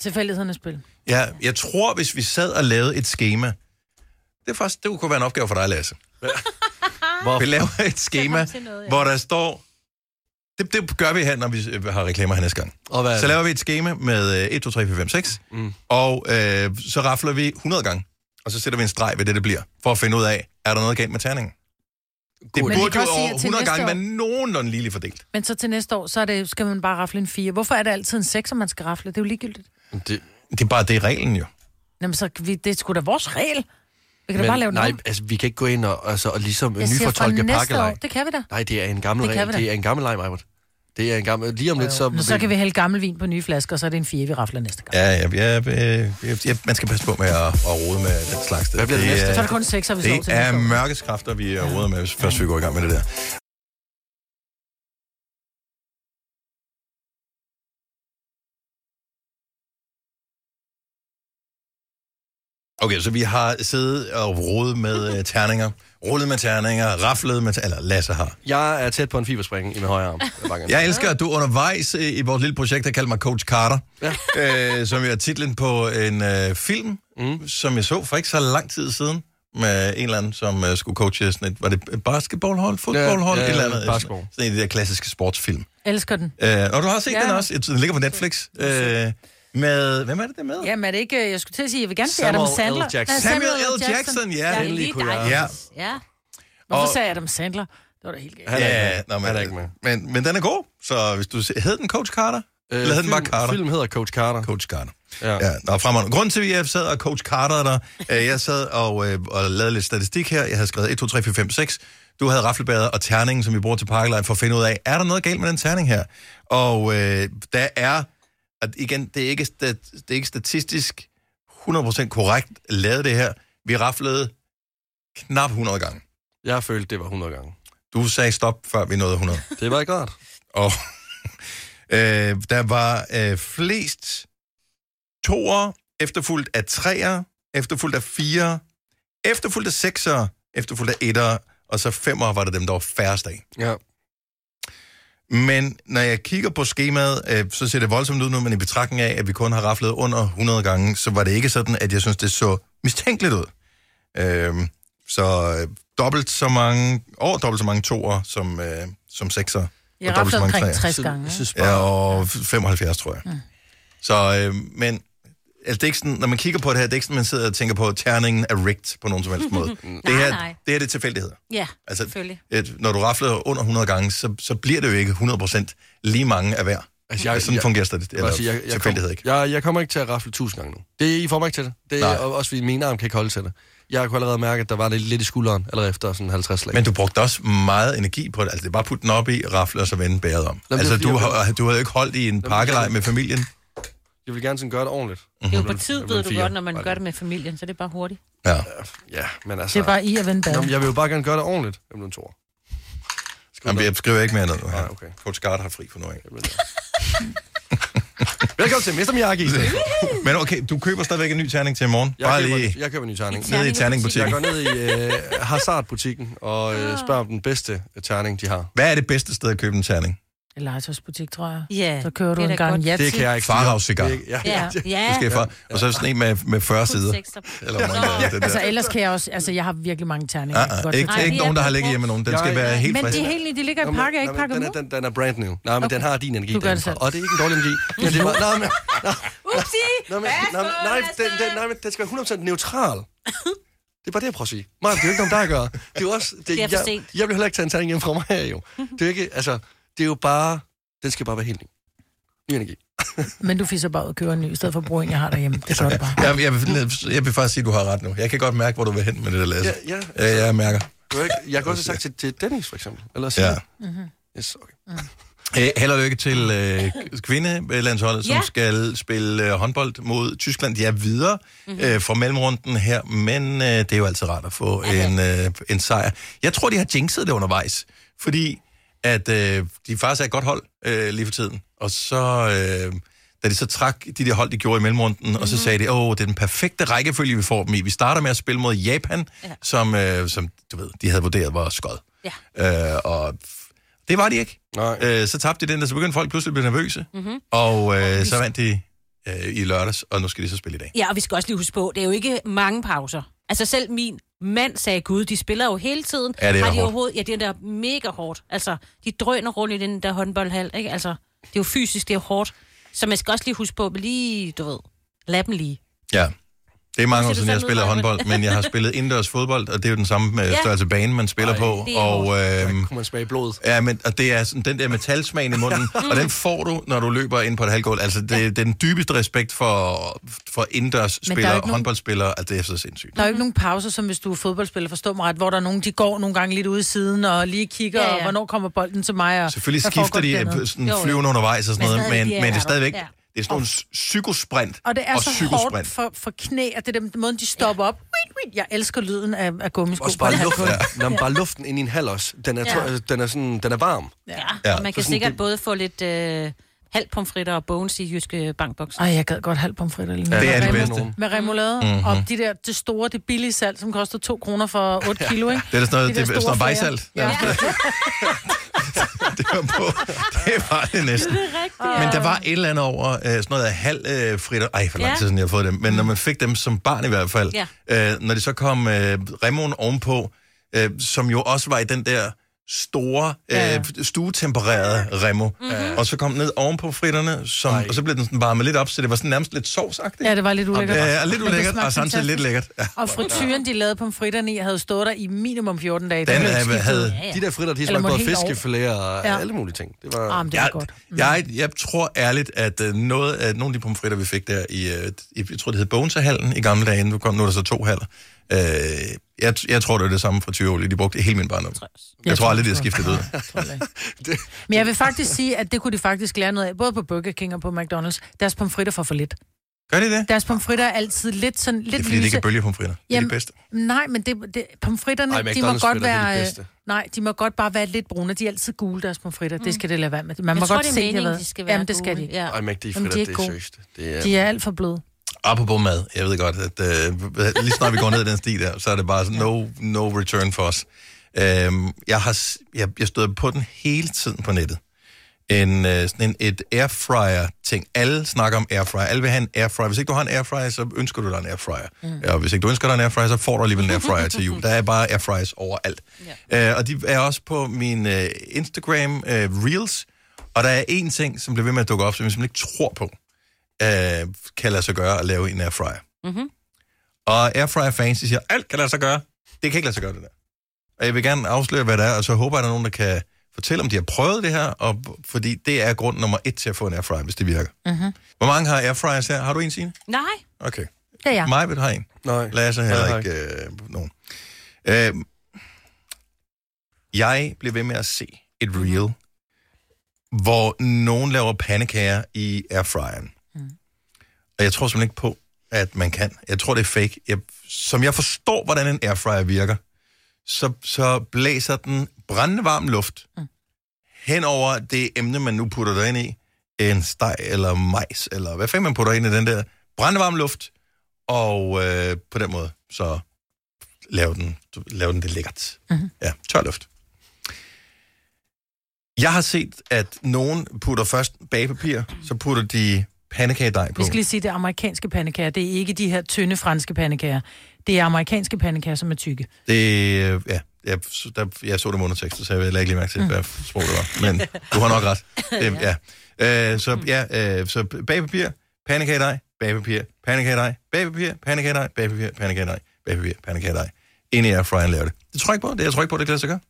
Speaker 4: Tilfældighedernes spil.
Speaker 1: ja, jeg tror, hvis vi sad og lavede et schema, det, er faktisk, det kunne være en opgave for dig, Lasse.
Speaker 4: *laughs*
Speaker 1: Hvor? Vi laver et schema, noget, ja. hvor der står... Det, det gør vi her, når vi øh, har reklamer her næste gang.
Speaker 3: Og hvad er
Speaker 1: så
Speaker 3: det?
Speaker 1: laver vi et schema med øh, 1, 2, 3, 4, 5, 6, mm. og øh, så rafler vi 100 gange, og så sætter vi en streg ved det, det bliver, for at finde ud af, er der noget galt med terningen? Det
Speaker 4: Men vi
Speaker 1: burde
Speaker 4: kan
Speaker 1: jo
Speaker 4: også sige, at
Speaker 1: over
Speaker 4: til
Speaker 1: 100
Speaker 4: næste
Speaker 1: gange
Speaker 4: år-
Speaker 1: være nogenlunde ligeligt fordelt.
Speaker 4: Men så til næste år, så er det, skal man bare rafle en fire. Hvorfor er det altid en sekser, man skal rafle? Det er jo ligegyldigt.
Speaker 3: Det,
Speaker 1: det er bare det er reglen jo.
Speaker 4: Jamen, så vi, det er sgu da vores regel. Vi kan da
Speaker 3: Men
Speaker 4: bare lave den
Speaker 3: Nej,
Speaker 4: om.
Speaker 3: altså, vi kan ikke gå ind og, altså, og ligesom
Speaker 4: Jeg siger fra
Speaker 3: nyfortolke
Speaker 4: næste år.
Speaker 3: pakkelej.
Speaker 4: Det kan vi da.
Speaker 3: Nej, det er en gammel
Speaker 4: Det kan
Speaker 3: regel.
Speaker 4: vi da.
Speaker 3: Det er en gammel leg, Majbert. Det er en gammel... Lige om lidt, så...
Speaker 4: Men så kan vi hælde gammel vin på nye flasker, og så er det en fire, vi rafler næste gang.
Speaker 1: Ja, ja, ja, ja, ja man skal passe på med at, at rode med den slags. Hvad
Speaker 3: bliver det næste?
Speaker 4: Så er det kun sekser, vi slår
Speaker 1: Det
Speaker 4: til næste
Speaker 1: er
Speaker 4: år.
Speaker 1: mørkets kræfter, vi øh, roder med, hvis først vi går i gang med det der. Okay, så vi har siddet og rodet med øh, terninger, rullet med terninger, raflet med ter- eller Lasse har.
Speaker 3: Jeg er tæt på en fiberspring i min højre arm. vil bare
Speaker 1: *laughs*
Speaker 3: gerne
Speaker 1: Jeg
Speaker 3: sige.
Speaker 1: elsker, at du undervejs øh, i vores lille projekt har kaldt mig Coach Carter, ja. øh, som jo er titlen på en øh, film, mm. som jeg så for ikke så lang tid siden, med en eller anden, som øh, skulle coache sådan et, var det et basketballhold, fodboldhold,
Speaker 3: Ja,
Speaker 1: ja,
Speaker 3: ja,
Speaker 1: et eller andet.
Speaker 3: basketball.
Speaker 1: Sådan en af de der klassiske sportsfilm.
Speaker 4: Elsker den.
Speaker 1: Øh, og du har set
Speaker 4: Ja.
Speaker 1: ja. den også, Jeg tror, den ligger på Netflix. Øh, med, hvem er det, det er med?
Speaker 4: Jamen er det ikke, øh, jeg skulle til at sige, jeg vil gerne se Adam
Speaker 1: Samuel L.
Speaker 4: Sandler.
Speaker 1: Jackson.
Speaker 4: Nej,
Speaker 1: Samuel L. Jackson, ja.
Speaker 4: Ja,
Speaker 1: Endelig
Speaker 4: lige
Speaker 1: kunne
Speaker 4: dig.
Speaker 1: jeg-
Speaker 4: Ja.
Speaker 1: Ja.
Speaker 4: ja. Hvorfor
Speaker 1: Og-
Speaker 4: sagde jeg Adam Sandler? Det var da helt galt.
Speaker 1: Han er ja, ikke med. Nå, men, er ikke med. Men, men den er god, så hvis du se- hed den Coach Carter, øh, eller hed den bare
Speaker 3: film-
Speaker 1: Carter?
Speaker 3: Film hedder Coach Carter.
Speaker 1: Coach Carter.
Speaker 3: Ja.
Speaker 1: Ja, nå, fremragende. Grunden til, at jeg sad og coach Carter der, øh, jeg sad og, øh, og lavede lidt statistik her. Jeg havde skrevet 1, 2, 3, 4, 5, 6. Du havde raflebader og terningen, som vi bruger til parkelejen, for at finde ud af, er der noget galt med den terning her? Og øh, der er, at igen, det er, ikke stat, det er ikke statistisk 100% korrekt lavet det her. Vi raflede knap 100 gange.
Speaker 3: Jeg følte, det var 100 gange.
Speaker 1: Du sagde stop, før vi nåede 100.
Speaker 3: Det var ikke rart.
Speaker 1: Og *laughs* øh, der var øh, flest toer, efterfulgt af treer, efterfulgt af fire, efterfulgt af sekser, efterfulgt af etter, og så femmer var det dem, der var færrest af.
Speaker 3: Ja.
Speaker 1: Men når jeg kigger på skemaet, øh, så ser det voldsomt ud nu, men i betragtning af, at vi kun har raflet under 100 gange, så var det ikke sådan, at jeg synes, det så mistænkeligt ud. Øh, så øh, dobbelt så mange, over dobbelt så mange toer som, øh, som sekser.
Speaker 4: Jeg
Speaker 1: og dobbelt så
Speaker 4: raflede
Speaker 1: mange
Speaker 4: omkring
Speaker 1: treer.
Speaker 4: 60 gange. ikke?
Speaker 1: Ja, og 75, tror jeg.
Speaker 4: Mm.
Speaker 1: Mm. Så, øh, men altså, det er ikke sådan, når man kigger på det her, det er ikke sådan, man sidder og tænker på, at terningen er rigged på nogen som helst
Speaker 5: *laughs*
Speaker 1: måde.
Speaker 5: Nej,
Speaker 1: det, her,
Speaker 5: nej.
Speaker 1: det her det er tilfældigheder.
Speaker 5: Ja, altså,
Speaker 1: Altså,
Speaker 5: selvfølgelig.
Speaker 1: Et, når du rafler under 100 gange, så, så bliver det jo ikke 100% lige mange af hver.
Speaker 3: Altså,
Speaker 1: Altså,
Speaker 3: jeg-
Speaker 1: jeg, sådan
Speaker 3: jeg-
Speaker 1: fungerer det, eller
Speaker 3: Bare sige, jeg, jeg,
Speaker 1: tilfældighed
Speaker 3: kom,
Speaker 1: ikke.
Speaker 3: jeg, jeg kommer ikke til at rafle tusind gange nu. Det, I får mig ikke til det. det er,
Speaker 1: Nej.
Speaker 3: og også fordi min arm kan ikke holde til det. Jeg kunne allerede mærke, at der var lidt, lidt i skulderen, allerede efter sådan 50 slag.
Speaker 1: Men du brugte også meget energi på det. Altså, det er bare at putte den op i, rafle og så vende bæret om.
Speaker 3: er
Speaker 1: altså,
Speaker 3: fordi,
Speaker 1: du,
Speaker 3: jeg-
Speaker 1: har, du havde jo ikke holdt i en pakkelej med familien.
Speaker 3: Jeg vil gerne sådan gøre det ordentligt.
Speaker 1: Mhm.
Speaker 5: Det er jo på tid, ved du godt, når man gør det med familien, så det er bare hurtigt.
Speaker 1: Ja.
Speaker 3: ja, men altså...
Speaker 4: Det er bare i at vende bag.
Speaker 3: Nå, men jeg vil jo bare gerne gøre det ordentligt. Jeg blev en tor.
Speaker 1: Jamen, jeg skriver ikke mere ned.
Speaker 3: Nej, okay.
Speaker 1: Coach Gart har fri for nu af.
Speaker 3: Velkommen til Mester
Speaker 1: *laughs*
Speaker 3: Miyagi.
Speaker 1: Men okay, du køber stadigvæk en ny terning til i morgen.
Speaker 3: Jeg
Speaker 1: Bare
Speaker 3: køber,
Speaker 1: lige...
Speaker 3: jeg køber en ny terning.
Speaker 1: Ned i terningbutikken.
Speaker 3: Jeg går ned i øh, Hazard-butikken og øh, spørger om den bedste øh, terning, de har.
Speaker 1: Hvad er det bedste sted at købe en terning?
Speaker 4: En legetøjsbutik, tror jeg.
Speaker 5: Ja,
Speaker 4: Så kører du
Speaker 5: det er
Speaker 4: en
Speaker 5: da
Speaker 4: gang
Speaker 5: godt.
Speaker 4: Yatzy.
Speaker 1: Det kan jeg ikke. Farag cigar.
Speaker 3: Det- ja.
Speaker 5: Ja, ja.
Speaker 1: Du skal far... Og så er sådan en med, med 40 sider.
Speaker 5: sekser.
Speaker 1: Eller hvor mange der er det der.
Speaker 4: Altså, ellers kan jeg også... Altså, jeg har virkelig mange terninger.
Speaker 1: Ah,
Speaker 4: jeg kan
Speaker 1: ah,
Speaker 4: godt
Speaker 1: ikke,
Speaker 4: fortælle.
Speaker 1: ikke nogen, der har ligget hjemme med nogen. Den skal være helt
Speaker 4: Men
Speaker 1: frisk.
Speaker 4: det er helt de ligger i pakke, jeg ikke pakker
Speaker 3: den,
Speaker 4: dem
Speaker 3: er,
Speaker 4: ud.
Speaker 3: den, den er brand new. Nej, men
Speaker 4: Okay.
Speaker 3: den har din energi.
Speaker 4: Du gør
Speaker 3: den
Speaker 4: det
Speaker 3: fra.
Speaker 4: selv.
Speaker 3: Og det er ikke en dårlig energi. Men det er bare, nej, men,
Speaker 5: Upsi!
Speaker 3: nej, men, nej, men, nej, den, den, nej, men den skal være 100% neutral. Det er bare det, jeg prøver at sige. Maja, det er jo ikke om dig at gøre. Det er jo også... Det,
Speaker 5: Det er for
Speaker 3: jeg, jeg,
Speaker 5: sent.
Speaker 3: jeg vil heller ikke tage en terning hjem fra mig her, jo. Det er jo ikke... Altså, det er jo bare... Den skal bare være helt ny. Ny energi.
Speaker 4: Men du fisser bare ud og køber en ny, i stedet for at bruge en, jeg har derhjemme. Det gør du bare.
Speaker 1: Jeg, jeg, vil, jeg vil faktisk sige, at du har ret nu. Jeg kan godt mærke, hvor du vil hen med det der, Lasse.
Speaker 3: Ja, ja.
Speaker 1: ja. Jeg mærker.
Speaker 3: kunne ikke- Jeg kunne også have sagt til, til Dennis, for eksempel. Eller
Speaker 1: Ja.
Speaker 3: ja.
Speaker 9: Mhm.
Speaker 3: Yes, okay.
Speaker 1: Øh, Held og lykke til øh, kvindelandsholdet, som
Speaker 3: Ja.
Speaker 1: skal spille øh, håndbold mod Tyskland. De er videre
Speaker 3: Mhm.
Speaker 1: øh, fra mellemrunden her, men øh, det er jo altid rart at få en, øh, en sejr. Jeg tror, de har jinxet det undervejs, fordi at øh, de faktisk er et godt hold øh, lige for tiden. Og så, øh, da de så trak de der hold, de gjorde i mellemrunden, mm-hmm. og
Speaker 3: Mhm.
Speaker 1: så sagde de, åh, det er den perfekte rækkefølge, vi får dem i. Vi starter med at spille mod Japan, ja. som, øh, som du ved, de havde vurderet var skod. Ja. Øh, og f- det var de ikke.
Speaker 3: Nej.
Speaker 1: Øh, så tabte de den, og så begyndte folk pludselig at blive nervøse.
Speaker 5: Mm-hmm.
Speaker 1: Og øh, så vandt de øh, i lørdags, og nu skal de så spille i dag.
Speaker 5: Ja, og vi skal også lige huske på, det er jo ikke mange pauser. Altså selv min mand sagde, gud, de spiller jo hele tiden.
Speaker 1: Ja, det er
Speaker 5: Har de
Speaker 1: hårdt.
Speaker 5: overhovedet, Ja, det er der mega hårdt. Altså, de drøner rundt i den der håndboldhal, ikke? Altså, det er jo fysisk, det er hårdt. Så man skal også lige huske på, men lige, du ved, lad dem lige.
Speaker 1: Ja. Det er mange år
Speaker 5: du
Speaker 1: siden, jeg har
Speaker 5: sådan ud,
Speaker 1: spillet
Speaker 5: Maja?
Speaker 1: håndbold, men jeg har spillet indendørs fodbold, og det er jo den samme øh,
Speaker 5: Ja.
Speaker 1: størrelse bane, man spiller på.
Speaker 3: det er
Speaker 1: Og,
Speaker 3: hårdt.
Speaker 1: øh,
Speaker 3: Kunne man smage blod?
Speaker 1: ja, men, og det er sådan, den der metalsmagen i
Speaker 4: *laughs*
Speaker 1: munden, og den får du, når du løber ind på et halvgulv. Altså, det, det er den dybeste respekt for, for indendørs
Speaker 4: Men der er jo
Speaker 1: spillere,
Speaker 4: ikke nogen-
Speaker 1: håndboldspillere, at det er så sindssygt.
Speaker 4: Der er jo ikke nogen pauser, som hvis du er fodboldspiller, forstå mig ret, hvor der er nogen, de går nogle gange lidt ude i siden og lige kigger,
Speaker 2: Ja,
Speaker 4: ja,
Speaker 2: ja.
Speaker 4: ja. og hvornår kommer bolden til mig.
Speaker 1: *laughs*
Speaker 4: Og
Speaker 1: Selvfølgelig
Speaker 4: hvad
Speaker 1: skifter
Speaker 4: foregår
Speaker 1: de
Speaker 4: der
Speaker 1: øh,
Speaker 4: dernede?
Speaker 1: sådan
Speaker 4: Jo, jo.
Speaker 1: flyvende undervejs og sådan
Speaker 4: Men
Speaker 1: noget,
Speaker 4: stadig,
Speaker 1: men,
Speaker 4: de er
Speaker 1: men det er
Speaker 4: der.
Speaker 1: stadigvæk
Speaker 4: Ja.
Speaker 1: det er sådan nogle psykosprint
Speaker 4: Og det er
Speaker 1: og
Speaker 4: så hårdt
Speaker 1: psykosprint.
Speaker 4: for, for knæ, at det er den måde, de stopper ja. op. Wait, wait. Jeg elsker lyden af, af gummisko.
Speaker 3: Også
Speaker 4: på en
Speaker 3: bare
Speaker 4: halv
Speaker 3: luften,
Speaker 4: gulv.
Speaker 3: ja. Nå, men bare luften ind i en hal også. Den er,
Speaker 5: Ja.
Speaker 3: ja. den er, sådan, den er varm.
Speaker 5: Ja,
Speaker 3: Ja.
Speaker 5: ja. og man
Speaker 3: Så
Speaker 5: kan
Speaker 3: sådan,
Speaker 5: sikkert
Speaker 3: det-
Speaker 5: både få lidt øh, halvt pomfritter og bones i Jyske Bankboks.
Speaker 4: Ej, jeg gad godt halv pomfritter lige nu.
Speaker 1: Ja, det er
Speaker 4: Med
Speaker 1: det
Speaker 4: remo-
Speaker 1: bedste.
Speaker 4: Med remoulade
Speaker 1: Mhm.
Speaker 4: mm-hmm. og de der, det store, det billige salt, som koster 2 kroner for 8 kilo, ikke?
Speaker 1: Det er da sådan noget-
Speaker 4: De der
Speaker 1: det er sådan noget
Speaker 4: store
Speaker 1: vejsalt.
Speaker 4: flager. Ja.
Speaker 1: *laughs* det var på. *laughs* Det var det næsten.
Speaker 5: Det er rigtigt.
Speaker 1: Men der var et eller andet over øh, sådan noget af halv øh, fritter. Ej, for lang
Speaker 5: Ja.
Speaker 1: tid siden jeg har fået dem. Men når man fik dem som barn i hvert fald, øh, når de så kom øh, remoen ovenpå, øh, som jo også var i den der store, øh, stuetempererede remo.
Speaker 4: Mhm.
Speaker 1: Og så kom den ned ovenpå fritterne, som, og så blev den sådan varmet lidt op, så det var sådan nærmest lidt sovsagtigt.
Speaker 4: Ja, det var lidt ulækkert.
Speaker 1: Ja, lidt
Speaker 4: Men det
Speaker 1: ulækkert,
Speaker 4: smagte
Speaker 1: og samtidig lidt lækkert. Ja.
Speaker 4: Og frityren, de lavede pomfritterne i, havde stået der i minimum 14 dage.
Speaker 1: Den
Speaker 4: blev
Speaker 1: er-
Speaker 4: skiftet.
Speaker 1: havde-
Speaker 3: De der fritter, de
Speaker 4: Eller
Speaker 3: smagte
Speaker 4: måtte
Speaker 3: både
Speaker 4: helt over.
Speaker 3: fiskefiléer og
Speaker 4: Ja.
Speaker 3: ja. alle mulige ting. Det var...
Speaker 4: Ah, men det var godt.
Speaker 1: Jeg, jeg tror ærligt, at øh, noget af, nogle af de pomfritter, vi fik der i, øh, i jeg tror, det hed Bonesahallen i gamle dage, nu, kom, nu er der så to haller. Øh, jeg, jeg tror, det er det samme fra 20 De brugte hele min barndom. Jeg tror aldrig, de har skiftet
Speaker 4: *laughs*
Speaker 1: det ud.
Speaker 4: Men jeg vil faktisk sige, at det kunne de faktisk lære noget af, både på Burger King og på McDonald's. Deres pomfritter får for lidt.
Speaker 1: Gør de det?
Speaker 4: Deres pomfritter er altid lidt sådan lidt
Speaker 1: Det er fordi, det ikke
Speaker 4: lyse.
Speaker 1: er bølgepomfritter. Det er de
Speaker 4: Jamen,
Speaker 1: bedste.
Speaker 4: Nej, men det, det, pomfritterne,
Speaker 1: Ej,
Speaker 4: Ej, de må
Speaker 1: McDonald's
Speaker 4: godt
Speaker 1: fritter, det er de
Speaker 4: være... øh,
Speaker 1: bedste.
Speaker 4: nej, de må godt bare være lidt brune. De er altid gule, deres pomfritter. Mm. Det skal det lade være med. Man
Speaker 5: Jeg
Speaker 4: må
Speaker 5: tror,
Speaker 4: godt
Speaker 5: det er
Speaker 4: se,
Speaker 5: meningen,
Speaker 4: har været-
Speaker 5: de skal være
Speaker 4: Jamen, det skal de.
Speaker 5: gule. Ja.
Speaker 3: Ej, McD
Speaker 4: Jamen,
Speaker 3: fritter,
Speaker 4: de er
Speaker 3: det
Speaker 4: ikke
Speaker 3: er
Speaker 4: gode.
Speaker 3: seriøst. Det er...
Speaker 4: De er alt for bløde.
Speaker 1: Apropos mad, jeg ved godt, at øh, *laughs* lige snart vi går ned ad den sti der, så er det bare sådan, no, no return for os. Øhm, jeg har s- jeg, jeg stod på den hele tiden på nettet. En, øh, sådan en, et airfryer-ting. Alle snakker om airfryer. Alle vil have en airfryer. Hvis ikke du har en airfryer, så ønsker du dig en airfryer. Mm. Og hvis ikke du ønsker dig en airfryer, så får du alligevel en airfryer til *laughs* jul. Der er bare airfryers overalt. Ja. Øh, og de er også på min øh, Instagram øh, Reels. Og der er én ting, som bliver ved med at dukke op, som jeg simpelthen ikke tror på øh, kan lade sig gøre at lave en airfryer.
Speaker 5: Mm-hmm.
Speaker 1: Og airfryer-fans, de siger, alt kan lade sig gøre. Det kan ikke lade sig gøre, det der. Og jeg vil gerne afsløre, hvad det er, og så håber jeg, at der er nogen, der kan fortælle, om de har prøvet det her, og, fordi det er grund nummer et til at få en airfryer, hvis det virker.
Speaker 4: Mm-hmm.
Speaker 1: Hvor mange har airfryers her? Har du en, Signe?
Speaker 5: Nej,
Speaker 1: Okay.
Speaker 4: det er jeg.
Speaker 1: Majbet har en.
Speaker 3: Nej.
Speaker 1: Lasse har heller ikke øh, nogen. Øh, jeg bliver ved med at se et reel, hvor nogen laver pandekager i airfryeren. Mm. Og jeg tror simpelthen ikke på, at man kan. Jeg tror, det er fake. Jeg, som jeg forstår, hvordan en airfryer virker, så, så blæser den brændende varm luft mm. hen over det emne, man nu putter derind i. En steg eller majs, eller hvad fanden man putter ind i den der brændende varm luft, og øh, på den måde, så laver den, laver den det lækkert.
Speaker 4: Mhm.
Speaker 1: Ja, tør luft. Jeg har set, at nogen putter først bagepapir, så putter de pandekagedej på.
Speaker 4: Vi skal lige sige, det er amerikanske pandekager. Det er ikke de her tynde franske pandekager. Det er amerikanske pandekager, som er tykke.
Speaker 1: Det, øh, ja, jeg, så- der, jeg så det med undertekster, så jeg lagde ikke lige mærke til, hvad sprog det var. Men du har nok ret. Det,
Speaker 4: *laughs*
Speaker 1: ja. Øh, så ja, øh, så bagpapir, pandekagedej, bagpapir, pandekagedej, bagpapir, pandekagedej, bagpapir, pandekagedej, bagpapir, pandekagedej. Ind i airfryeren laver det. Det tror jeg ikke på. Det jeg tror jeg ikke på, det kan lade sig gøre.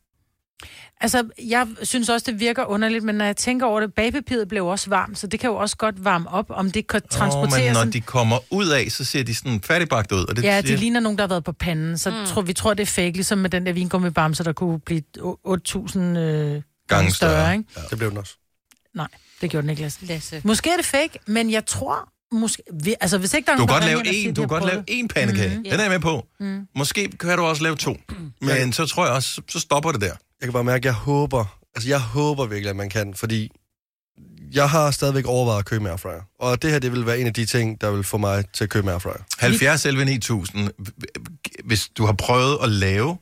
Speaker 4: Altså, jeg synes også, det virker underligt, men når jeg tænker over det, bagpapiret blev også varmt, så det kan jo også godt varme op, om det kan
Speaker 1: Åh, men
Speaker 4: transporteres.
Speaker 1: når
Speaker 4: Oh,
Speaker 1: de kommer ud af, så ser de sådan færdigbagt ud. Og det,
Speaker 4: Ja,
Speaker 1: siger-
Speaker 4: de ligner nogen, der har været på panden, så
Speaker 2: Mm.
Speaker 4: mm. tror, vi tror, det er fake, ligesom med den der vingummibamse, der kunne blive o- 8.000 øh, gange større, ikke?
Speaker 3: Ja. Det blev den også.
Speaker 4: Nej, det gjorde den ikke, Lasse. Lasse. Måske er det fake, men jeg tror... Måske, vi, altså, hvis ikke der er
Speaker 1: Du kan
Speaker 4: nogen,
Speaker 1: godt
Speaker 4: der
Speaker 1: lave
Speaker 4: ringer, der siger,
Speaker 1: en,
Speaker 4: de
Speaker 1: du
Speaker 4: har
Speaker 1: kan godt
Speaker 4: prøvet
Speaker 1: lave en pandekage.
Speaker 4: Mhm.
Speaker 1: Den er jeg med på.
Speaker 4: Mm.
Speaker 1: Måske kan du også lave to. Men så tror jeg også, så stopper det der.
Speaker 3: Jeg kan bare mærke, at jeg håber, altså jeg håber virkelig, at man kan, fordi jeg har stadigvæk overvejet at købe en airfryer. Og det her, det vil være en af de ting, der vil få mig til at købe en airfryer.
Speaker 1: 70 11 9000. Hvis du har prøvet at lave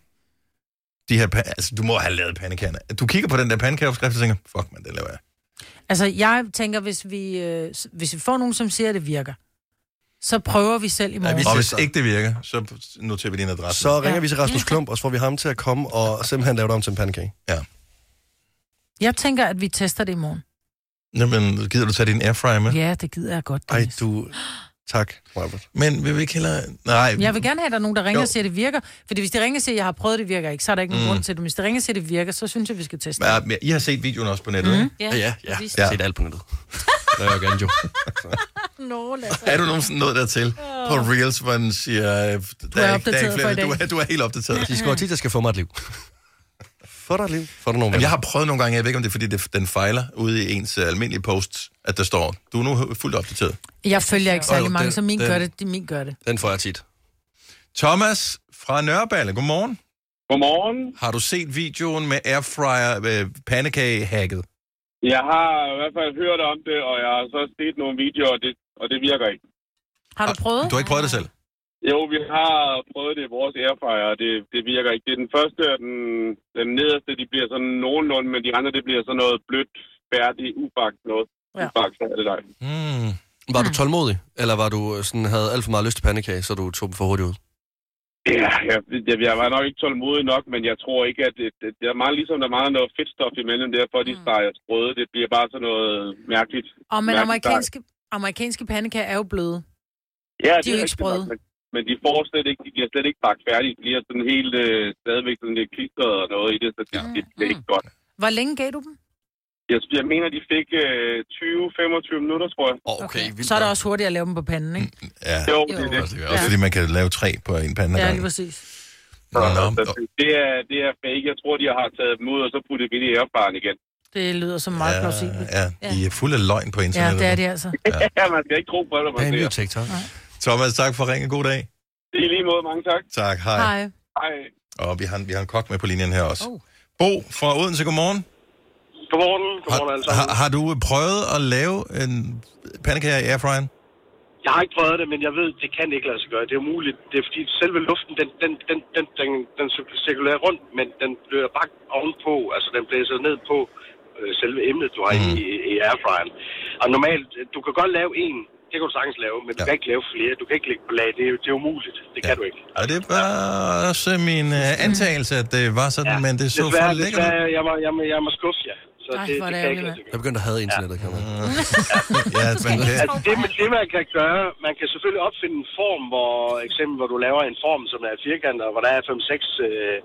Speaker 1: de her... pa- Altså, du må have lavet pandekagerne. Du kigger på den der pandekageopskrift og tænker, fuck man, det laver jeg.
Speaker 4: Altså, jeg tænker, hvis vi, øh, s- hvis vi får nogen, som siger, at det virker, så prøver vi selv i morgen.
Speaker 1: Og hvis ikke det virker, så noterer vi din adresse.
Speaker 3: Så ringer ja. vi til Rasmus Klump, og så får vi ham til at komme og simpelthen lave det om til en pandekage.
Speaker 1: Ja.
Speaker 4: Jeg tænker, at vi tester det i morgen.
Speaker 1: Jamen, gider du tage din airfryer med?
Speaker 4: Ja, det gider jeg godt.
Speaker 3: Ej, du... Tak, Robert.
Speaker 1: Men vil vi ikke hellere... Nej,
Speaker 4: Jeg vil gerne have, at der er nogen, der ringer
Speaker 1: Jo.
Speaker 4: og siger, at det virker. Fordi hvis de ringer og siger, at jeg har prøvet, det virker ikke, så er der ikke nogen
Speaker 1: Mm.
Speaker 4: grund til det. Men hvis de ringer og siger, at det virker, så synes jeg, vi
Speaker 1: *laughs*
Speaker 4: skal teste det.
Speaker 1: Ja, men I har set videoen også på nettet,
Speaker 4: Mhm.
Speaker 1: ikke?
Speaker 4: Ja, Ja, ja. præcis.
Speaker 1: Jeg har set alt på *laughs* nettet. Det er jeg gerne jo.
Speaker 4: Nå,
Speaker 1: Er du nogensinde nået dertil på Reels, hvor den siger... øh, der er ikke- der er ikke
Speaker 4: opdateret for i
Speaker 1: flere- Du
Speaker 4: dag.
Speaker 1: er, du er helt opdateret.
Speaker 3: De skal tit, der skal få mig et liv. Få dig et liv. Få dig nogle
Speaker 1: Jamen, jeg har prøvet nogle gange, jeg ved ikke, om det er, fordi det, den fejler ude i ens øh, almindelige posts, at der står, du er nu fuldt opdateret.
Speaker 4: Jeg følger ikke
Speaker 1: Og jo,
Speaker 4: særlig mange,
Speaker 1: den-
Speaker 4: så min
Speaker 1: den-
Speaker 4: gør det. De min gør det.
Speaker 3: Den får jeg tit.
Speaker 1: Thomas fra Nørreballe, godmorgen.
Speaker 14: Godmorgen.
Speaker 1: Har du set videoen med airfryer øh, pandekage-hacket?
Speaker 14: Jeg har i hvert fald hørt om det, og jeg har så set nogle videoer, og det, og det virker ikke.
Speaker 4: Har du prøvet?
Speaker 1: Du har ikke prøvet det selv?
Speaker 14: Jo, vi har prøvet det i vores airfryer, og det, det virker ikke. Det er den første, og den, den nederste, de bliver sådan nogenlunde, men de andre, det bliver sådan noget blødt, færdigt, ubagt noget. Ja. Ubagt, så er det dig.
Speaker 4: Hmm.
Speaker 1: Mm.
Speaker 3: Var du tålmodig, eller var du øh, sådan, havde alt for meget lyst til pandekage, så du tog dem for hurtigt ud?
Speaker 14: Ja, jeg, jeg, jeg var nok ikke tålmodig nok, men jeg tror ikke, at det, det, det er meget ligesom, der er meget noget fedtstof imellem der, for de steger sprøde. Det bliver bare sådan noget mærkeligt.
Speaker 4: Og men
Speaker 14: mærkeligt
Speaker 4: amerikanske, amerikanske pandekager er jo bløde.
Speaker 14: dej. ja,
Speaker 4: de er
Speaker 14: det
Speaker 4: jo ikke
Speaker 14: rigtigt
Speaker 4: sprøde.
Speaker 14: nok, Men, men de får slet ikke, de bliver slet ikke bagt færdige. De bliver sådan helt øh, stadigvæk sådan lidt klistret og noget i det, så det, det bliver ikke godt.
Speaker 4: Hvor længe gav du dem?
Speaker 14: Jeg, jeg mener, de fik øh, 20-25 minutter, tror jeg.
Speaker 3: Okay,
Speaker 4: Så er det også hurtigt at lave dem på panden, ikke?
Speaker 1: Ja,
Speaker 14: Jo, det er det.
Speaker 1: Også fordi man kan lave tre på en pande. ad
Speaker 4: Ja,
Speaker 1: gangen.
Speaker 4: lige præcis.
Speaker 1: Nå, nå,
Speaker 14: Så Det er, det er fake. Jeg tror, de har taget dem ud, og så puttet dem ind i airfaren igen.
Speaker 4: Det lyder som meget
Speaker 1: Ja,
Speaker 4: plausibelt.
Speaker 1: ja, de er fulde af løgn på
Speaker 4: Ja,
Speaker 1: internettet.
Speaker 4: det er det altså.
Speaker 1: *laughs*
Speaker 14: *laughs* Ja, man skal ikke tro på, hvad man
Speaker 3: Bag en ny
Speaker 14: ser.
Speaker 3: TikTok.
Speaker 1: Thomas, tak for ringen. God dag.
Speaker 14: I lige måde, mange tak.
Speaker 1: Tak, hej.
Speaker 14: Hej.
Speaker 1: Og vi har, en- vi har en kok med på linjen her også. Oh. Bo fra Odense, godmorgen.
Speaker 14: Godmorgen. Godmorgen alle
Speaker 1: Har,
Speaker 14: sammen.
Speaker 1: har, har du øh, prøvet at lave en pandekage i airfryeren?
Speaker 15: Jeg har ikke prøvet det, men jeg ved, det kan ikke lade sig gøre. Det er umuligt. Det er fordi selve luften, den, den, den, den, den, den cirkulerer rundt, men den bliver bagt ovenpå, altså den blæser ned på øh, selve emnet, du har mm. i, i airfryeren. Og normalt, du kan godt lave en, det kan du sagtens lave, men ja. du kan ikke lave flere. Du kan ikke lægge på lag. Det er, det er umuligt. Det ja. kan du ikke.
Speaker 1: Og det var også min uh, antagelse, at det var sådan, ja. men det så for lækkert ud.
Speaker 15: desværre, jeg må, jeg må, jeg må skuffe jer. Så
Speaker 4: Ej,
Speaker 15: det,
Speaker 4: hvor
Speaker 15: det,
Speaker 4: er
Speaker 15: kan
Speaker 4: det
Speaker 15: jeg ikke
Speaker 4: ærgerligt,
Speaker 15: lade sig
Speaker 3: Jeg begyndte at have internettet, kan man.
Speaker 1: *laughs* Ja, men det,
Speaker 15: Altså, det, man, det, man kan gøre, man kan selvfølgelig opfinde en form, hvor eksempel, hvor du laver en form, som er firkantet, og hvor der er 5-6 øh, øh,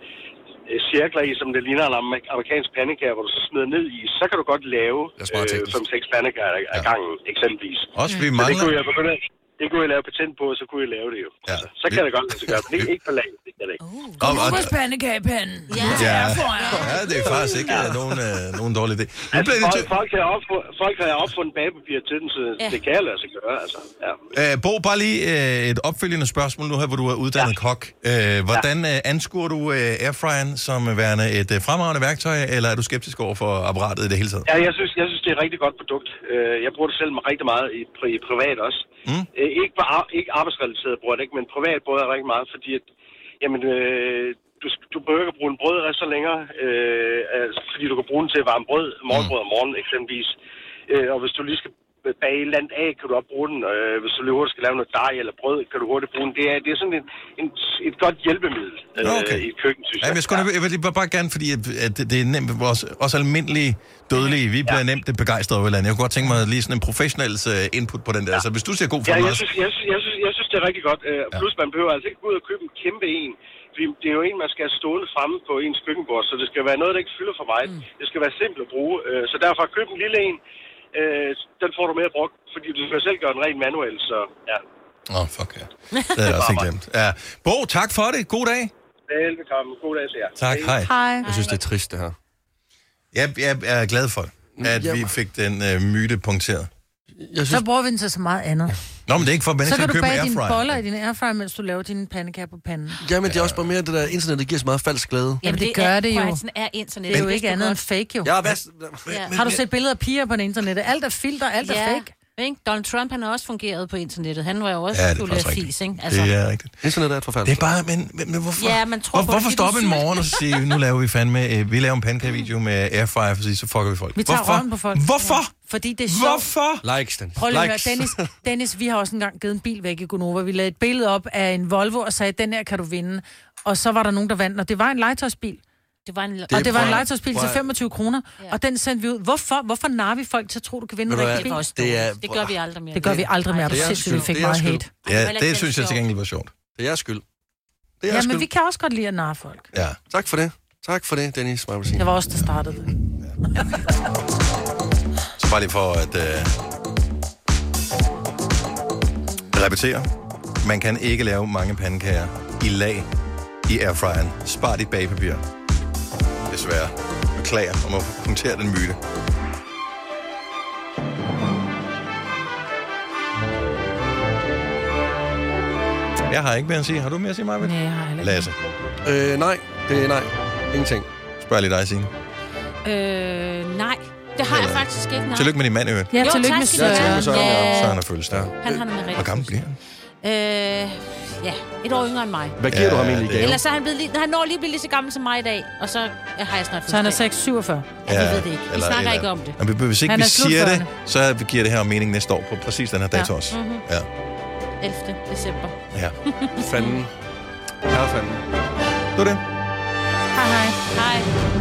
Speaker 15: cirkler i, som det ligner en amer- amerikansk pandekager, hvor du så smider ned i, så kan du godt lave øh, 5-6 pandekager ad- ad gangen, eksempelvis.
Speaker 1: Også vi
Speaker 15: Så det
Speaker 1: mangler-
Speaker 15: kunne jeg begynde at- det kunne jeg lave patent på, og så kunne jeg lave det jo. Ja. Så, så kan det godt lade sig gøre, men ikke, ikke på lag. Det kan det ikke.
Speaker 4: Oh.
Speaker 1: og, og,
Speaker 4: pandekage i panden.
Speaker 1: ja, ja, det er faktisk ikke øh, nogen, øh, nogen dårlig idé. Nu
Speaker 15: Altså,
Speaker 1: bliver det
Speaker 15: folk, folk, har opfundet, folk har opfundet bagpapir til den, så ja. det kan lade sig gøre, altså. Ja.
Speaker 1: Øh, Bo, bare lige øh, et opfølgende spørgsmål nu her, hvor du er uddannet ja. kok. Øh, hvordan øh, anskuer du øh, airfryeren som værende et øh, fremragende værktøj, eller er du skeptisk over for apparatet i det hele taget?
Speaker 15: Ja, jeg synes, jeg synes det er et rigtig godt produkt. Øh, Jeg bruger det selv rigtig meget i, pri, i privat også.
Speaker 4: Mhm.
Speaker 1: Mm.
Speaker 15: Øh, Ikke, bare, ikke arbejdsrelateret bruger jeg det ikke, men privat bruger jeg rigtig meget, fordi at, jamen, øh, du, sk- du behøver ikke at bruge en brødrest så længere, øh, altså, fordi du kan bruge den til at varme brød, morgenbrød om morgenen eksempelvis. Øh, og hvis du lige skal bage et eller andet af, kan du også bruge den. Øh, hvis du lige hurtigt skal lave noget dej eller brød, kan du hurtigt bruge den. Det er, det er sådan en, en, et godt hjælpemiddel øh,
Speaker 1: Okay.
Speaker 15: okay. i et køkken, synes jeg.
Speaker 1: Jamen, jeg, skulle, jeg vil bare, bare gerne, fordi at, at det, det er nemt, vores, os almindelige dødelige, vi bliver nemt begejstrede over et eller andet. Jeg kunne godt tænke mig lige sådan en professionel øh, input på den der. Så hvis du ser god for
Speaker 15: Ja,
Speaker 1: mig,
Speaker 15: jeg synes, jeg, synes, jeg, synes, jeg synes, det er rigtig godt. Øh, Plus, man behøver altså ikke gå ud og købe en kæmpe en. Fordi det er jo en, man skal have stående fremme på ens køkkenbord, så det skal være noget, der ikke fylder for meget. Mm. Det skal være simpelt at bruge. Øh, Så derfor køb en lille en. Øh, Den får du mere brugt, fordi du skal selv gøre den rent manuelt, så ja.
Speaker 1: Åh, oh, fuck ja. Det
Speaker 15: *laughs*
Speaker 1: havde jeg også helt glemt. Ja. Bo, tak for det. God dag.
Speaker 15: Velbekomme. God dag til jer.
Speaker 1: Tak, hej.
Speaker 2: Hej.
Speaker 1: Jeg synes, det er trist, det her. Jeg, jeg, jeg er glad for, at vi fik den øh, myte punkteret.
Speaker 4: Mm, Jeg synes... Så bruger vi den til så meget andet.
Speaker 1: Nå, men det er ikke for, at
Speaker 4: så
Speaker 1: mennesker
Speaker 4: kan du
Speaker 1: købe en
Speaker 4: bage dine
Speaker 1: airfryer.
Speaker 4: boller i din airfryer, mens du laver dine pandekager på panden.
Speaker 3: Jamen, det er også bare mere det der internet, det giver så meget falsk glæde.
Speaker 4: Jamen, det, gør det jo.
Speaker 2: prøv at sådan er internet.
Speaker 4: Det er jo
Speaker 2: Men-
Speaker 4: ikke andet end fake, jo.
Speaker 3: Ja, hvad...
Speaker 4: Ja. Har du set billeder af piger på internettet? Alt er filter, alt er fake.
Speaker 5: Ikke? Donald Trump, han har også fungeret på internettet. Han var jo også
Speaker 1: Ja, det er
Speaker 5: fuld af
Speaker 1: faktisk
Speaker 5: fis, ikke? Altså.
Speaker 1: Det er rigtigt.
Speaker 3: Internettet er et forfærdeligt.
Speaker 1: Det er bare, men, men, men hvorfor?
Speaker 5: Ja, man tror
Speaker 1: Hvor,
Speaker 5: på
Speaker 1: hvorfor
Speaker 5: det,
Speaker 1: stoppe
Speaker 5: fordi
Speaker 1: en
Speaker 5: du
Speaker 1: morgen og så sige, nu laver vi fandme, øh, vi laver en pandekagevideo med airfryer, for så, så fucker vi folk.
Speaker 4: Vi tager
Speaker 1: hvorfor?
Speaker 4: røven på folk.
Speaker 1: Hvorfor?
Speaker 4: Fordi det er sjovt.
Speaker 1: Hvorfor?
Speaker 3: Likes den.
Speaker 4: Prøv lige at høre, Dennis,
Speaker 1: *laughs*
Speaker 4: Dennis, vi har også engang givet en bil væk i Gunova. Vi lagde et billede op af en Volvo og sagde, den her kan du vinde. Og så var der nogen, der vandt, og det var en legetøjsbil.
Speaker 5: Det var en, det
Speaker 4: og det var en
Speaker 3: prøv-
Speaker 4: legetøjsbil til
Speaker 3: prøv-
Speaker 4: 25 kroner, og den sendte vi ud. Hvorfor, hvorfor narrer vi folk til at tro, du kan vinde en
Speaker 3: Ved du
Speaker 4: rigtig
Speaker 3: hvad,
Speaker 4: bil?
Speaker 3: det er-
Speaker 5: Det gør vi aldrig mere.
Speaker 4: Det gør vi aldrig mere.
Speaker 3: Det
Speaker 4: Det
Speaker 3: er
Speaker 4: er sindssygt, vi
Speaker 3: skyld.
Speaker 4: fik
Speaker 3: Det er
Speaker 4: meget
Speaker 3: skyld.
Speaker 4: hate.
Speaker 1: Ja, det synes jeg til gengæld var sjovt.
Speaker 3: Det er jeres skyld. Det er
Speaker 4: Ja,
Speaker 3: jeres
Speaker 4: men
Speaker 3: skyld.
Speaker 4: vi kan også godt lide at narre folk.
Speaker 1: Ja.
Speaker 3: Tak for det. Tak for det, Dennis. Må jeg sige.
Speaker 4: Det var også der startede det.
Speaker 1: Så bare lige for at øh, repetere. Man kan ikke lave mange pandekager i lag i airfryeren. Spar dit bagpapir. Desværre. Beklager om at punktere den myte. Jeg har ikke mere at sige. Har du mere at sige, Marvind?
Speaker 4: Nej, jeg har heller
Speaker 1: Lasse,
Speaker 3: Øh, nej, det er nej. Ingenting.
Speaker 1: spørg lige dig, Signe.
Speaker 5: Øh, nej. Det har jeg faktisk ikke. Nej.
Speaker 1: Tillykke med din mand, Øen.
Speaker 5: Ja, Jo, tillykke tak med skal du Søren. have.
Speaker 1: Ja, Søren,
Speaker 5: Ja.
Speaker 1: ja. Søren er fødselsdag.
Speaker 5: Han har nemlig
Speaker 1: Hvor
Speaker 5: rigtig.
Speaker 1: gammel bliver han?
Speaker 5: Øh, ja, et år yngre end mig.
Speaker 3: Hvad giver du ham egentlig i
Speaker 1: det-
Speaker 3: gave?
Speaker 5: Ellers så er han, blevet lige, han når lige at blive lige så gammel som mig i dag, og så øh, har jeg snart
Speaker 4: Så han er
Speaker 5: fødselsdag.
Speaker 4: 647.
Speaker 5: Ja, vi ved det ikke. Vi snakker ikke om det.
Speaker 1: Men hvis ikke
Speaker 5: Han
Speaker 1: vi
Speaker 5: er
Speaker 1: siger det,
Speaker 5: slutførende.
Speaker 1: så giver det her mening næste år på præcis den her dato
Speaker 5: Ja.
Speaker 1: også.
Speaker 5: Mhm.
Speaker 1: Ja.
Speaker 5: 11. december.
Speaker 1: ja.
Speaker 3: Fanden. Herre fanden.
Speaker 1: Det var det.
Speaker 5: Hej hej. Hej.